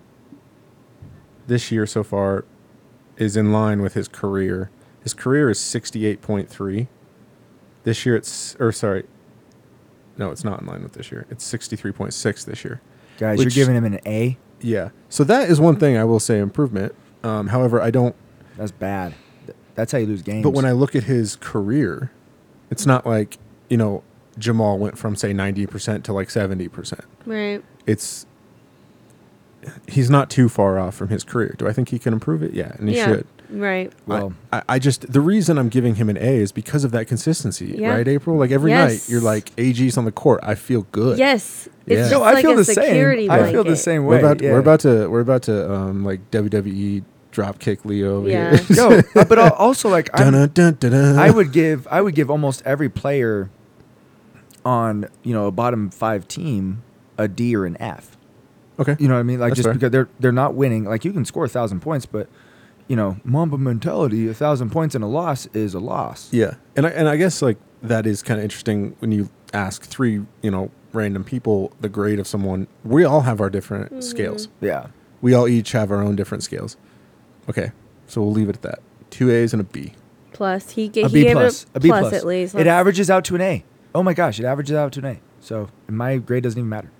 Speaker 1: This year so far is in line with his career. His career is 68.3. This year it's, or sorry, no, it's not in line with this year. It's 63.6 this year.
Speaker 2: Guys,
Speaker 1: Which-
Speaker 2: you're giving him an A.
Speaker 1: Yeah. So that is one thing I will say improvement. Um, however, I don't,
Speaker 2: That's bad. Th- That's how you lose games.
Speaker 1: but when I look at his career, it's not like, you know, Jamal went from, say, 90% to like 70%.
Speaker 5: Right.
Speaker 1: it's he's not too far off from his career. Do I think he can improve it? Yeah, and he
Speaker 5: yeah.
Speaker 1: should.
Speaker 5: Right.
Speaker 2: Well,
Speaker 1: I, I just the reason I'm giving him an A is because of that consistency,
Speaker 5: Yeah.
Speaker 1: right, April? Like every
Speaker 5: Yes.
Speaker 1: night you're like AG's on the court. I feel good.
Speaker 5: Yes. It's
Speaker 1: Yeah.
Speaker 5: just
Speaker 1: No,
Speaker 5: like a
Speaker 2: same.
Speaker 5: security
Speaker 2: I feel the
Speaker 5: blanket.
Speaker 2: same way.
Speaker 1: We're about
Speaker 2: yeah.
Speaker 1: we're about to we're about to um like WWE drop kick Leo. over
Speaker 5: Yeah.
Speaker 1: here.
Speaker 2: Yo, uh, but al- also like I'm-
Speaker 1: Dun, dun, dun, dun.
Speaker 2: I would give I would give almost every player on you know a bottom five team a D or an F.
Speaker 1: okay.
Speaker 2: You know what I mean? Like
Speaker 1: That's
Speaker 2: just
Speaker 1: fair.
Speaker 2: because they're they're not winning. Like you can score a thousand points, but you know Mamba mentality. A thousand points and a loss is a loss.
Speaker 1: Yeah, and I, and I guess like that is kind of interesting when you ask three you know random people the grade of someone. We all have our different
Speaker 5: Mm-hmm.
Speaker 1: scales.
Speaker 2: Yeah.
Speaker 1: We all each have our own different scales. Okay, so we'll leave it at that. Two A's and a B.
Speaker 5: Plus, he,
Speaker 2: A
Speaker 5: ga- he
Speaker 2: B
Speaker 5: gave
Speaker 2: plus.
Speaker 5: it
Speaker 2: A B plus.
Speaker 5: at least.
Speaker 2: It averages out to an A. Oh my gosh, it averages out to an A. So my grade doesn't even matter.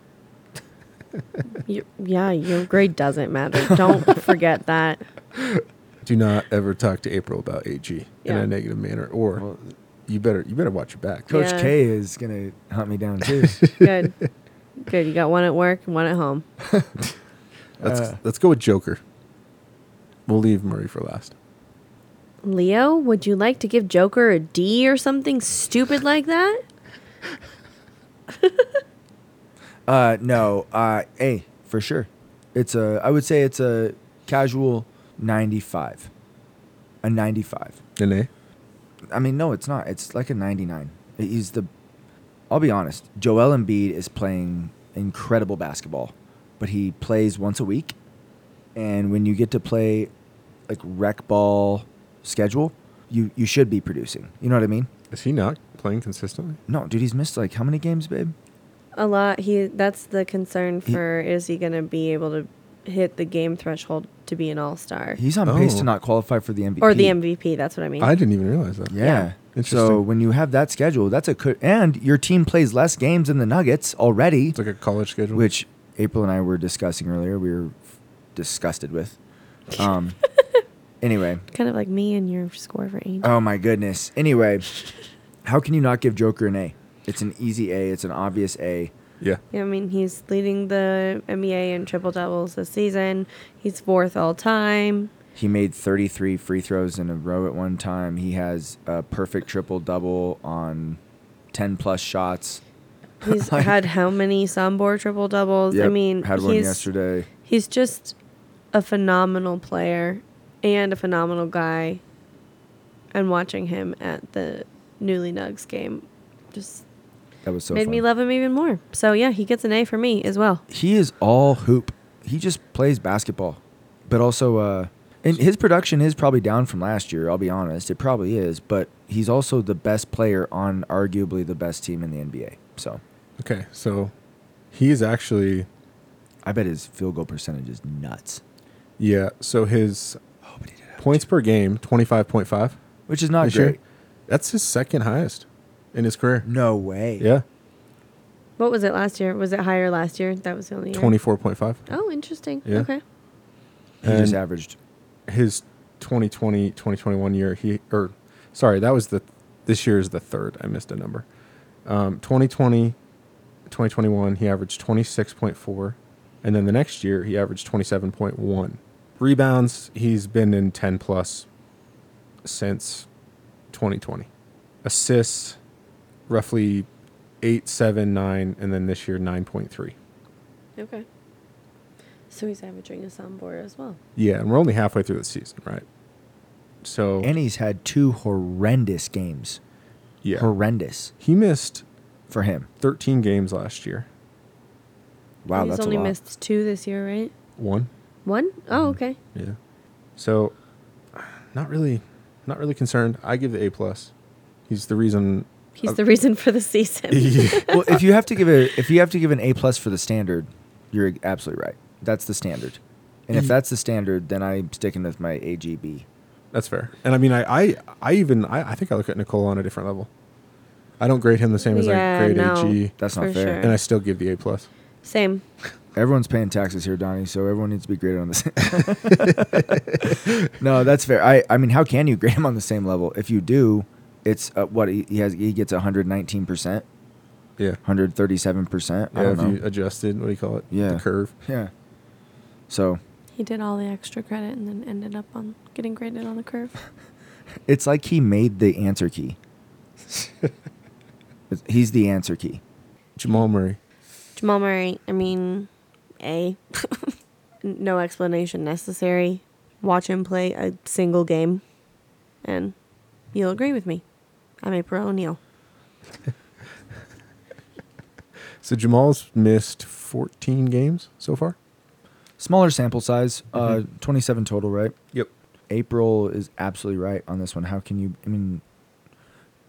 Speaker 5: You- yeah, your grade doesn't matter. Don't forget that.
Speaker 1: Do not ever talk to April about AG in
Speaker 5: Yeah.
Speaker 1: a negative manner, or
Speaker 2: Well-
Speaker 1: you better you better watch your back.
Speaker 2: Coach
Speaker 5: Yeah.
Speaker 2: K is gonna hunt me down too.
Speaker 5: Good. Good. You got one at work and one at home.
Speaker 1: Let's
Speaker 2: Uh.
Speaker 1: let's go with Joker. We'll leave Murray for last.
Speaker 5: Leo, would you like to give Joker a D or something stupid like that?
Speaker 2: Uh, no, uh, A for sure. It's a. I would say it's a casual ninety-five, a ninety-five.
Speaker 1: An A.
Speaker 2: I mean, no, it's not. It's like a ninety-nine. He's the. I'll be honest. Joel Embiid is playing incredible basketball, but he plays once a week, and when you get to play, like rec ball schedule, you you should be producing. You know what I mean?
Speaker 1: Is he not playing consistently?
Speaker 2: No, dude, he's missed like how many games, babe?
Speaker 5: A lot. He that's the concern
Speaker 2: He-
Speaker 5: for is he going to be able to hit the game threshold to be an all-star
Speaker 2: He's on pace
Speaker 1: Oh.
Speaker 2: to not qualify for the MVP
Speaker 5: or the MVP, that's what I mean.
Speaker 1: I didn't even realize that.
Speaker 2: Yeah.
Speaker 1: Interesting.
Speaker 2: So when you have that schedule, that's a co- and your team plays less games than the Nuggets already,
Speaker 1: It's like a college schedule.
Speaker 2: which April and I were discussing earlier. We were f- disgusted with. Um. anyway,
Speaker 5: kind of like me and your score for Angel.
Speaker 2: oh my goodness. Anyway, how can you not give Joker an A? It's an easy A. It's an obvious A.
Speaker 1: yeah.
Speaker 5: Yeah, I mean, he's leading the NBA in triple doubles this season. He's fourth all time.
Speaker 2: He made 33 free throws in a row at one time. He has a perfect triple double on 10 plus shots.
Speaker 5: He's had how many Sombor triple doubles? I
Speaker 2: Yep,
Speaker 5: mean,
Speaker 2: had one
Speaker 5: he's,
Speaker 2: yesterday.
Speaker 5: he's just a phenomenal player and a phenomenal guy. And watching him at the newly Nugs game just
Speaker 2: That was so
Speaker 5: made
Speaker 2: fun.
Speaker 5: me love him even more. So yeah, he gets an A for me as well.
Speaker 2: he is all hoop. He just plays basketball, but also, uh, and his production is probably down from last year. I'll be honest, it probably is. But he's also the best player on arguably the best team in the NBA. So
Speaker 1: Okay. So he's actually
Speaker 2: I bet his field goal percentage is nuts,
Speaker 1: yeah. So his points per game twenty five point five
Speaker 2: which is not
Speaker 1: this
Speaker 2: great.
Speaker 1: year. That's his second highest in his career.
Speaker 2: No way.
Speaker 1: Yeah,
Speaker 5: What was it last year? Was it higher last year? That was the only year.
Speaker 1: twenty four point five.
Speaker 5: Oh, interesting.
Speaker 1: Yeah.
Speaker 5: Okay.
Speaker 2: he just
Speaker 1: And-
Speaker 2: averaged.
Speaker 1: His 2020, 2021 year he or sorry that was the this year is the third. I missed a number. Um, 2020, 2021 he averaged twenty six point four, and then the next year he averaged twenty seven point one rebounds. He's been in ten plus since 2020. Assists, roughly eight, seven, nine, and then this year nine point three.
Speaker 5: Okay. So he's averaging a soundboard as well.
Speaker 1: Yeah, and we're only halfway through the season, right? So
Speaker 2: And he's had two horrendous games.
Speaker 1: yeah,
Speaker 2: Horrendous
Speaker 1: he missed
Speaker 2: for him.
Speaker 1: 13 games last year.
Speaker 2: Wow,
Speaker 5: he's
Speaker 2: that's
Speaker 5: only
Speaker 2: a lot.
Speaker 5: missed two this year, right?
Speaker 1: One.
Speaker 5: One? Oh,
Speaker 2: Mm-hmm.
Speaker 5: okay.
Speaker 1: Yeah. So, not really, not really concerned. I give the A plus. He's the reason.
Speaker 5: He's the reason for the season.
Speaker 2: well, if you have to give a if you have to give an A plus for the standard, you're absolutely right. That's the standard, and
Speaker 1: Mm.
Speaker 2: if that's the standard, then I'm sticking with my AGB.
Speaker 1: That's fair. And I mean, I, I, I even, I, I think I look at Nicole on a different level. I don't grade him the same as
Speaker 5: Yeah,
Speaker 1: I grade
Speaker 5: no.
Speaker 1: AG,
Speaker 2: That's not
Speaker 5: For
Speaker 2: fair.
Speaker 5: sure.
Speaker 1: and I still give the A plus.
Speaker 5: Same.
Speaker 2: Everyone's paying taxes here, Donnie, so everyone needs to be graded on the same. no, that's fair. I I mean, how can you grade him on the same level? If you do, it's uh, what he, he has. He gets 119 percent,
Speaker 1: Yeah.
Speaker 2: 137 percent. I
Speaker 1: Yeah.
Speaker 2: don't
Speaker 1: If
Speaker 2: know.
Speaker 1: you adjusted, what do you call it?
Speaker 2: Yeah.
Speaker 1: The curve.
Speaker 2: yeah. So
Speaker 5: He did all the extra credit and then ended up on getting graded on the curve.
Speaker 2: It's like he made the answer key. He's the answer key.
Speaker 1: Jamal Murray.
Speaker 5: Jamal Murray, I mean, A. no explanation necessary. Watch him play a single game, and you'll agree with me. I'm April O'Neil.
Speaker 1: So Jamal's missed 14 games so far.
Speaker 2: Smaller sample size, uh, 27 total, right?
Speaker 1: Yep.
Speaker 2: April is absolutely right on this one. How can you? I mean,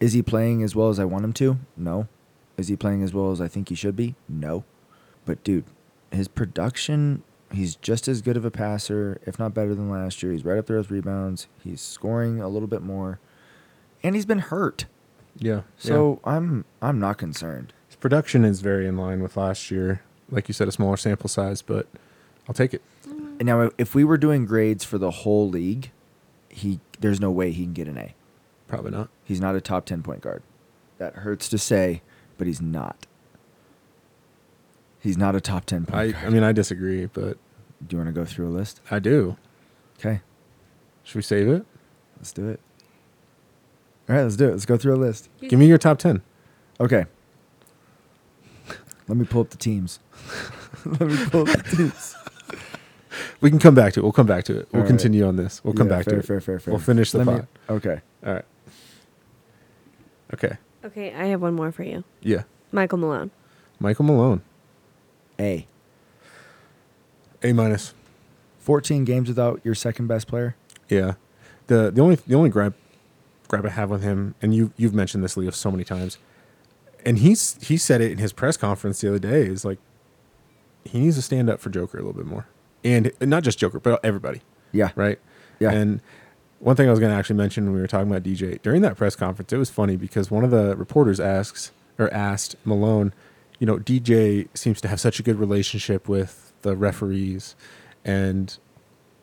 Speaker 2: is he playing as well as I want him to? No. Is he playing as well as I think he should be? No. But dude, his production, he's just as good of a passer, if not better than last year. He's right up there with rebounds. He's scoring a little bit more. And he's been hurt.
Speaker 1: Yeah.
Speaker 2: So I'm I'm not concerned.
Speaker 1: his production is very in line with last year. Like you said, a smaller sample size, but I'll take it.
Speaker 2: And now if we were doing grades for the whole league, he there's no way he can get an A.
Speaker 1: Probably not.
Speaker 2: He's not a top 10 point guard. That hurts to say, but he's not. He's not a top 10 point
Speaker 1: I,
Speaker 2: guard.
Speaker 1: I mean, I disagree, but
Speaker 2: Do you want to go through a list?
Speaker 1: I do.
Speaker 2: Okay,
Speaker 1: Should we save it?
Speaker 2: let's do it. All right, let's do it. Let's go through a list.
Speaker 1: Give me your top 10.
Speaker 2: Okay. Let me pull up the teams. Let me pull up the teams.
Speaker 1: We can come back to it. We'll come back to it.
Speaker 2: All
Speaker 1: We'll
Speaker 2: right.
Speaker 1: continue on this. We'll come
Speaker 2: Yeah,
Speaker 1: back
Speaker 2: fair,
Speaker 1: to it.
Speaker 2: Fair, fair, fair.
Speaker 1: We'll finish the
Speaker 2: Let me-
Speaker 1: pot.
Speaker 2: Okay.
Speaker 1: All right. Okay.
Speaker 5: Okay, I have one more for you.
Speaker 1: Yeah.
Speaker 5: Michael Malone.
Speaker 1: Michael Malone.
Speaker 2: A.
Speaker 1: A minus.
Speaker 2: 14 games without your second best player.
Speaker 1: Yeah. The the only the only gripe gripe I have with him, and you you've mentioned this, Leo, so many times, and he's he said it in his press conference the other day, is like he needs to stand up for Joker a little bit more. And and not just Joker, but everybody.
Speaker 2: Yeah.
Speaker 1: Right?
Speaker 2: Yeah.
Speaker 1: And one thing I was gonna actually mention when we were talking about DJ, during that press conference, it was funny because one of the reporters asks or asked Malone, you know, DJ seems to have such a good relationship with the referees and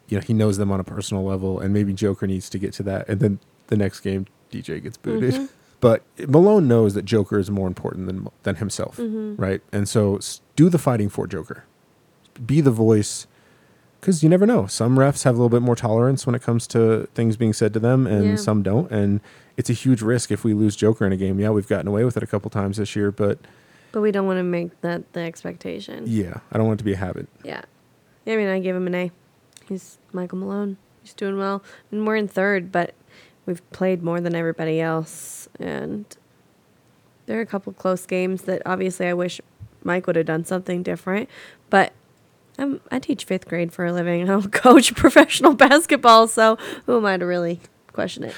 Speaker 1: you know he knows them on a personal level, and maybe Joker needs to get to that. And then the next game, DJ gets booted.
Speaker 2: Mm-hmm.
Speaker 1: But Malone knows that Joker is more important than than himself,
Speaker 2: Mm-hmm.
Speaker 1: right? And so s- do the fighting for Joker, be the voice, because you never know. Some refs have a little bit more tolerance when it comes to things being said to them, and
Speaker 5: Yeah.
Speaker 1: some don't. And it's a huge risk if we lose Joker in a game. Yeah, we've gotten away with it a couple times this year, but
Speaker 5: But we don't want to make that the expectation.
Speaker 1: yeah, I don't want it to be a habit.
Speaker 5: Yeah. I mean, I give him an A. He's Michael Malone. He's doing well. And we're in third, but we've played more than everybody else. And there are a couple close games that obviously I wish Mike would have done something different. But I'm, I teach fifth grade for a living. I don't coach professional basketball. So who am I to really question it?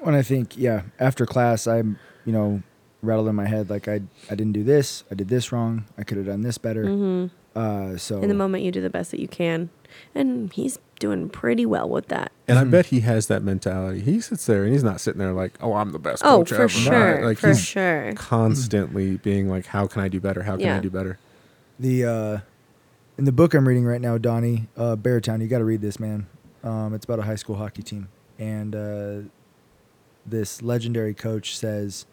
Speaker 2: when I think, yeah, after class, I'm, you know, rattled in my head like I I didn't do this, I did this wrong, I could have done this better. Uh, so
Speaker 5: Mm-hmm.
Speaker 1: Oh.
Speaker 5: In the moment, you do the best that you can. And he's doing pretty well with that.
Speaker 1: And
Speaker 2: Hmm.
Speaker 1: I bet he has that mentality. He sits there and he's not sitting there like, "Oh, I'm the best."
Speaker 5: Oh,
Speaker 1: coach
Speaker 5: for
Speaker 1: ever."
Speaker 5: sure.
Speaker 1: Right? Like
Speaker 5: for
Speaker 1: he's
Speaker 5: sure.
Speaker 1: constantly being like, "How can I do better? How can
Speaker 5: Yeah.
Speaker 1: I do better?"
Speaker 2: the uh, in the book I'm reading right now, Donnie uh, Beartown, you got to read this, man. Um, it's about a high school hockey team, and uh, this legendary coach says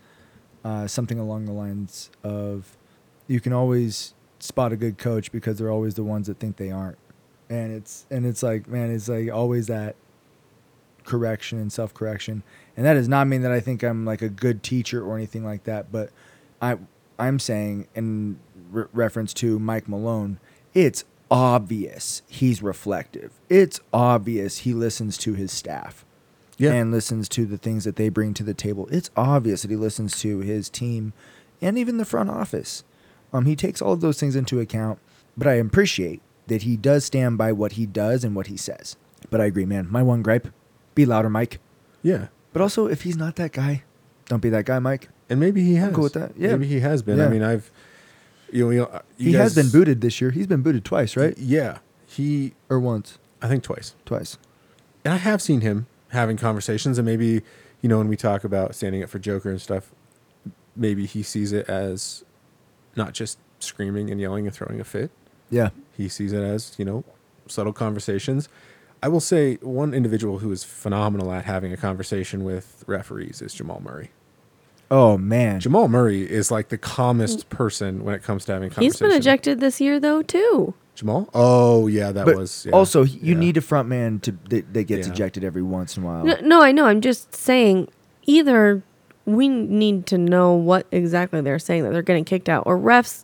Speaker 2: uh, something along the lines of, "You can always spot a good coach because they're always the ones that think they aren't," and it's and it's like, man, it's like always that correction and self correction. And that does not mean that I think I'm like a good teacher or anything like that, but I I'm saying in re- reference to Mike Malone, it's obvious he's reflective. It's obvious he listens to his staff.
Speaker 1: Yeah.
Speaker 2: And listens to the things that they bring to the table. It's obvious that he listens to his team and even the front office. Um, he takes all of those things into account, but I appreciate that he does stand by what he does and what he says. But I agree, man. My one gripe be louder, Mike.
Speaker 1: Yeah,
Speaker 2: But also, if he's not that guy, don't be that guy, Mike.
Speaker 1: and maybe he has.
Speaker 2: cool with that. Yeah.
Speaker 1: maybe he has been.
Speaker 2: Yeah.
Speaker 1: I mean, I've you know, you know, you
Speaker 2: he has
Speaker 1: guys-
Speaker 2: been booted this year. He's been booted twice, right?
Speaker 1: Yeah, he.
Speaker 2: Or once,
Speaker 1: I think twice.
Speaker 2: twice.
Speaker 1: and I have seen him having conversations, and maybe you know when we talk about standing up for Joker and stuff, maybe he sees it as not just screaming and yelling and throwing a fit.
Speaker 2: Yeah.
Speaker 1: He sees it as you know subtle conversations. I will say one individual who is phenomenal at having a conversation with referees is Jamal Murray.
Speaker 2: Oh man.
Speaker 1: Jamal Murray is like the calmest person when it comes to having
Speaker 5: He's
Speaker 1: conversations.
Speaker 5: been ejected this year, though, too.
Speaker 1: Jamal? Oh yeah, that
Speaker 2: But
Speaker 1: was yeah.
Speaker 2: also, he- you
Speaker 1: Yeah.
Speaker 2: need a front man to that, that gets
Speaker 1: Yeah.
Speaker 2: ejected every once in a while.
Speaker 5: No, no, I know. I'm just saying either we need to know what exactly they're saying that they're getting kicked out or refs.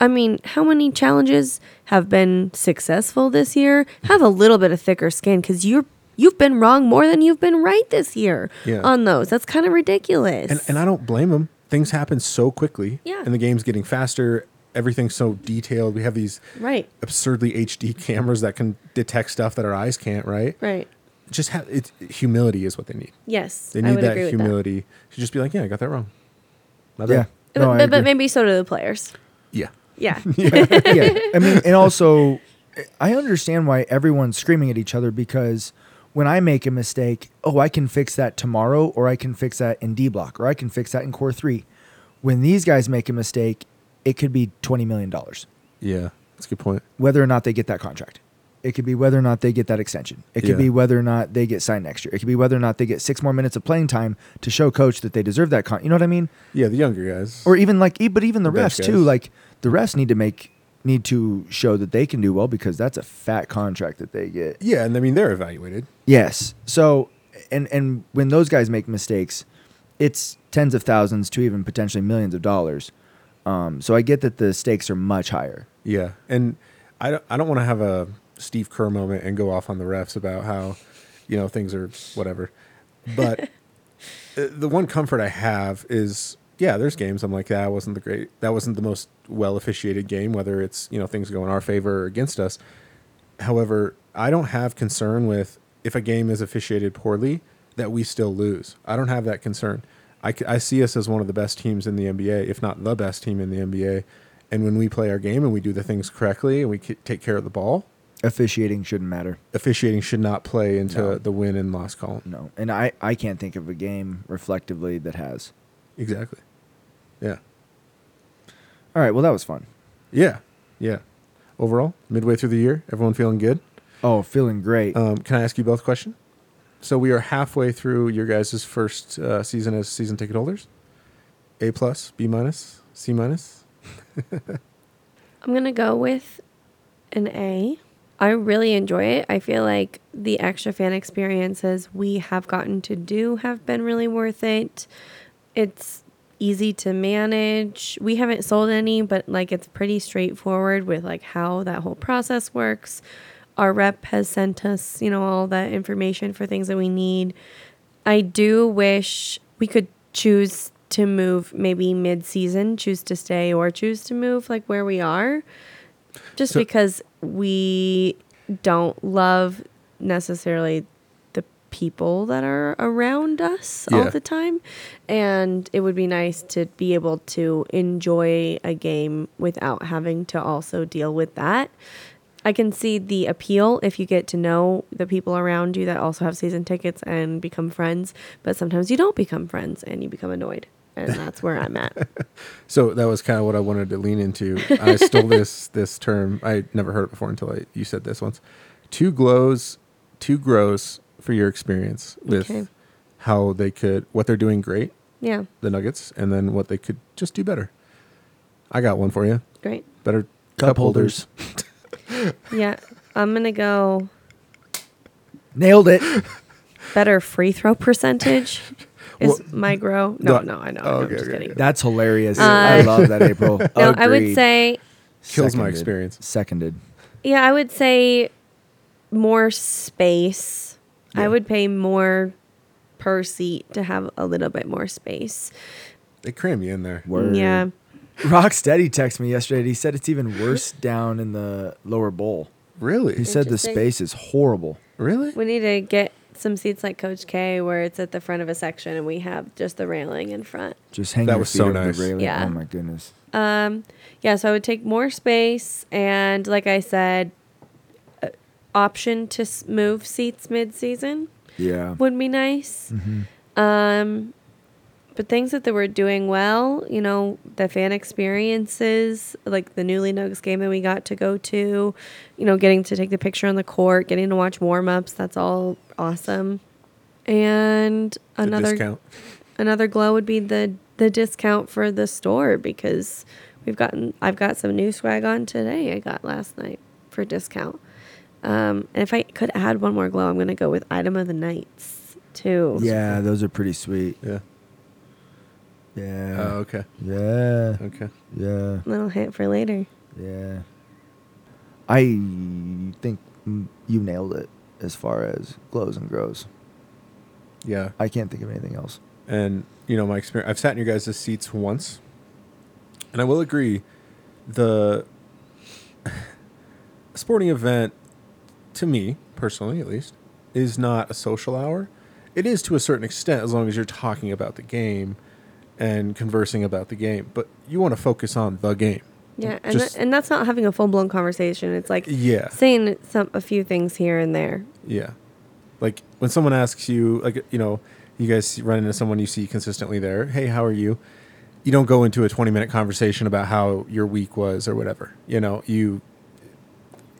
Speaker 5: I mean, how many challenges have been successful this year? Have a little bit of thicker skin cuz you're you've been wrong more than you've been right this year
Speaker 1: Yeah.
Speaker 5: on those. That's kind of ridiculous.
Speaker 1: and and I don't blame them. Things happen so quickly.
Speaker 5: Yeah.
Speaker 1: And the game's getting faster. Everything's so detailed. We have these
Speaker 5: right.
Speaker 1: absurdly HD cameras that can detect stuff that our eyes can't. Right.
Speaker 5: Right.
Speaker 1: Just have it. Humility is what they need.
Speaker 5: Yes.
Speaker 1: They
Speaker 5: I
Speaker 1: need
Speaker 5: would
Speaker 1: that
Speaker 5: agree with
Speaker 1: humility to just be like, yeah, I got that wrong. My
Speaker 2: yeah,
Speaker 1: bad.
Speaker 5: That.
Speaker 2: No, I
Speaker 5: but, but- but
Speaker 2: agree.
Speaker 5: maybe so do the players.
Speaker 1: Yeah.
Speaker 5: Yeah.
Speaker 2: yeah, I mean, and also, I understand why everyone's screaming at each other because when I make a mistake, oh, I can fix that tomorrow, or I can fix that in D block, or I can fix that in core three. When these guys make a mistake, it could be twenty million dollars,
Speaker 1: Yeah. That's a good point.
Speaker 2: whether or not they get that contract. It could be whether or not they get that extension. It could
Speaker 1: Yeah.
Speaker 2: be whether or not they get signed next year. It could be whether or not they get six more minutes of playing time to show coach that they deserve that. Con- you know what I mean?
Speaker 1: Yeah, the younger guys.
Speaker 2: or even like e- but even the
Speaker 1: Bench
Speaker 2: refs too
Speaker 1: guys.
Speaker 2: like the refs need to make need to show that they can do well because that's a fat contract that they get
Speaker 1: yeah, and I mean they're evaluated.
Speaker 2: yes so and and when those guys make mistakes it's tens of thousands to even potentially millions of dollars um, so i get that the stakes are much higher
Speaker 1: Yeah, and I don't, I don't want to have a Steve Kerr moment and go off on the refs about how, you know, things are whatever. But uh, the one comfort I have is, yeah, there's games I'm like, that wasn't the great, that wasn't the most well officiated game, whether it's you know things go in our favor or against us. However, I don't have concern with if a game is officiated poorly that we still lose. I don't have that concern. I, c- I see us as one of the best teams in the NBA, if not the best team in the NBA. And when we play our game and we do the things correctly and we c- take care of the ball,
Speaker 2: officiating shouldn't matter
Speaker 1: officiating should not play into
Speaker 2: No.
Speaker 1: the win and loss column.
Speaker 2: no and i i can't think of a game reflectively that has
Speaker 1: Exactly. Yeah.
Speaker 2: all right well that was fun
Speaker 1: Yeah. Yeah. Overall, midway through the year, everyone feeling good?
Speaker 2: oh feeling great
Speaker 1: Um, can I ask you both a question? So we are halfway through your guys' first uh, season as season ticket holders. A plus, B minus, C minus.
Speaker 5: I'm gonna go with an A. I really enjoy it. I feel like the extra fan experiences we have gotten to do have been really worth it. It's easy to manage. We haven't sold any, but like it's pretty straightforward with like how that whole process works. Our rep has sent us, you know, all that information for things that we need. I do wish we could choose to move maybe mid season, choose to stay or choose to move like where we are. Just
Speaker 1: So-
Speaker 5: because we don't love necessarily the people that are around us
Speaker 1: Yeah.
Speaker 5: all the time. And it would be nice to be able to enjoy a game without having to also deal with that. I can see the appeal if you get to know the people around you that also have season tickets and become friends, but sometimes you don't become friends and you become annoyed. And that's where I'm at.
Speaker 1: So that was kind of what I wanted to lean into. I stole this this term. I had never heard it before until I, you said this once. Two glows, two grows for your experience with
Speaker 5: Okay.
Speaker 1: how they could what they're doing great,
Speaker 5: Yeah,
Speaker 1: the Nuggets, and then what they could just do better. I got one for you.
Speaker 5: great.
Speaker 1: Better
Speaker 2: Cup holders.
Speaker 5: Yeah, I'm going to go
Speaker 2: nailed it
Speaker 5: better free throw percentage is my grow. No,
Speaker 1: No,
Speaker 5: no, I know.
Speaker 1: oh,
Speaker 5: I know,
Speaker 1: okay,
Speaker 5: I'm just
Speaker 1: okay,
Speaker 5: kidding.
Speaker 1: okay.
Speaker 2: that's hilarious i
Speaker 5: Uh,
Speaker 2: love that april
Speaker 5: No, I would
Speaker 2: Agreed.
Speaker 5: say
Speaker 1: Kills my
Speaker 2: Seconded.
Speaker 1: experience.
Speaker 2: seconded
Speaker 5: Yeah, I would say more space.
Speaker 1: Yeah.
Speaker 5: I would pay more per seat to have a little bit more space.
Speaker 1: They cram you in there.
Speaker 2: Word.
Speaker 5: Yeah.
Speaker 2: Rocksteady texted me yesterday. And he said it's even worse down in the lower bowl. He
Speaker 1: Really?
Speaker 2: said the
Speaker 5: Interesting.
Speaker 2: space is horrible.
Speaker 1: Really?
Speaker 5: We need to get some seats like Coach K where it's at the front of a section and we have just the railing in front.
Speaker 2: Just hang
Speaker 1: That
Speaker 2: your
Speaker 1: was
Speaker 2: feet
Speaker 1: so
Speaker 2: on
Speaker 1: nice.
Speaker 2: the railing.
Speaker 5: Yeah.
Speaker 2: Oh my goodness.
Speaker 5: Um, yeah, so I would take more space and like I said, uh, option to s- move seats mid-season.
Speaker 2: Yeah.
Speaker 5: would be nice.
Speaker 1: Mm-hmm.
Speaker 5: Um, but things that they were doing well, you know, the fan experiences, like the newly Nugs game that we got to go to, you know, getting to take the picture on the court, getting to watch warm ups, that's all awesome. And
Speaker 1: the
Speaker 5: another
Speaker 1: discount.
Speaker 5: another glow would be the the discount for the store because we We've gotten I've got some new swag on today. I got last night for discount. Um, and if I could add one more glow, I'm gonna go with item of the nights too.
Speaker 2: Yeah, those are pretty sweet.
Speaker 1: Yeah.
Speaker 2: Yeah.
Speaker 1: Oh, okay.
Speaker 2: yeah.
Speaker 1: Okay.
Speaker 2: Yeah.
Speaker 5: Little hint for later.
Speaker 2: Yeah. I think mm, you nailed it as far as glows and grows.
Speaker 1: Yeah.
Speaker 2: I can't think of anything else.
Speaker 1: and you know my experience i've sat in your guys' seats once and i will agree the sporting event to me personally at least is not a social hour it is to a certain extent as long as you're talking about the game and conversing about the game but you want to focus on the game
Speaker 5: Yeah, and
Speaker 1: Just-
Speaker 5: tha- and that's not having a full blown conversation. It's like
Speaker 1: yeah
Speaker 5: saying some a few things here and there.
Speaker 1: Yeah. Like when someone asks you, like, you know, you guys run into someone you see consistently there, hey, how are you? You don't go into a 20 minute conversation about how your week was or whatever. You know, you,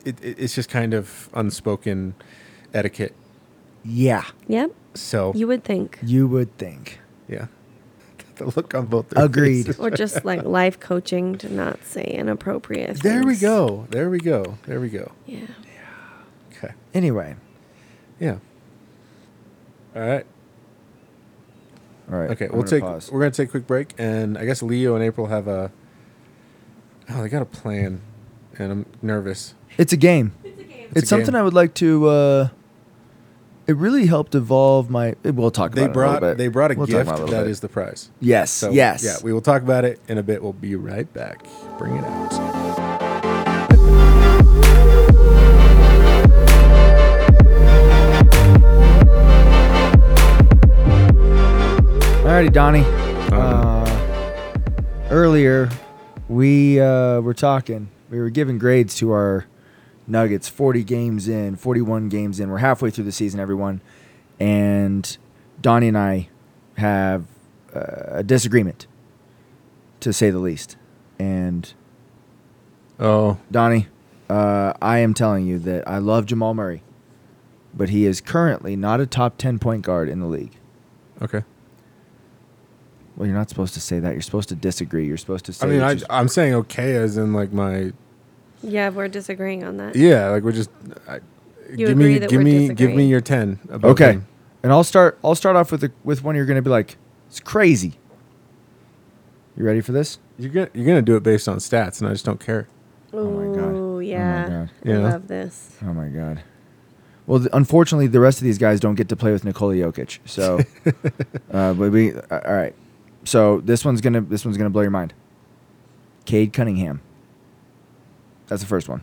Speaker 1: it, it- it's just kind of unspoken etiquette.
Speaker 2: Yeah.
Speaker 5: Yep,
Speaker 1: So,
Speaker 5: you would think,
Speaker 2: You would think.
Speaker 1: yeah. The look on both their
Speaker 2: Agreed.
Speaker 1: faces.
Speaker 5: or just like life coaching to not say inappropriate.
Speaker 1: There we
Speaker 5: things.
Speaker 1: go. There we go. There we go.
Speaker 5: Yeah,
Speaker 1: Okay.
Speaker 2: Anyway.
Speaker 1: Yeah. All right.
Speaker 2: All right.
Speaker 1: Okay,
Speaker 2: I'm
Speaker 1: we'll
Speaker 2: gonna
Speaker 1: take.
Speaker 2: pause.
Speaker 1: We're gonna take a quick break, and I guess Leo and April have a. Oh, they got a plan, and I'm nervous.
Speaker 2: It's a game. It's,
Speaker 1: It's a
Speaker 2: something
Speaker 1: game.
Speaker 2: I would like to. Uh, it really helped evolve my. We'll talk about
Speaker 1: They
Speaker 2: it. in a little
Speaker 1: brought.
Speaker 2: bit.
Speaker 1: They brought a
Speaker 2: We'll talk
Speaker 1: gift
Speaker 2: about it
Speaker 1: that
Speaker 2: a
Speaker 1: is
Speaker 2: little bit.
Speaker 1: the prize.
Speaker 2: Yes.
Speaker 1: So
Speaker 2: yes.
Speaker 1: yeah, we will talk about it in a bit. We'll be right back. Bring it out.
Speaker 2: Alrighty, Donnie. Uh, earlier, we uh, were talking. We were giving grades to our Nuggets. Forty games in, forty-one games in. We're halfway through the season, everyone, and Donnie and I have uh, a disagreement, to say the least. And
Speaker 1: Oh,
Speaker 2: Donnie, uh, I am telling you that I love Jamal Murray, but he is currently not a top ten point guard in the league.
Speaker 1: okay.
Speaker 2: Well, you're not supposed to say that. You're supposed to disagree. You're supposed to say.
Speaker 1: I mean,
Speaker 2: that
Speaker 1: I,
Speaker 2: you-
Speaker 1: I'm saying okay as in like my
Speaker 5: yeah, we're disagreeing on that.
Speaker 1: yeah, like we're just. I,
Speaker 5: You
Speaker 1: give
Speaker 5: agree
Speaker 1: me,
Speaker 5: that
Speaker 1: give
Speaker 5: we're
Speaker 1: me, give me
Speaker 5: disagreeing?
Speaker 1: your ten. About
Speaker 2: okay.
Speaker 1: him.
Speaker 2: And I'll start. I'll start off with a, with one. You're going to be like, it's crazy. You ready for this?
Speaker 1: You're gonna, you're gonna do it based on stats, and I just don't care.
Speaker 2: Oh my God. Oh
Speaker 5: Ooh,
Speaker 2: my
Speaker 5: yeah,
Speaker 2: God.
Speaker 5: I
Speaker 1: Yeah.
Speaker 5: love this.
Speaker 2: Oh my god. Well, th- unfortunately, the rest of these guys don't get to play with Nikola Jokic. So, uh, but we a- all right. So this one's gonna this one's gonna blow your mind. Cade Cunningham. That's the first one.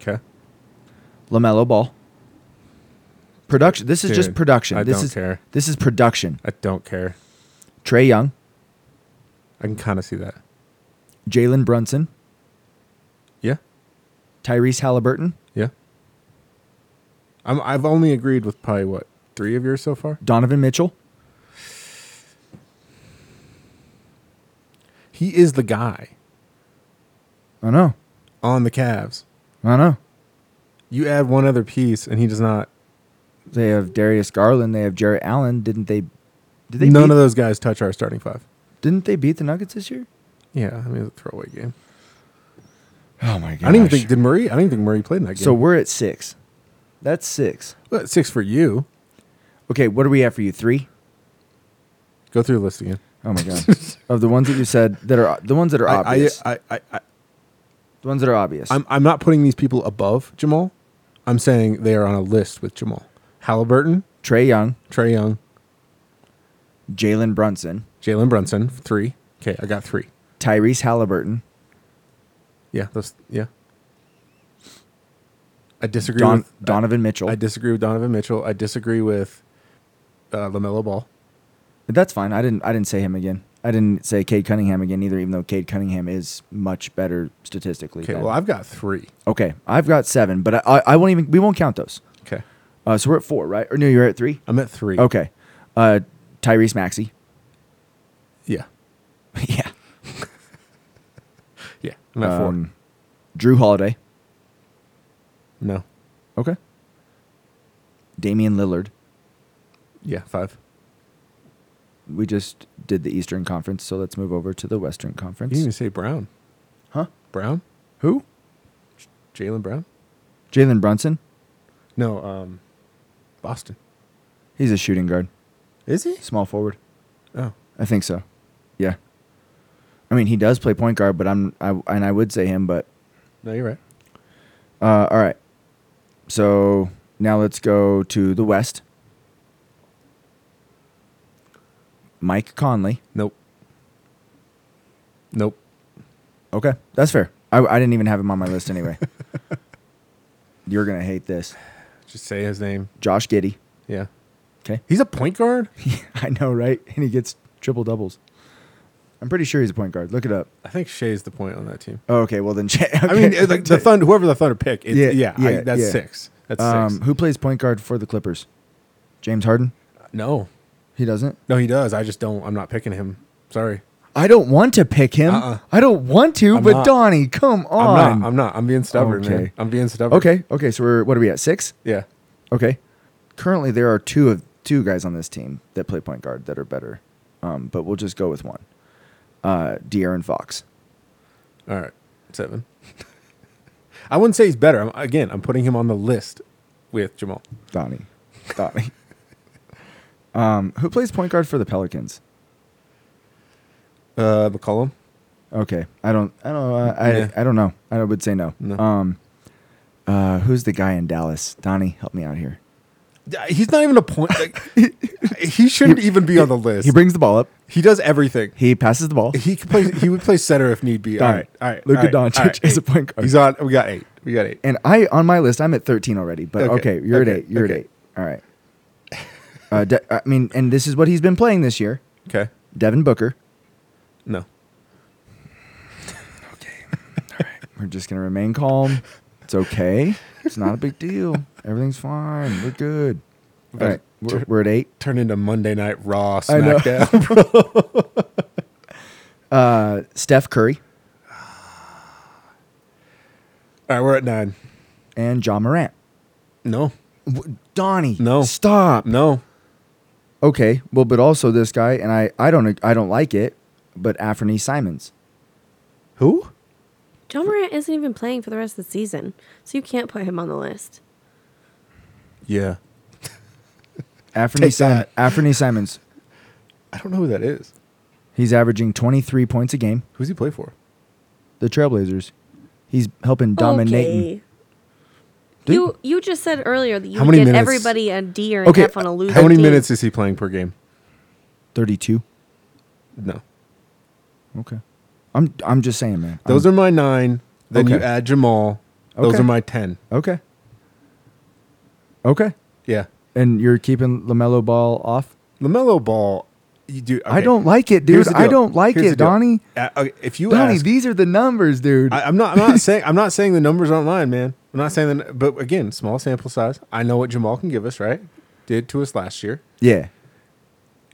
Speaker 1: Okay.
Speaker 2: Lamelo Ball. Production. This is just
Speaker 1: Dude,
Speaker 2: production.
Speaker 1: I
Speaker 2: this
Speaker 1: don't
Speaker 2: is
Speaker 1: care.
Speaker 2: this is production.
Speaker 1: I don't care.
Speaker 2: Trey Young,
Speaker 1: I can kind of see that.
Speaker 2: Jalen Brunson,
Speaker 1: Yeah.
Speaker 2: Tyrese Halliburton,
Speaker 1: Yeah. I'm, I've only agreed with probably what three of yours so far.
Speaker 2: Donovan Mitchell.
Speaker 1: He is the guy
Speaker 2: I know.
Speaker 1: on the Cavs.
Speaker 2: I know.
Speaker 1: You add one other piece, and he does not.
Speaker 2: They have Darius Garland. They have Jarrett Allen. Didn't they? Did they?
Speaker 1: none
Speaker 2: beat,
Speaker 1: of those guys touch our starting five.
Speaker 2: Didn't they beat the Nuggets this year?
Speaker 1: Yeah, I mean, it's a throwaway game.
Speaker 2: Oh my
Speaker 1: I don't even think did Murray. I don't even think Murray played in that game.
Speaker 2: so we're at six. That's six.
Speaker 1: Well, six for you.
Speaker 2: Okay, what do we have for you? Three.
Speaker 1: Go through the list again.
Speaker 2: Oh my god! of the ones that you said that are the ones that are
Speaker 1: I,
Speaker 2: obvious,
Speaker 1: I, I, I, I,
Speaker 2: the ones that are obvious.
Speaker 1: I'm, I'm not putting these people above Jamal. I'm saying they are on a list with Jamal. Halliburton,
Speaker 2: Trey Young,
Speaker 1: Trey Young,
Speaker 2: Jalen Brunson,
Speaker 1: Jalen Brunson, three. Okay, I got three.
Speaker 2: Tyrese Halliburton,
Speaker 1: Yeah, that's yeah. I disagree
Speaker 2: Don,
Speaker 1: with
Speaker 2: Donovan Mitchell.
Speaker 1: I disagree with Donovan Mitchell. I disagree with uh, Lamelo Ball.
Speaker 2: That's fine. I didn't. I didn't say him again. I didn't say Cade Cunningham again either. Even though Cade Cunningham is much better statistically.
Speaker 1: Okay,
Speaker 2: than-
Speaker 1: well I've got three.
Speaker 2: okay. I've got seven, but I, I, I won't even. We won't count those.
Speaker 1: Okay,
Speaker 2: Uh, so we're at four, right? Or no, you're at three.
Speaker 1: I'm at three.
Speaker 2: Okay. Uh, Tyrese Maxey.
Speaker 1: yeah,
Speaker 2: yeah.
Speaker 1: yeah, I'm at
Speaker 2: Um, Drew Holiday.
Speaker 1: four. No,
Speaker 2: Okay. Damian Lillard.
Speaker 1: yeah, five.
Speaker 2: we just did the Eastern Conference, so let's move over to the Western
Speaker 1: You didn't
Speaker 2: Conference.
Speaker 1: even say Brown.
Speaker 2: Huh?
Speaker 1: Brown?
Speaker 2: Who?
Speaker 1: Jalen Brown?
Speaker 2: Jalen Brunson.
Speaker 1: No, um, Boston.
Speaker 2: He's a shooting guard,
Speaker 1: Is he?
Speaker 2: small forward.
Speaker 1: Oh,
Speaker 2: I think so. Yeah. I mean, he does play point guard, but I'm I and I would say him, but
Speaker 1: no, you're right.
Speaker 2: uh, all right. So now let's go to the West. Mike Conley.
Speaker 1: Nope. Nope.
Speaker 2: Okay, that's fair. I, I didn't even have him on my list anyway. You're gonna hate this,
Speaker 1: Just say his name.
Speaker 2: Josh Giddy.
Speaker 1: Yeah.
Speaker 2: 'Kay.
Speaker 1: He's a point guard?
Speaker 2: I know, right? And he gets triple doubles. I'm pretty sure he's a point guard. Look it up.
Speaker 1: I think Shea's the point on that team.
Speaker 2: Oh, okay, well then, Jay,
Speaker 1: I mean, it- like the Thunder, whoever the Thunder pick, it's,
Speaker 2: Yeah,
Speaker 1: yeah, yeah, I-
Speaker 2: yeah,
Speaker 1: that's
Speaker 2: yeah.
Speaker 1: six. That's
Speaker 2: um,
Speaker 1: six.
Speaker 2: who plays point guard for the Clippers? James Harden.
Speaker 1: No,
Speaker 2: He doesn't.
Speaker 1: no, he does. I just don't. I'm not picking him. Sorry,
Speaker 2: I don't want to pick him.
Speaker 1: Uh-uh.
Speaker 2: I don't want to.
Speaker 1: I'm
Speaker 2: but
Speaker 1: not.
Speaker 2: Donnie, come on.
Speaker 1: I'm not. I'm not. I'm being stubborn,
Speaker 2: Okay.
Speaker 1: man. I'm being stubborn.
Speaker 2: okay, okay. So we're what are we at six?
Speaker 1: Yeah.
Speaker 2: Okay. Currently, there are two of two guys on this team that play point guard that are better, um, but we'll just go with one. Uh, De'Aaron Fox.
Speaker 1: All right. Seven. I wouldn't say he's better. I'm, again, I'm putting him on the list with Jamal.
Speaker 2: Donnie. Donnie. um, who plays point guard for the Pelicans?
Speaker 1: Uh, McCollum.
Speaker 2: Okay, I don't, I don't, uh, I,
Speaker 1: Yeah.
Speaker 2: I don't know. I would say no.
Speaker 1: No.
Speaker 2: Um, uh, who's the guy in Dallas? Donnie, help me out here.
Speaker 1: He's not even a point. Like, he shouldn't even be on the list.
Speaker 2: He
Speaker 1: He,
Speaker 2: brings the ball up.
Speaker 1: does everything.
Speaker 2: He passes the ball.
Speaker 1: He could play. He would play center if need be. All
Speaker 2: Donnie.
Speaker 1: right. All right.
Speaker 2: Luka
Speaker 1: all right, all
Speaker 2: Doncic
Speaker 1: right,
Speaker 2: is a
Speaker 1: eight.
Speaker 2: point guard.
Speaker 1: He's on. We got eight. We got eight.
Speaker 2: And I on my list, I'm at 13 already. But okay,
Speaker 1: Okay,
Speaker 2: you're at
Speaker 1: okay,
Speaker 2: eight. You're at
Speaker 1: okay.
Speaker 2: eight. All right. Uh, De- I mean, and this is what he's been playing this year.
Speaker 1: Okay.
Speaker 2: Devin Booker.
Speaker 1: No.
Speaker 2: We're just gonna remain calm. It's okay. It's not a big deal. Everything's fine. We're good. All right, we're, we're at eight.
Speaker 1: Turned into Monday Night Raw
Speaker 2: I know.
Speaker 1: SmackDown.
Speaker 2: Uh, Steph Curry
Speaker 1: all right, we're at nine.
Speaker 2: and John Morant.
Speaker 1: No.
Speaker 2: W- Donnie,
Speaker 1: No.
Speaker 2: stop.
Speaker 1: No.
Speaker 2: Okay, well, but also this guy, and I, I don't, I don't like it, but Afrony Simons.
Speaker 1: Who?
Speaker 5: John Morant isn't even playing for the rest of the season, so you can't put him on the list.
Speaker 1: Yeah.
Speaker 2: Afrony,
Speaker 1: Take
Speaker 2: Sim-
Speaker 1: that.
Speaker 2: Afrony Simons.
Speaker 1: I don't know who that is.
Speaker 2: He's averaging 23 points a game.
Speaker 1: Who's he play for?
Speaker 2: The Trailblazers. He's helping dominate.
Speaker 5: Okay.
Speaker 2: Dude.
Speaker 5: You you just said earlier that you
Speaker 1: How
Speaker 5: would
Speaker 1: many
Speaker 5: give
Speaker 1: minutes?
Speaker 5: everybody a D or an
Speaker 2: Okay,
Speaker 5: F on a loser.
Speaker 1: How many
Speaker 5: team.
Speaker 1: minutes is he playing per game?
Speaker 2: 32.
Speaker 1: No.
Speaker 2: Okay. I'm, I'm just saying, man.
Speaker 1: Those are my nine. Then you
Speaker 2: Um, Okay.
Speaker 1: add Jamal. Those
Speaker 2: Okay.
Speaker 1: are my ten.
Speaker 2: are okay. Okay,
Speaker 1: Yeah.
Speaker 2: and you're keeping Lamelo Ball off.
Speaker 1: Lamelo Ball. You do.
Speaker 2: I
Speaker 1: okay.
Speaker 2: don't like it,
Speaker 1: Here's
Speaker 2: dude.
Speaker 1: the
Speaker 2: I
Speaker 1: deal.
Speaker 2: don't like
Speaker 1: Here's
Speaker 2: it,
Speaker 1: the deal.
Speaker 2: Donnie.
Speaker 1: Uh, okay, if you
Speaker 2: Donnie,
Speaker 1: ask,
Speaker 2: these are the numbers, dude.
Speaker 1: I, I'm not. I'm not saying. I'm not saying the numbers aren't lying, man. I'm not saying that. But again, small sample size. I know what Jamal can give us. Right? Did to us last year.
Speaker 2: yeah.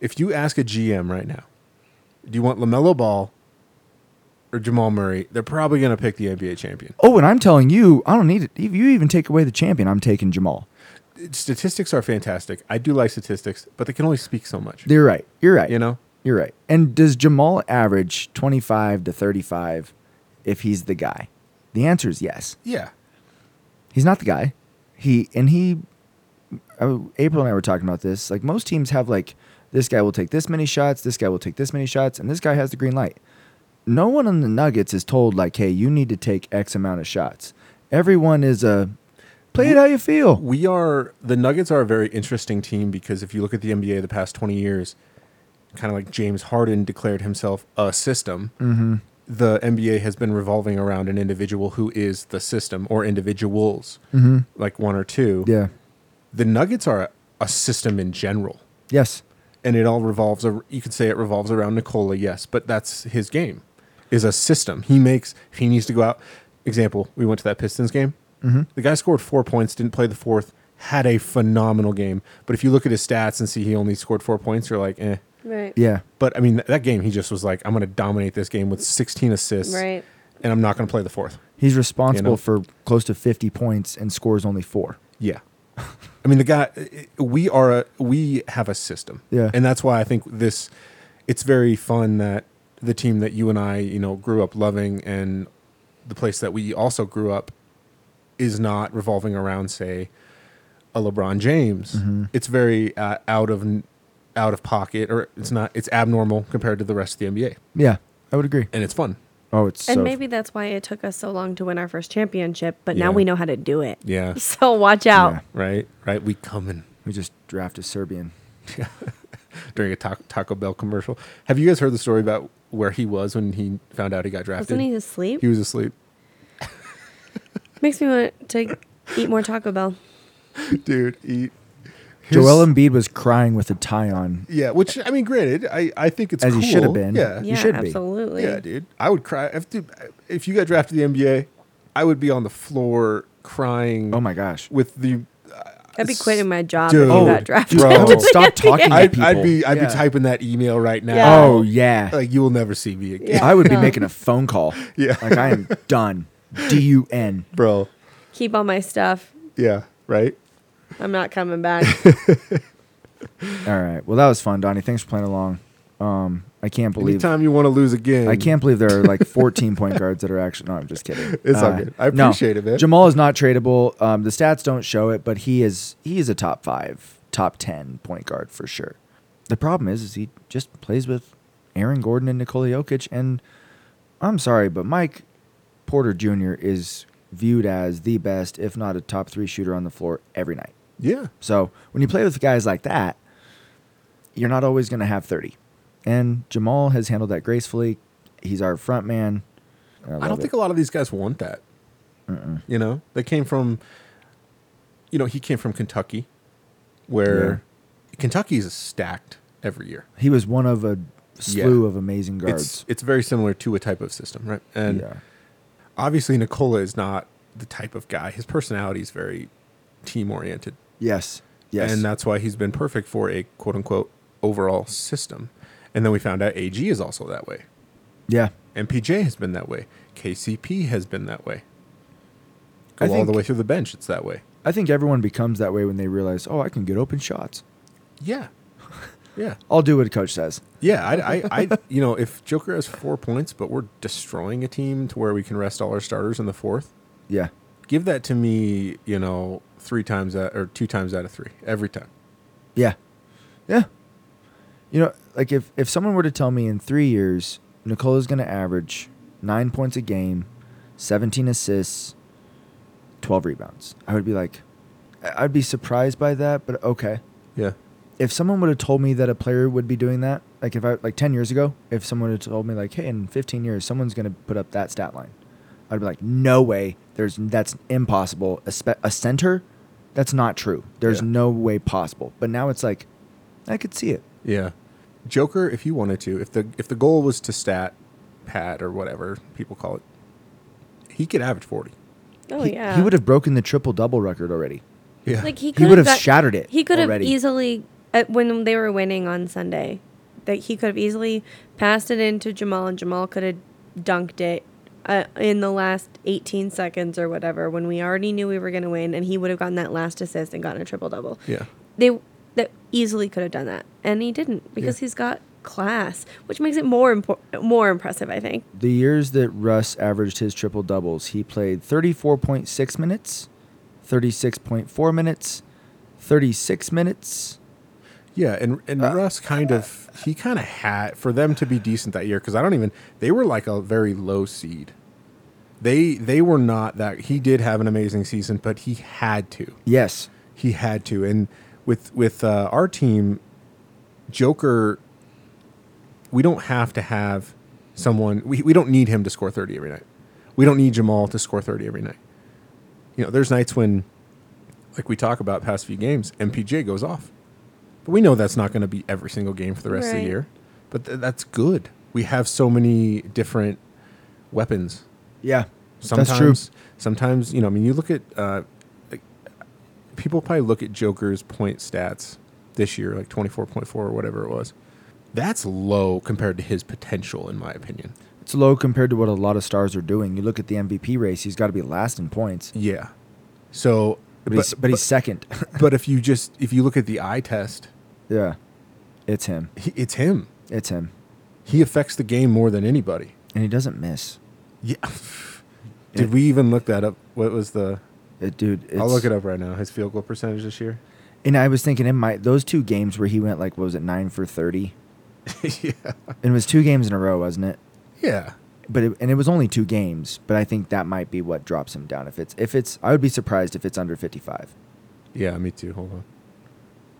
Speaker 1: If you ask a GM right now, do you want Lamelo Ball or Jamal Murray? They're probably going to pick the NBA champion.
Speaker 2: Oh, and I'm telling you, I don't need it. If you even take away the champion, I'm taking Jamal.
Speaker 1: Statistics are fantastic. I do like statistics, but they can only speak so much.
Speaker 2: You're right. You're right.
Speaker 1: You know?
Speaker 2: You're right. And does Jamal average 25 to 35 if he's the guy? The answer is yes.
Speaker 1: Yeah.
Speaker 2: He's not the guy. He and he. I- April and I were talking about this. Like most teams have, like this guy will take this many shots, this guy will take this many shots, and this guy has the green light. No one on the Nuggets is told like, hey, you need to take X amount of shots. Everyone is a play it how you feel.
Speaker 1: we are the Nuggets are a very interesting team because if you look at the NBA the past 20 years, kind of like James Harden declared himself a system, the NBA has been revolving around an individual who is the system or individuals, like one or two.
Speaker 2: Yeah.
Speaker 1: The Nuggets are a, a system in general,
Speaker 2: Yes.
Speaker 1: and it all revolves. ar- You could say it revolves around Nikola, yes, but that's his game, is a system. He makes. He needs to go out. Example: We went to that Pistons game. The guy scored four points, didn't play the fourth, had a phenomenal game. But if you look at his stats and see he only scored four points, you're like, eh.
Speaker 5: Right.
Speaker 2: Yeah.
Speaker 1: But I mean, th- that game, he just was like, I'm going to dominate this game with 16 assists,
Speaker 5: Right.
Speaker 1: and I'm not going to play the fourth.
Speaker 2: He's responsible
Speaker 1: You know?
Speaker 2: for close to 50 points and scores only four.
Speaker 1: Yeah. I mean, the guy. We are a we have a system.
Speaker 2: Yeah.
Speaker 1: and that's why I think this. It's very fun that the team that you and I, you know, grew up loving, and the place that we also grew up, is not revolving around, say, a LeBron James. It's very uh, out of out of pocket, or it's not. It's abnormal compared to the rest of the NBA,
Speaker 2: Yeah, I would agree.
Speaker 1: and it's fun.
Speaker 2: Oh, it's
Speaker 5: And
Speaker 2: so
Speaker 5: maybe that's why it took us so long to win our first championship, but
Speaker 1: Yeah.
Speaker 5: now we know how to do it.
Speaker 1: Yeah.
Speaker 5: So watch out.
Speaker 2: Yeah.
Speaker 1: Right, right. We coming
Speaker 2: we just draft a Serbian.
Speaker 1: during a Ta- Taco Bell commercial. Have you guys heard the story about where he was when he found out he got drafted?
Speaker 5: Wasn't he asleep?
Speaker 1: He was asleep,
Speaker 5: Makes me want to eat more Taco Bell.
Speaker 1: dude. He, his-
Speaker 2: Joel Embiid was crying with a tie on.
Speaker 1: yeah. Which I mean, granted, I I think it's
Speaker 2: As he
Speaker 1: cool.
Speaker 2: should have been.
Speaker 1: Yeah,
Speaker 2: You
Speaker 5: Yeah,
Speaker 2: should be.
Speaker 5: absolutely.
Speaker 1: yeah, dude. I would cry if dude, if you got drafted to the NBA, I would be on the floor crying.
Speaker 2: Oh my gosh. Oh,
Speaker 1: With the
Speaker 5: I'd be quitting my job if
Speaker 1: Dude,
Speaker 5: I got drafted.
Speaker 1: bro.
Speaker 5: to the
Speaker 2: Stop talking.
Speaker 5: NBA.
Speaker 1: I'd, I'd be
Speaker 2: people.
Speaker 1: I'd
Speaker 2: Yeah.
Speaker 1: be typing that email right now.
Speaker 5: Yeah.
Speaker 2: Oh yeah.
Speaker 1: Like you will never see me again,
Speaker 5: Yeah.
Speaker 2: I would be
Speaker 5: No.
Speaker 2: making a phone call.
Speaker 1: Yeah.
Speaker 2: Like I am done. D U N.
Speaker 1: bro.
Speaker 5: Keep all my stuff.
Speaker 1: Yeah, right.
Speaker 5: I'm not coming back.
Speaker 2: All right. Well, that was fun, Donnie. Thanks for playing along. Um, I can't believe
Speaker 1: Anytime you want to lose a game,
Speaker 2: I can't believe there are like 14 point guards that are actually. No, I'm just kidding. Uh,
Speaker 1: It's all good. I
Speaker 2: no.
Speaker 1: appreciate it, man.
Speaker 2: Jamal is not tradable. Um, the stats don't show it, but he is he is a top five, top 10 point guard for sure. The problem is, is he just plays with Aaron Gordon and Nikola Jokic, and I'm sorry, but Mike Porter Jr. is viewed as the best, if not a top three shooter on the floor every night.
Speaker 1: Yeah,
Speaker 2: So when you play with guys like that, you're not always going to have 30. And Jamal has handled that gracefully. He's our front man.
Speaker 1: I don't think a lot of these guys want that. You know, they came from, you know, he came from Kentucky, where Kentucky is stacked every year.
Speaker 2: he was one of a slew
Speaker 1: Yeah.
Speaker 2: of amazing
Speaker 1: It's
Speaker 2: guards.
Speaker 1: it's very similar to a type of system, right? And
Speaker 2: yeah.
Speaker 1: obviously, Nicola is not the type of guy. His personality is very team oriented,
Speaker 2: Yes. Yes.
Speaker 1: and that's why he's been perfect for a quote unquote overall system. And then we found out AG is also that way.
Speaker 2: yeah.
Speaker 1: MPJ has been that way. KCP has been that way. Go
Speaker 2: I
Speaker 1: all the
Speaker 2: think-
Speaker 1: way through the bench. It's that way.
Speaker 2: I think everyone becomes that way when they realize, oh, I can get open shots.
Speaker 1: Yeah. Yeah.
Speaker 2: I'll do what a coach says.
Speaker 1: Yeah. I, I, I, you know, if Joker has four points, but we're destroying a team to where we can rest all our starters in the fourth,
Speaker 2: Yeah.
Speaker 1: give that to me, you know, three times out, or two times out of three every time.
Speaker 2: Yeah. Yeah. You know, like if, if someone were to tell me in three years, Nicola's going to average nine points a game, 17 assists, 12 rebounds, I would be like, I- I'd be surprised by that, but okay.
Speaker 1: Yeah.
Speaker 2: If someone would have told me that a player would be doing that, like if I, like 10 years ago, if someone had told me, like, hey, in 15 years, someone's going to put up that stat line, I'd be like, no way. There's, that's impossible. A, spe- a center, that's not true. There's
Speaker 1: Yeah.
Speaker 2: no way possible. But now it's like, I could see it.
Speaker 1: Yeah. Joker, if you wanted to, if the if the goal was to stat pad or whatever people call it, he could average forty.
Speaker 5: Oh
Speaker 2: he,
Speaker 5: yeah.
Speaker 2: He would have broken the triple double record already.
Speaker 1: Yeah.
Speaker 5: Like he
Speaker 2: He
Speaker 5: could
Speaker 2: would have shattered it
Speaker 5: He could
Speaker 2: already.
Speaker 5: have easily uh, when they were winning on Sunday, that he could have easily passed it into Jamal, and Jamal could have dunked it uh, in the last 18 seconds or whatever when we already knew we were going to win, and he would have gotten that last assist and gotten a triple double.
Speaker 1: yeah.
Speaker 5: They that easily could have done that, and he didn't because
Speaker 1: Yeah.
Speaker 5: he's got class, which makes it more impor- more impressive, I think.
Speaker 2: The years that Russ averaged his triple doubles, he played 34.6 minutes, 36.4 minutes, 36 minutes.
Speaker 1: Yeah, and and Russ kind of he kind of had for them to be decent that year because I don't even they were like a very low seed. They they were not that he did have an amazing season, but he had to
Speaker 2: Yes.
Speaker 1: he had to and with with uh, our team, Joker. We don't have to have someone. We we don't need him to score thirty every night. We don't need Jamal to score thirty every night. You know, there's nights when, like we talk about past few games, MPJ goes off. But we know that's not going to be every single game for the rest of
Speaker 5: Right.
Speaker 1: the year. But th- that's good. We have so many different weapons.
Speaker 2: Yeah.
Speaker 1: Sometimes,
Speaker 2: That's true.
Speaker 1: sometimes you know. I mean, you look at uh, like, people probably look at Joker's point stats this year, like twenty four point four or whatever it was. That's low compared to his potential, in my opinion.
Speaker 2: It's low compared to what a lot of stars are doing. You look at the MVP race, he's got to be last in points.
Speaker 1: Yeah. So
Speaker 2: but,
Speaker 1: But-
Speaker 2: he's, but, he's
Speaker 1: but-
Speaker 2: second.
Speaker 1: But if you just if you look at the eye test,
Speaker 2: yeah, it's him.
Speaker 1: he, it's him.
Speaker 2: It's him,
Speaker 1: He affects the game more than anybody.
Speaker 2: and he doesn't miss.
Speaker 1: Yeah. Did we even look that up? What was the?
Speaker 2: It, Uh, dude, it's,
Speaker 1: I'll look it up right now. His field goal percentage this year.
Speaker 2: And I was thinking in my those two games where he went like what was it nine for thirty?
Speaker 1: yeah.
Speaker 2: And it was two games in a row, wasn't it?
Speaker 1: Yeah.
Speaker 2: But it, and it was only two games. But I think that might be what drops him down. If it's if it's, I would be surprised if it's under fifty five.
Speaker 1: Yeah. Me too. Hold on.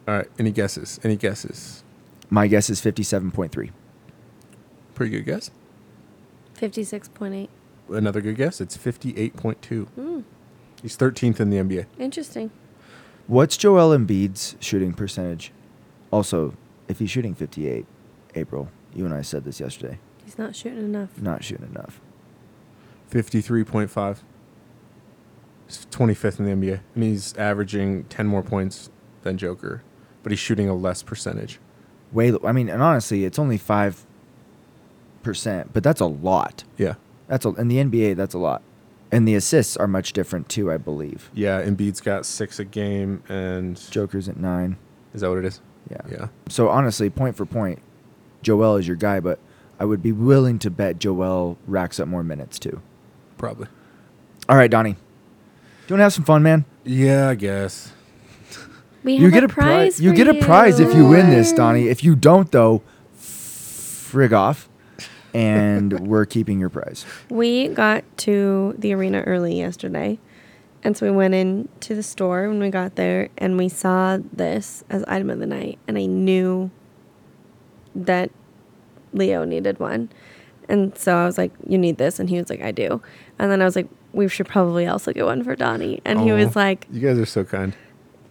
Speaker 1: All right. Any guesses? Any guesses?
Speaker 2: My guess is fifty seven point three.
Speaker 1: Pretty good guess.
Speaker 5: 56.8.
Speaker 1: Another good guess. It's fifty-eight point two.
Speaker 5: Hmm.
Speaker 1: He's thirteenth in the NBA.
Speaker 5: Interesting.
Speaker 2: What's Joel Embiid's shooting percentage? Also, if he's shooting fifty eight, April, you and I said this yesterday.
Speaker 5: He's not shooting enough.
Speaker 2: Not shooting enough.
Speaker 1: Fifty-three point five. He's twenty-fifth in the NBA, and he's averaging ten more points than Joker, but he's shooting a less percentage.
Speaker 2: Way. lo- I mean, and honestly, it's only five percent, but that's a lot.
Speaker 1: Yeah.
Speaker 2: That's a, in the NBA. That's a lot, and the assists are much different too. I believe
Speaker 1: Yeah. Embiid's got six a game, and
Speaker 2: Joker's at nine.
Speaker 1: is that what it is?
Speaker 2: Yeah.
Speaker 1: Yeah.
Speaker 2: So honestly, point for point, Joel is your guy, but I would be willing to bet Joel racks up more minutes too.
Speaker 1: Probably.
Speaker 2: All right, Donnie, do you want to have some fun, man?
Speaker 1: Yeah, I guess.
Speaker 5: We have
Speaker 2: you get a
Speaker 5: prize.
Speaker 2: prize. You
Speaker 5: for
Speaker 2: get a prize if you win this, Donnie. If you don't, though, frig off, and we're keeping your prize.
Speaker 5: We got to the arena early yesterday. And so we went in to the store when we got there and we saw this as item of the night. And I knew that Leo needed one. And so I was like, You need this? And he was like, I do. And then I was like, We should probably also get one for Donnie. And he was
Speaker 1: Aw.
Speaker 5: like,
Speaker 1: You guys are so kind.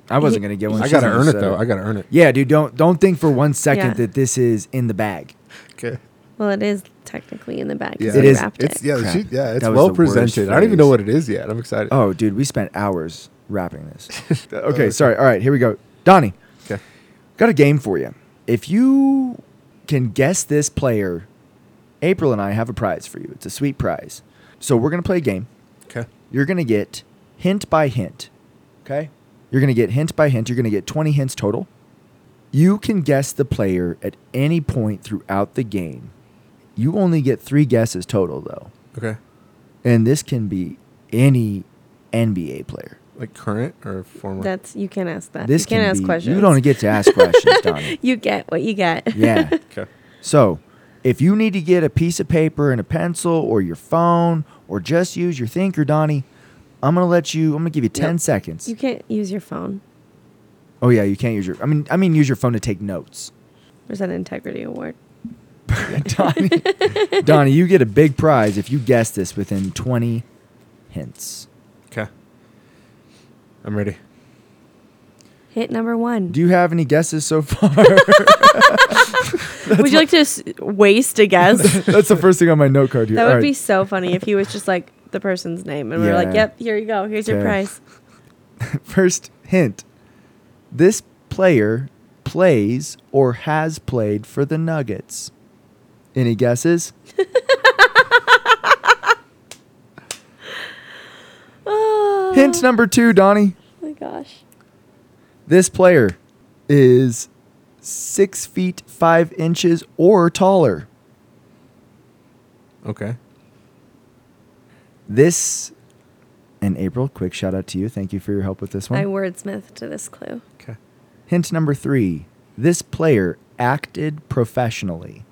Speaker 2: I wasn't
Speaker 5: He-
Speaker 2: gonna get one.
Speaker 1: I
Speaker 2: She's
Speaker 1: gotta
Speaker 2: gonna
Speaker 1: earn it
Speaker 2: set
Speaker 1: though. I gotta earn it.
Speaker 2: Yeah, dude. Don't don't think for one second
Speaker 5: Yeah.
Speaker 2: that this is in the bag.
Speaker 1: Okay.
Speaker 5: Well, it is technically in the bag.
Speaker 1: Yeah,
Speaker 5: because
Speaker 2: It
Speaker 5: we
Speaker 2: is-
Speaker 5: Wrapped
Speaker 1: It's
Speaker 5: it.
Speaker 1: yeah,
Speaker 2: Crap.
Speaker 1: she, yeah, it's
Speaker 2: That was
Speaker 1: well
Speaker 2: the worst
Speaker 1: presented. I don't even know
Speaker 2: phrase.
Speaker 1: what it is yet. I'm excited.
Speaker 2: Oh, dude, we spent hours wrapping this. okay, sorry. All right, here we go. Donnie,
Speaker 1: okay.
Speaker 2: got a game for you. If you can guess this player, April and I have a prize for you. It's a sweet prize. So we're gonna play a game.
Speaker 1: Okay.
Speaker 2: You're gonna get hint by hint. Okay. You're gonna get hint by hint. You're gonna get 20 hints total. You can guess the player at any point throughout the game. You only get three guesses total though.
Speaker 1: Okay.
Speaker 2: And this can be any NBA player.
Speaker 1: Like current or former?
Speaker 5: That's you can't ask that.
Speaker 2: This
Speaker 5: you can't
Speaker 2: can
Speaker 5: ask
Speaker 2: be-
Speaker 5: questions.
Speaker 2: you don't get to ask questions, Donnie.
Speaker 5: you get what you get.
Speaker 2: Yeah.
Speaker 1: okay.
Speaker 2: so if you need to get a piece of paper and a pencil or your phone or just use your thinker, Donnie, I'm gonna let you I'm gonna give you ten
Speaker 5: Nope.
Speaker 2: seconds.
Speaker 5: you can't use your phone.
Speaker 2: oh yeah, you can't use your I mean I mean use your phone to take notes.
Speaker 5: There's an integrity award.
Speaker 2: Donnie, Donnie, you get a big prize if you guess this within twenty hints.
Speaker 1: Okay. I'm ready.
Speaker 5: Hit number one.
Speaker 2: Do you have any guesses so far?
Speaker 5: Would you like to s- waste a guess? that
Speaker 2: That's the first thing on my note card here.
Speaker 5: would
Speaker 2: All right.
Speaker 5: be so funny if he was just like the person's name and we were like,
Speaker 2: Yeah.
Speaker 5: "Yep, here you go. Here's your
Speaker 2: Okay.
Speaker 5: prize."
Speaker 2: First hint this player plays or has played for the Nuggets. Any guesses?
Speaker 5: Oh,
Speaker 2: Hint number two, Donnie.
Speaker 5: my gosh.
Speaker 2: This player is six feet five inches or taller.
Speaker 1: Okay.
Speaker 2: This, and April, quick shout out to you. Thank you for your help with this
Speaker 5: I
Speaker 2: one.
Speaker 5: wordsmithed to this clue.
Speaker 1: Okay.
Speaker 2: Hint number three this player acted professionally.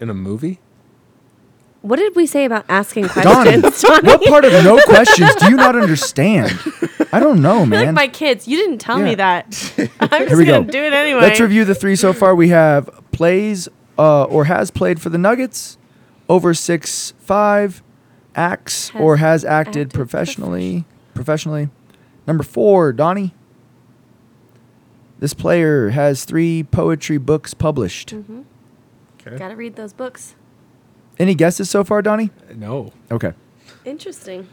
Speaker 1: In a movie?
Speaker 5: What did we say about asking
Speaker 2: Donnie,
Speaker 5: questions? Donnie?
Speaker 2: what part of no questions do you not understand? I don't know,
Speaker 5: I feel
Speaker 2: man.
Speaker 5: like my kids. You didn't tell me
Speaker 2: Yeah.
Speaker 5: that. I'm
Speaker 2: Here
Speaker 5: just
Speaker 2: we
Speaker 5: gonna
Speaker 2: go.
Speaker 5: do it anyway.
Speaker 2: Let's review the three so far. We have plays uh, or has played for the Nuggets, over six five, acts
Speaker 5: Has
Speaker 2: or has acted,
Speaker 5: acted
Speaker 2: professionally. Professionally, number four, Donnie. This player has three poetry books published.
Speaker 5: Mhm.
Speaker 1: Okay.
Speaker 5: Gotta read those books.
Speaker 2: Any guesses so far, Donnie?
Speaker 1: No.
Speaker 2: Okay.
Speaker 5: Interesting.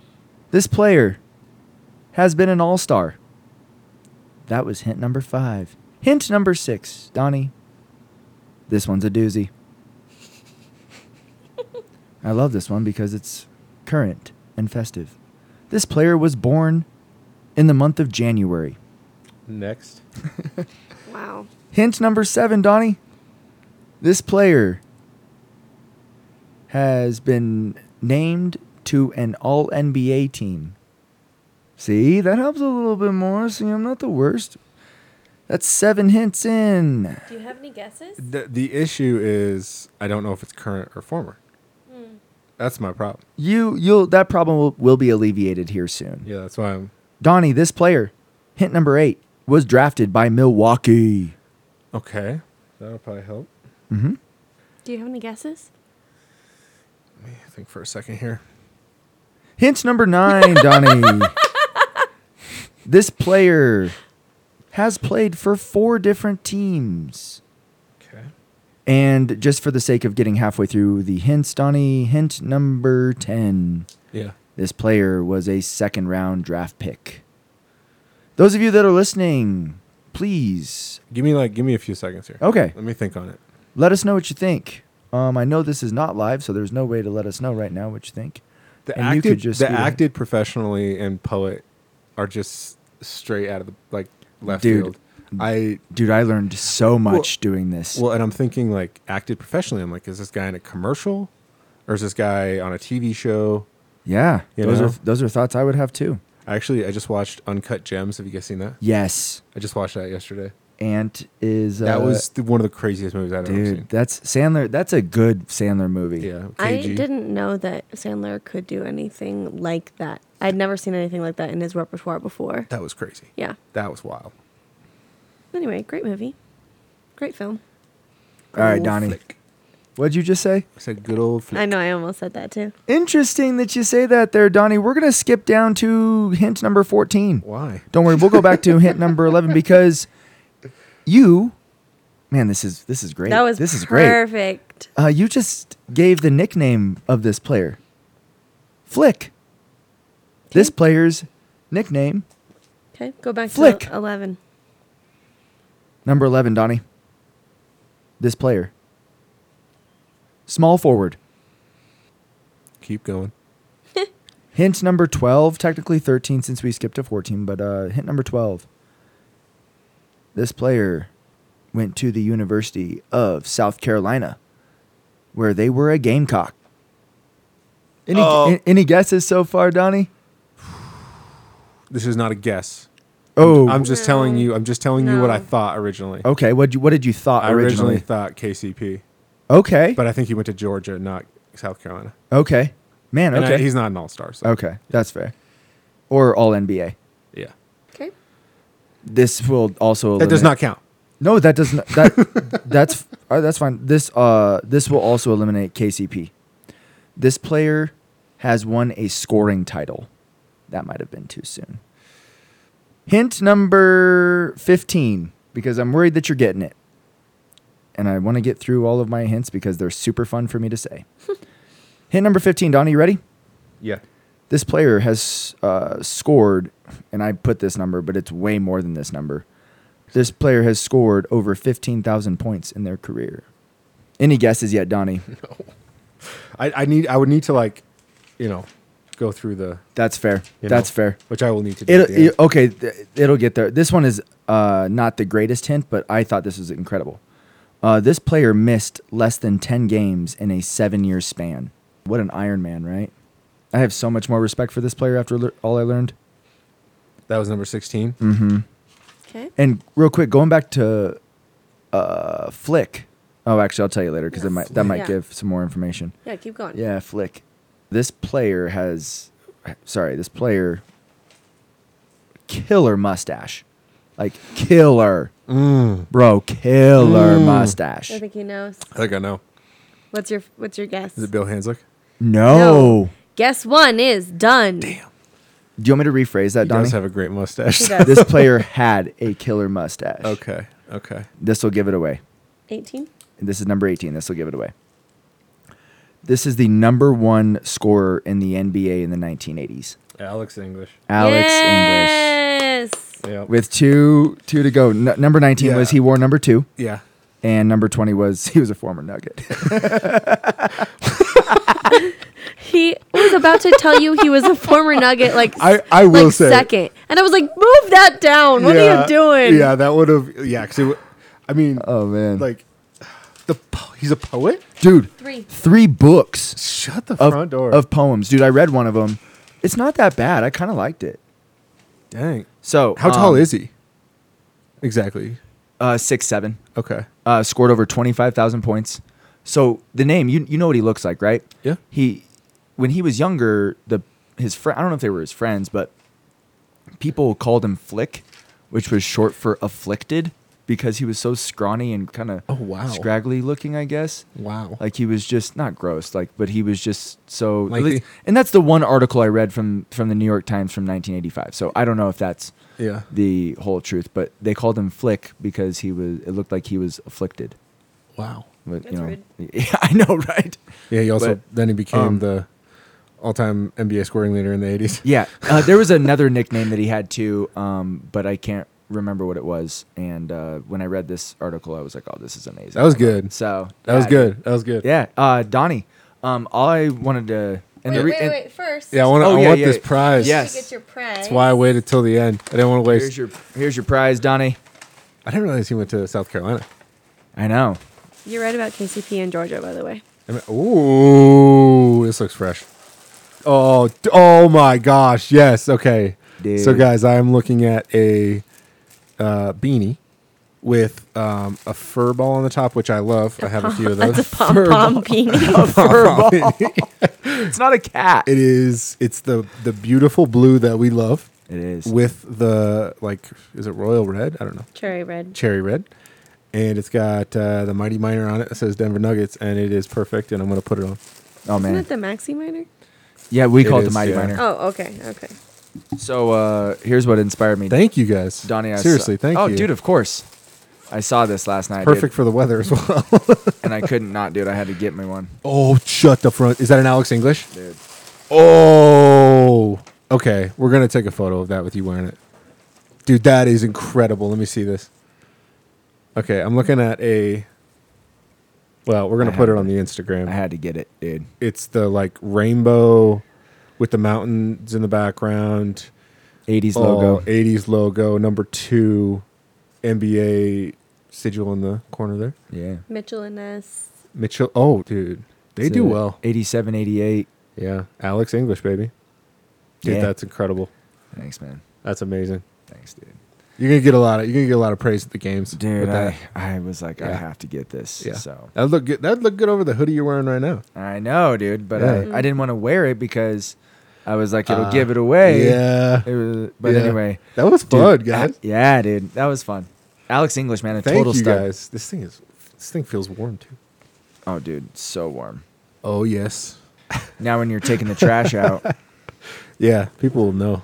Speaker 2: This player has been an all star. That was hint number five. Hint number six, Donnie. This one's a doozy. I love this one because it's current and festive. This player was born in the month of January.
Speaker 1: Next.
Speaker 5: Wow.
Speaker 2: Hint number seven, Donnie. This player has been named to an All NBA team. See, that helps a little bit more. See, I'm not the worst. That's seven hints in.
Speaker 5: Do you have any guesses?
Speaker 1: The, the issue is I don't know if it's current or former.
Speaker 5: Hmm.
Speaker 1: That's my problem.
Speaker 2: You, you'll that problem will, will be alleviated here soon.
Speaker 1: Yeah, that's why I'm
Speaker 2: Donnie, this player, hint number eight, was drafted by Milwaukee.
Speaker 1: okay. That'll probably help.
Speaker 5: Do you have any guesses?
Speaker 1: Let me think for a second here.
Speaker 2: Hint number nine, Donnie. this player has played for four different teams.
Speaker 1: Okay.
Speaker 2: And just for the sake of getting halfway through the hints, Donnie, hint number 10.
Speaker 1: Yeah.
Speaker 2: This player was a second round draft pick. Those of you that are listening, please,
Speaker 1: Give me like give me a few seconds here.
Speaker 2: okay,
Speaker 1: Let me think on it.
Speaker 2: let us know what you think. Um, I know this is not live, so there's no way to let us know right now what you think.
Speaker 1: The
Speaker 2: And you
Speaker 1: acted,
Speaker 2: could just
Speaker 1: the
Speaker 2: do that.
Speaker 1: acted professionally and poet are just straight out of the like left
Speaker 2: Dude.
Speaker 1: field. I
Speaker 2: Dude, I learned so much doing this.
Speaker 1: well, and I'm thinking like acted professionally. I'm like, is this guy in a commercial, or is this guy on a TV show?
Speaker 2: Yeah,
Speaker 1: You
Speaker 2: those
Speaker 1: know?
Speaker 2: are those are thoughts I would have too.
Speaker 1: Actually, I just watched Uncut Gems. Have you guys seen that?
Speaker 2: Yes,
Speaker 1: I just watched that yesterday.
Speaker 2: Ant is uh,
Speaker 1: that was the, one of the craziest movies I've ever seen.
Speaker 2: dude. That's Sandler. That's a good Sandler movie.
Speaker 1: Yeah, KG.
Speaker 5: I didn't know that Sandler could do anything like that. I'd never seen anything like that in his repertoire before.
Speaker 1: That was crazy.
Speaker 5: Yeah.
Speaker 1: That was wild.
Speaker 5: Anyway, great movie. Great film.
Speaker 2: All right,
Speaker 1: Old
Speaker 2: Donnie.
Speaker 1: flick.
Speaker 2: What'd you just say?
Speaker 1: It's a good old flick.
Speaker 5: I know I almost said that too.
Speaker 2: Interesting that you say that there, Donnie. We're gonna skip down to hint number fourteen.
Speaker 1: Why?
Speaker 2: Don't worry, we'll go back to hint number eleven because you, man, this is this is great.
Speaker 5: That was
Speaker 2: this is great.
Speaker 5: perfect.
Speaker 2: Uh, you just gave the nickname of this player, Flick. This player's nickname
Speaker 5: Okay, go back
Speaker 2: Flick.
Speaker 5: to 11.
Speaker 2: Number 11, Donnie. This player. Small forward.
Speaker 1: Keep going.
Speaker 2: Hint number 12, technically 13 since we skipped to 14, but uh, hint number 12. This player went to the University of South Carolina where they were a gamecock. Any,
Speaker 1: Oh.
Speaker 2: a- any guesses so far, Donnie?
Speaker 1: This is not a guess.
Speaker 2: Oh,
Speaker 1: I'm just
Speaker 5: No.
Speaker 1: telling you. I'm just telling you what I
Speaker 5: No.
Speaker 1: thought originally.
Speaker 2: okay. What you, what did you thought
Speaker 1: I
Speaker 2: originally?
Speaker 1: originally Oh, thought KCP,
Speaker 2: okay,
Speaker 1: but I think he went to Georgia, not South Carolina.
Speaker 2: okay, man.
Speaker 1: And I-
Speaker 2: Okay,
Speaker 1: he's not an all-star. So
Speaker 2: okay. That's fair. Or all NBA.
Speaker 1: yeah,
Speaker 5: Okay.
Speaker 2: This will also
Speaker 1: that
Speaker 2: eliminate-
Speaker 1: does not count.
Speaker 2: No, that does not. That that's uh, that's fine. This uh this will also eliminate KCP. This player has won a scoring title. That might have been too soon. Hint number fifteen, because I'm worried that you're getting it, and I want to get through all of my hints because they're super fun for me to say. Hint number fifteen, Donnie, you ready?
Speaker 1: Yeah.
Speaker 2: this player has uh, scored, and I put this number, but it's way more than this number. This player has scored over 15,000 points in their career. Any guesses yet, Donnie?
Speaker 1: I, I need. I would need to like, you know, go through the.
Speaker 2: That's fair.
Speaker 1: you
Speaker 2: That's
Speaker 1: know,
Speaker 2: fair.
Speaker 1: Which I will need to do.
Speaker 2: It'll,
Speaker 1: at
Speaker 2: oh.
Speaker 1: the end.
Speaker 2: it- okay, th- it'll get there. This one is uh, not the greatest hint, but I thought this was incredible. Uh, this player missed less than 10 games in a seven year span. What an Iron Man, right? I have so much more respect for this player after le- all I learned.
Speaker 1: that was number 16
Speaker 5: Okay.
Speaker 2: And real quick, going back to uh, Flick. Oh, actually, I'll tell you later because
Speaker 5: Yeah,
Speaker 2: that might that might
Speaker 5: Flick.
Speaker 2: give some more information.
Speaker 5: Yeah, keep going.
Speaker 2: Yeah, Flick. This player has, sorry, this player, killer mustache, like killer, bro, killer mustache.
Speaker 5: I think he knows.
Speaker 1: Mm. I think I know.
Speaker 5: What's your What's your guess?
Speaker 1: Is it Bill Hanslick?
Speaker 2: No.
Speaker 5: Guess one is done. Damn.
Speaker 2: Do you want me to rephrase that,
Speaker 1: He
Speaker 2: Donnie?
Speaker 1: does have a great mustache.
Speaker 5: He does.
Speaker 2: this player had a killer mustache.
Speaker 1: okay. Okay.
Speaker 2: This will give it away.
Speaker 5: 18.
Speaker 2: and this is number 18. This will give it away. This is the number one scorer in the NBA in the 1980s.
Speaker 1: Alex English.
Speaker 2: Alex English.
Speaker 5: yes!
Speaker 1: Yeah.
Speaker 2: With two two to go. N- number 19
Speaker 1: Yeah.
Speaker 2: was he wore number two,
Speaker 1: yeah.
Speaker 2: and number 20 was he was a former Nugget.
Speaker 5: He was about to tell you he was a former Nugget, like
Speaker 6: I, I will
Speaker 5: like
Speaker 6: say
Speaker 5: second, and I was like, move that down. What are
Speaker 6: Yeah,
Speaker 5: you doing?
Speaker 6: Yeah, that would have. Yeah, 'cause it w- I mean,
Speaker 2: Oh, man.
Speaker 6: like the po- he's a poet.
Speaker 2: dude,
Speaker 5: Three.
Speaker 2: three books
Speaker 6: Shut the
Speaker 2: of,
Speaker 6: front door.
Speaker 2: of poems. Dude, I read one of them. It's not that bad. I kind of liked it.
Speaker 1: Dang.
Speaker 2: So
Speaker 1: How tall
Speaker 2: um,
Speaker 1: is he? Exactly.
Speaker 2: Uh, six seven.
Speaker 1: Okay.
Speaker 2: Uh, scored over twenty five thousand points. So the name, you you know what he looks like, right?
Speaker 1: Yeah.
Speaker 2: He, when he was younger, the his friend. I don't know if they were his friends, but people called him Flick, which was short for afflicted, because he was so scrawny and kind of
Speaker 1: Oh, wow.
Speaker 2: scraggly looking, I guess.
Speaker 1: Wow.
Speaker 2: Like he was just not gross, like, but he was just so. at
Speaker 1: Like
Speaker 2: least-
Speaker 1: he-
Speaker 2: and that's the one article I read from from the New York Times from 1985. So I don't know if that's
Speaker 1: yeah.
Speaker 2: the whole truth, but they called him Flick because he was. It looked like he was afflicted.
Speaker 1: Wow.
Speaker 2: But,
Speaker 5: That's
Speaker 2: you know,
Speaker 5: rude.
Speaker 2: Yeah, I know, right?
Speaker 1: Yeah. He also
Speaker 2: But,
Speaker 1: then he became
Speaker 2: um,
Speaker 1: the all-time NBA scoring leader in the '80s.
Speaker 2: Yeah, uh, there was another nickname that he had too, um, but I can't remember what it was. And uh, when I read this article, I was like, "Oh, this is amazing."
Speaker 1: That was good.
Speaker 2: So
Speaker 1: That was
Speaker 2: yeah,
Speaker 1: good. That was good.
Speaker 2: Yeah, uh, Donnie. Um, all I wanted to and the re- and-
Speaker 5: First,
Speaker 1: Yeah. I want.
Speaker 2: Oh,
Speaker 1: I
Speaker 2: yeah,
Speaker 1: want
Speaker 2: yeah,
Speaker 1: this
Speaker 2: yeah.
Speaker 1: prize.
Speaker 2: Yes.
Speaker 5: prize.
Speaker 1: That's why I waited till the end. I didn't want to waste.
Speaker 2: here's your here's your prize, Donnie.
Speaker 1: I didn't realize he went to South Carolina.
Speaker 2: I know.
Speaker 5: You're right about KCP and Georgia, by the way.
Speaker 1: I mean, ooh, this looks fresh. Oh, d- oh my gosh! Yes. Okay. So,
Speaker 2: Dude.
Speaker 1: guys, I am looking at a uh, beanie with um, a fur ball on the top, which I love. I have a few of those.
Speaker 5: That's a pom pom beanie.
Speaker 2: It's not a cat.
Speaker 1: It is. It's the the beautiful blue that we love
Speaker 2: it is.
Speaker 1: with the like. Is it royal red? I don't know.
Speaker 5: Cherry red.
Speaker 1: Cherry red, and it's got uh, the mighty miner on it. It says Denver Nuggets, and it is perfect. And I'm gonna put it on.
Speaker 2: oh man.
Speaker 5: Isn't it the Maxi Miner?
Speaker 2: yeah, we
Speaker 1: It
Speaker 2: call it, the
Speaker 1: is,
Speaker 2: Mighty
Speaker 1: yeah.
Speaker 2: Miner.
Speaker 5: Oh, okay, okay.
Speaker 2: So uh, here's what inspired me.
Speaker 1: Thank you guys,
Speaker 2: Donnie. I saw-
Speaker 1: Seriously, thank you.
Speaker 2: Oh, dude, of course. I saw this last night. dude,
Speaker 1: perfect for the weather as well.
Speaker 2: and I couldn't not, dude. I had to get me one.
Speaker 1: oh, shut the front. Is that an Alex English?
Speaker 2: Dude.
Speaker 1: Oh, okay. We're gonna take a photo of that with you wearing it, dude. That is incredible. Let me see this. Okay, I'm looking at a. Well, we're gonna
Speaker 2: I
Speaker 1: put
Speaker 2: have
Speaker 1: it on
Speaker 2: it.
Speaker 1: the Instagram.
Speaker 2: I had to get it, dude.
Speaker 1: it's the like rainbow with the mountains in the background.
Speaker 2: 80s
Speaker 1: Oh,
Speaker 2: logo.
Speaker 1: 80s logo. Number two, NBA sigil in the corner there.
Speaker 2: Yeah.
Speaker 5: Mitchell and S.
Speaker 1: Mitchell. Oh, dude, they
Speaker 2: It's
Speaker 1: do
Speaker 2: a
Speaker 1: well.
Speaker 2: 87, 88.
Speaker 1: Yeah, Alex English, baby. Dude,
Speaker 2: Yeah.
Speaker 1: that's incredible.
Speaker 2: Thanks, man.
Speaker 1: That's amazing.
Speaker 2: Thanks, dude.
Speaker 1: You're gonna get a lot of you're gonna get a lot of praise at the games.
Speaker 2: Dude,
Speaker 1: with that.
Speaker 2: I, I was like, I
Speaker 1: Yeah.
Speaker 2: have to get this.
Speaker 1: yeah.
Speaker 2: So
Speaker 1: That'd look good. That'd look good over the hoodie you're wearing right now.
Speaker 2: I know, dude, but
Speaker 1: Yeah.
Speaker 2: I, I didn't want to wear it because I was like, it'll
Speaker 1: Ah,
Speaker 2: give it away.
Speaker 1: Yeah.
Speaker 2: It was, but
Speaker 1: Yeah.
Speaker 2: anyway,
Speaker 1: That was
Speaker 2: dude,
Speaker 1: fun,
Speaker 2: a-
Speaker 1: guys.
Speaker 2: yeah, dude, that was fun. Alex English, man, a
Speaker 1: Thank
Speaker 2: total
Speaker 1: you
Speaker 2: stud.
Speaker 1: guys. This thing is this thing feels warm too.
Speaker 2: Oh, dude, so warm.
Speaker 1: Oh yes.
Speaker 2: Now, when you're taking the trash out,
Speaker 1: Yeah. People will know.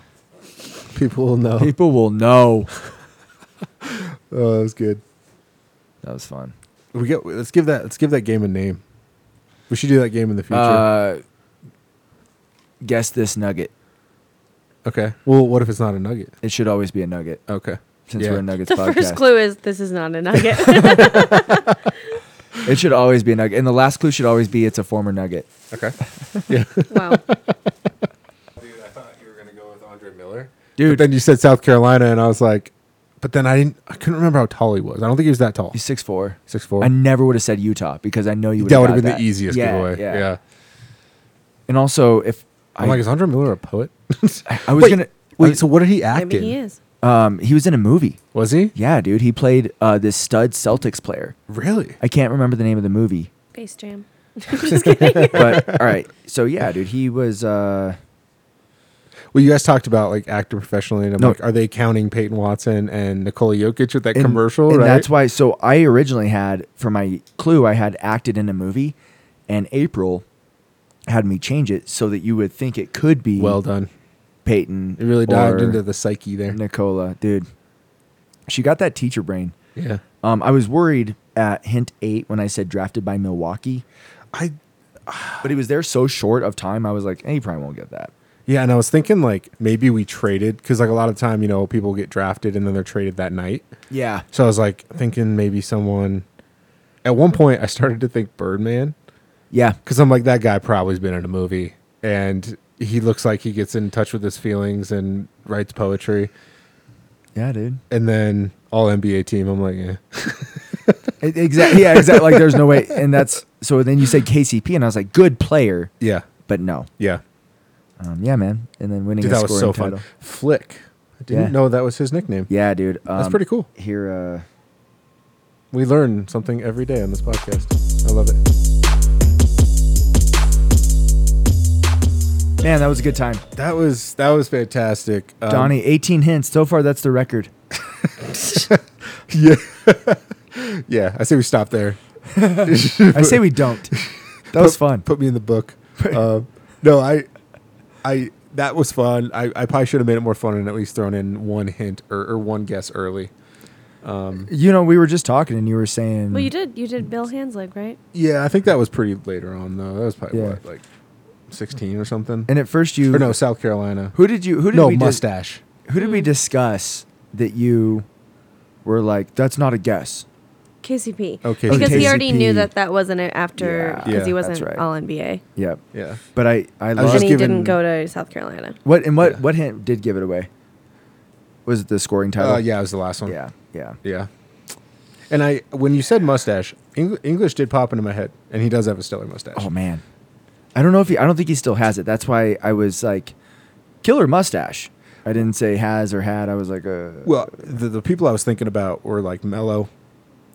Speaker 1: People will know.
Speaker 2: people will know.
Speaker 1: Oh, that was good.
Speaker 2: That was fun.
Speaker 1: We get. Let's give that. Let's give that game a name. We should do that game in the future.
Speaker 2: Uh, guess this nugget.
Speaker 1: okay. Well, what if it's not a nugget?
Speaker 2: It should always be a nugget
Speaker 1: Okay.
Speaker 2: since
Speaker 1: Yeah.
Speaker 2: we're a Nuggets
Speaker 5: The
Speaker 2: podcast.
Speaker 5: first clue is this is not a nugget.
Speaker 2: It should always be a nugget, and the last clue should always be it's a former nugget.
Speaker 1: Okay.
Speaker 5: wow.
Speaker 7: Dude, I thought you were gonna go with Andre Miller.
Speaker 1: But
Speaker 2: Dude,
Speaker 1: then you said South Carolina, and I was like, but then I didn't. I couldn't remember how tall he was. I don't think he was that tall.
Speaker 2: he's six four.
Speaker 1: Six four.
Speaker 2: I never would have said Utah because I know you would.
Speaker 1: that would have been the easiest giveaway. Yeah.
Speaker 2: And also, if I,
Speaker 1: I'm like, is Andre Miller a poet?
Speaker 2: I was
Speaker 1: Wait,
Speaker 2: gonna
Speaker 1: Wait. so what did he act
Speaker 5: Maybe
Speaker 1: in?
Speaker 5: he is.
Speaker 2: um, he was in a movie.
Speaker 1: Was he?
Speaker 2: Yeah, dude, he played uh, this stud Celtics player.
Speaker 1: Really?
Speaker 2: I can't remember the name of the movie,
Speaker 5: Base Jam. I'm just kidding.
Speaker 2: but all right. So yeah, dude, he was. Uh,
Speaker 1: Well, you guys talked about like actor professionally, and I'm
Speaker 2: No.
Speaker 1: like, are they counting Peyton Watson and Nikola Jokic with that
Speaker 2: and-
Speaker 1: commercial?
Speaker 2: and
Speaker 1: right?
Speaker 2: that's why. So I originally had for my clue, I had acted in a movie, and April had me change it so that you would think it could be
Speaker 1: Well done.
Speaker 2: Peyton.
Speaker 1: It really dived
Speaker 2: or
Speaker 1: into the psyche there.
Speaker 2: Nicola, dude. She got that teacher brain.
Speaker 1: Yeah.
Speaker 2: Um, I was worried at hint eight when I said drafted by Milwaukee,
Speaker 1: I
Speaker 2: but he was there so short of time. I was like, hey, you probably won't get that.
Speaker 1: yeah, and I was thinking like maybe we traded because like a lot of time you know people get drafted and then they're traded that night.
Speaker 2: Yeah,
Speaker 1: So I was like thinking maybe someone. At one point, I started to think Birdman
Speaker 2: yeah.
Speaker 1: because I'm like that guy probably's been in a movie and he looks like he gets in touch with his feelings and writes poetry.
Speaker 2: Yeah, dude.
Speaker 1: And then all NBA team, I'm like, eh. yeah.
Speaker 2: Exactly. Yeah, exactly. Like there's no way. And that's so. Then you said KCP, and I was like, good player,
Speaker 1: Yeah.
Speaker 2: but no.
Speaker 1: Yeah.
Speaker 2: Um, yeah, man. And then winning
Speaker 1: Dude,
Speaker 2: a
Speaker 1: that was
Speaker 2: scoring
Speaker 1: so fun.
Speaker 2: title.
Speaker 1: Flick. I didn't
Speaker 2: Yeah.
Speaker 1: know that was his nickname.
Speaker 2: Yeah, dude.
Speaker 1: That's
Speaker 2: um,
Speaker 1: pretty cool.
Speaker 2: Here, uh,
Speaker 1: We learn something every day on this podcast. I love it.
Speaker 2: man, that was a good time.
Speaker 1: That was that was fantastic. Um,
Speaker 2: Donnie, 18 hints so far. That's the record.
Speaker 1: Yeah. yeah. I say we stop there.
Speaker 2: I say we don't. That was
Speaker 1: put-
Speaker 2: fun.
Speaker 1: Put me in the book. Uh, no, I, I that was fun. I, I probably should have made it more fun and at least thrown in one hint or, or one guess early. Um,
Speaker 2: You know, we were just talking, and you were saying,
Speaker 5: Well, you did. You did Bill Hanslick, right?
Speaker 1: Yeah, I think that was pretty later on though. That was probably
Speaker 2: Yeah.
Speaker 1: what, like sixteen or something.
Speaker 2: and at first you,
Speaker 1: or no, South Carolina.
Speaker 2: who did you, who did
Speaker 1: no
Speaker 2: we dis-
Speaker 1: mustache.
Speaker 2: who did we
Speaker 5: Hmm.
Speaker 2: discuss that you were like, that's not a guess.
Speaker 5: KCP.
Speaker 2: Oh,
Speaker 1: Okay,
Speaker 5: Because
Speaker 2: KCP.
Speaker 5: he already knew that that wasn't it after
Speaker 2: Yeah.
Speaker 5: because he
Speaker 1: Yeah.
Speaker 5: wasn't
Speaker 2: That's right.
Speaker 5: all NBA.
Speaker 2: Yeah,
Speaker 1: Yeah.
Speaker 2: but I, I,
Speaker 1: was
Speaker 5: And
Speaker 2: love
Speaker 1: just
Speaker 5: he
Speaker 1: given-
Speaker 5: didn't go to South Carolina.
Speaker 2: what and what
Speaker 1: Yeah.
Speaker 2: what hint did give it away? Was it the scoring title?
Speaker 1: Uh, yeah, it was the last one.
Speaker 2: yeah, yeah.
Speaker 1: Yeah. And I when you said mustache, Eng- English did pop into my head, and he does have a stellar mustache.
Speaker 2: Oh man, I don't know if he. I don't think he still has it. That's why I was like, killer mustache. I didn't say has or had. I was like, uh,
Speaker 1: Well, the, the people I was thinking about were like Mello,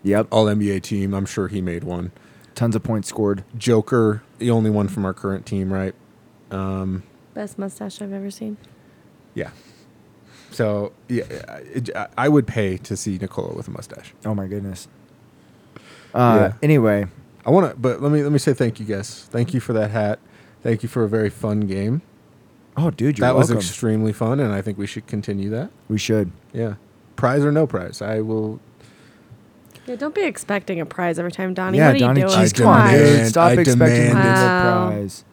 Speaker 2: yep,
Speaker 1: All NBA team. I'm sure he made one.
Speaker 2: tons of points scored.
Speaker 1: Joker, the only one from our current team, right? Um,
Speaker 5: Best mustache I've ever seen.
Speaker 1: yeah. So yeah, I, I would pay to see Nicola with a mustache.
Speaker 2: Oh my goodness. Uh,
Speaker 1: Yeah.
Speaker 2: Anyway,
Speaker 1: I want to, but let me let me say thank you, guys. Thank you for that hat. Thank you for a very fun game.
Speaker 2: oh dude, you're
Speaker 1: that
Speaker 2: welcome.
Speaker 1: was extremely fun, and I think we should continue that.
Speaker 2: we should.
Speaker 1: Yeah, prize or no prize, I will.
Speaker 5: Yeah, don't be expecting a prize every time, Donnie.
Speaker 2: yeah,
Speaker 5: what are
Speaker 2: Donnie,
Speaker 5: you doing?
Speaker 2: geez,
Speaker 1: I
Speaker 2: come on, dude.
Speaker 1: demand-
Speaker 2: Stop
Speaker 1: I
Speaker 2: expecting a
Speaker 1: demand
Speaker 5: it. Wow.
Speaker 2: prize.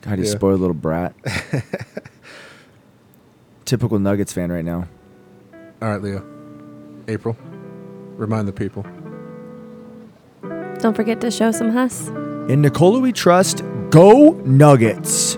Speaker 2: God, you
Speaker 1: Yeah.
Speaker 2: spoiled little brat. Typical Nuggets fan right now.
Speaker 1: All right, Leo. April, remind the people.
Speaker 5: Don't forget to show some hus.
Speaker 2: In Nicola we trust. Go Nuggets.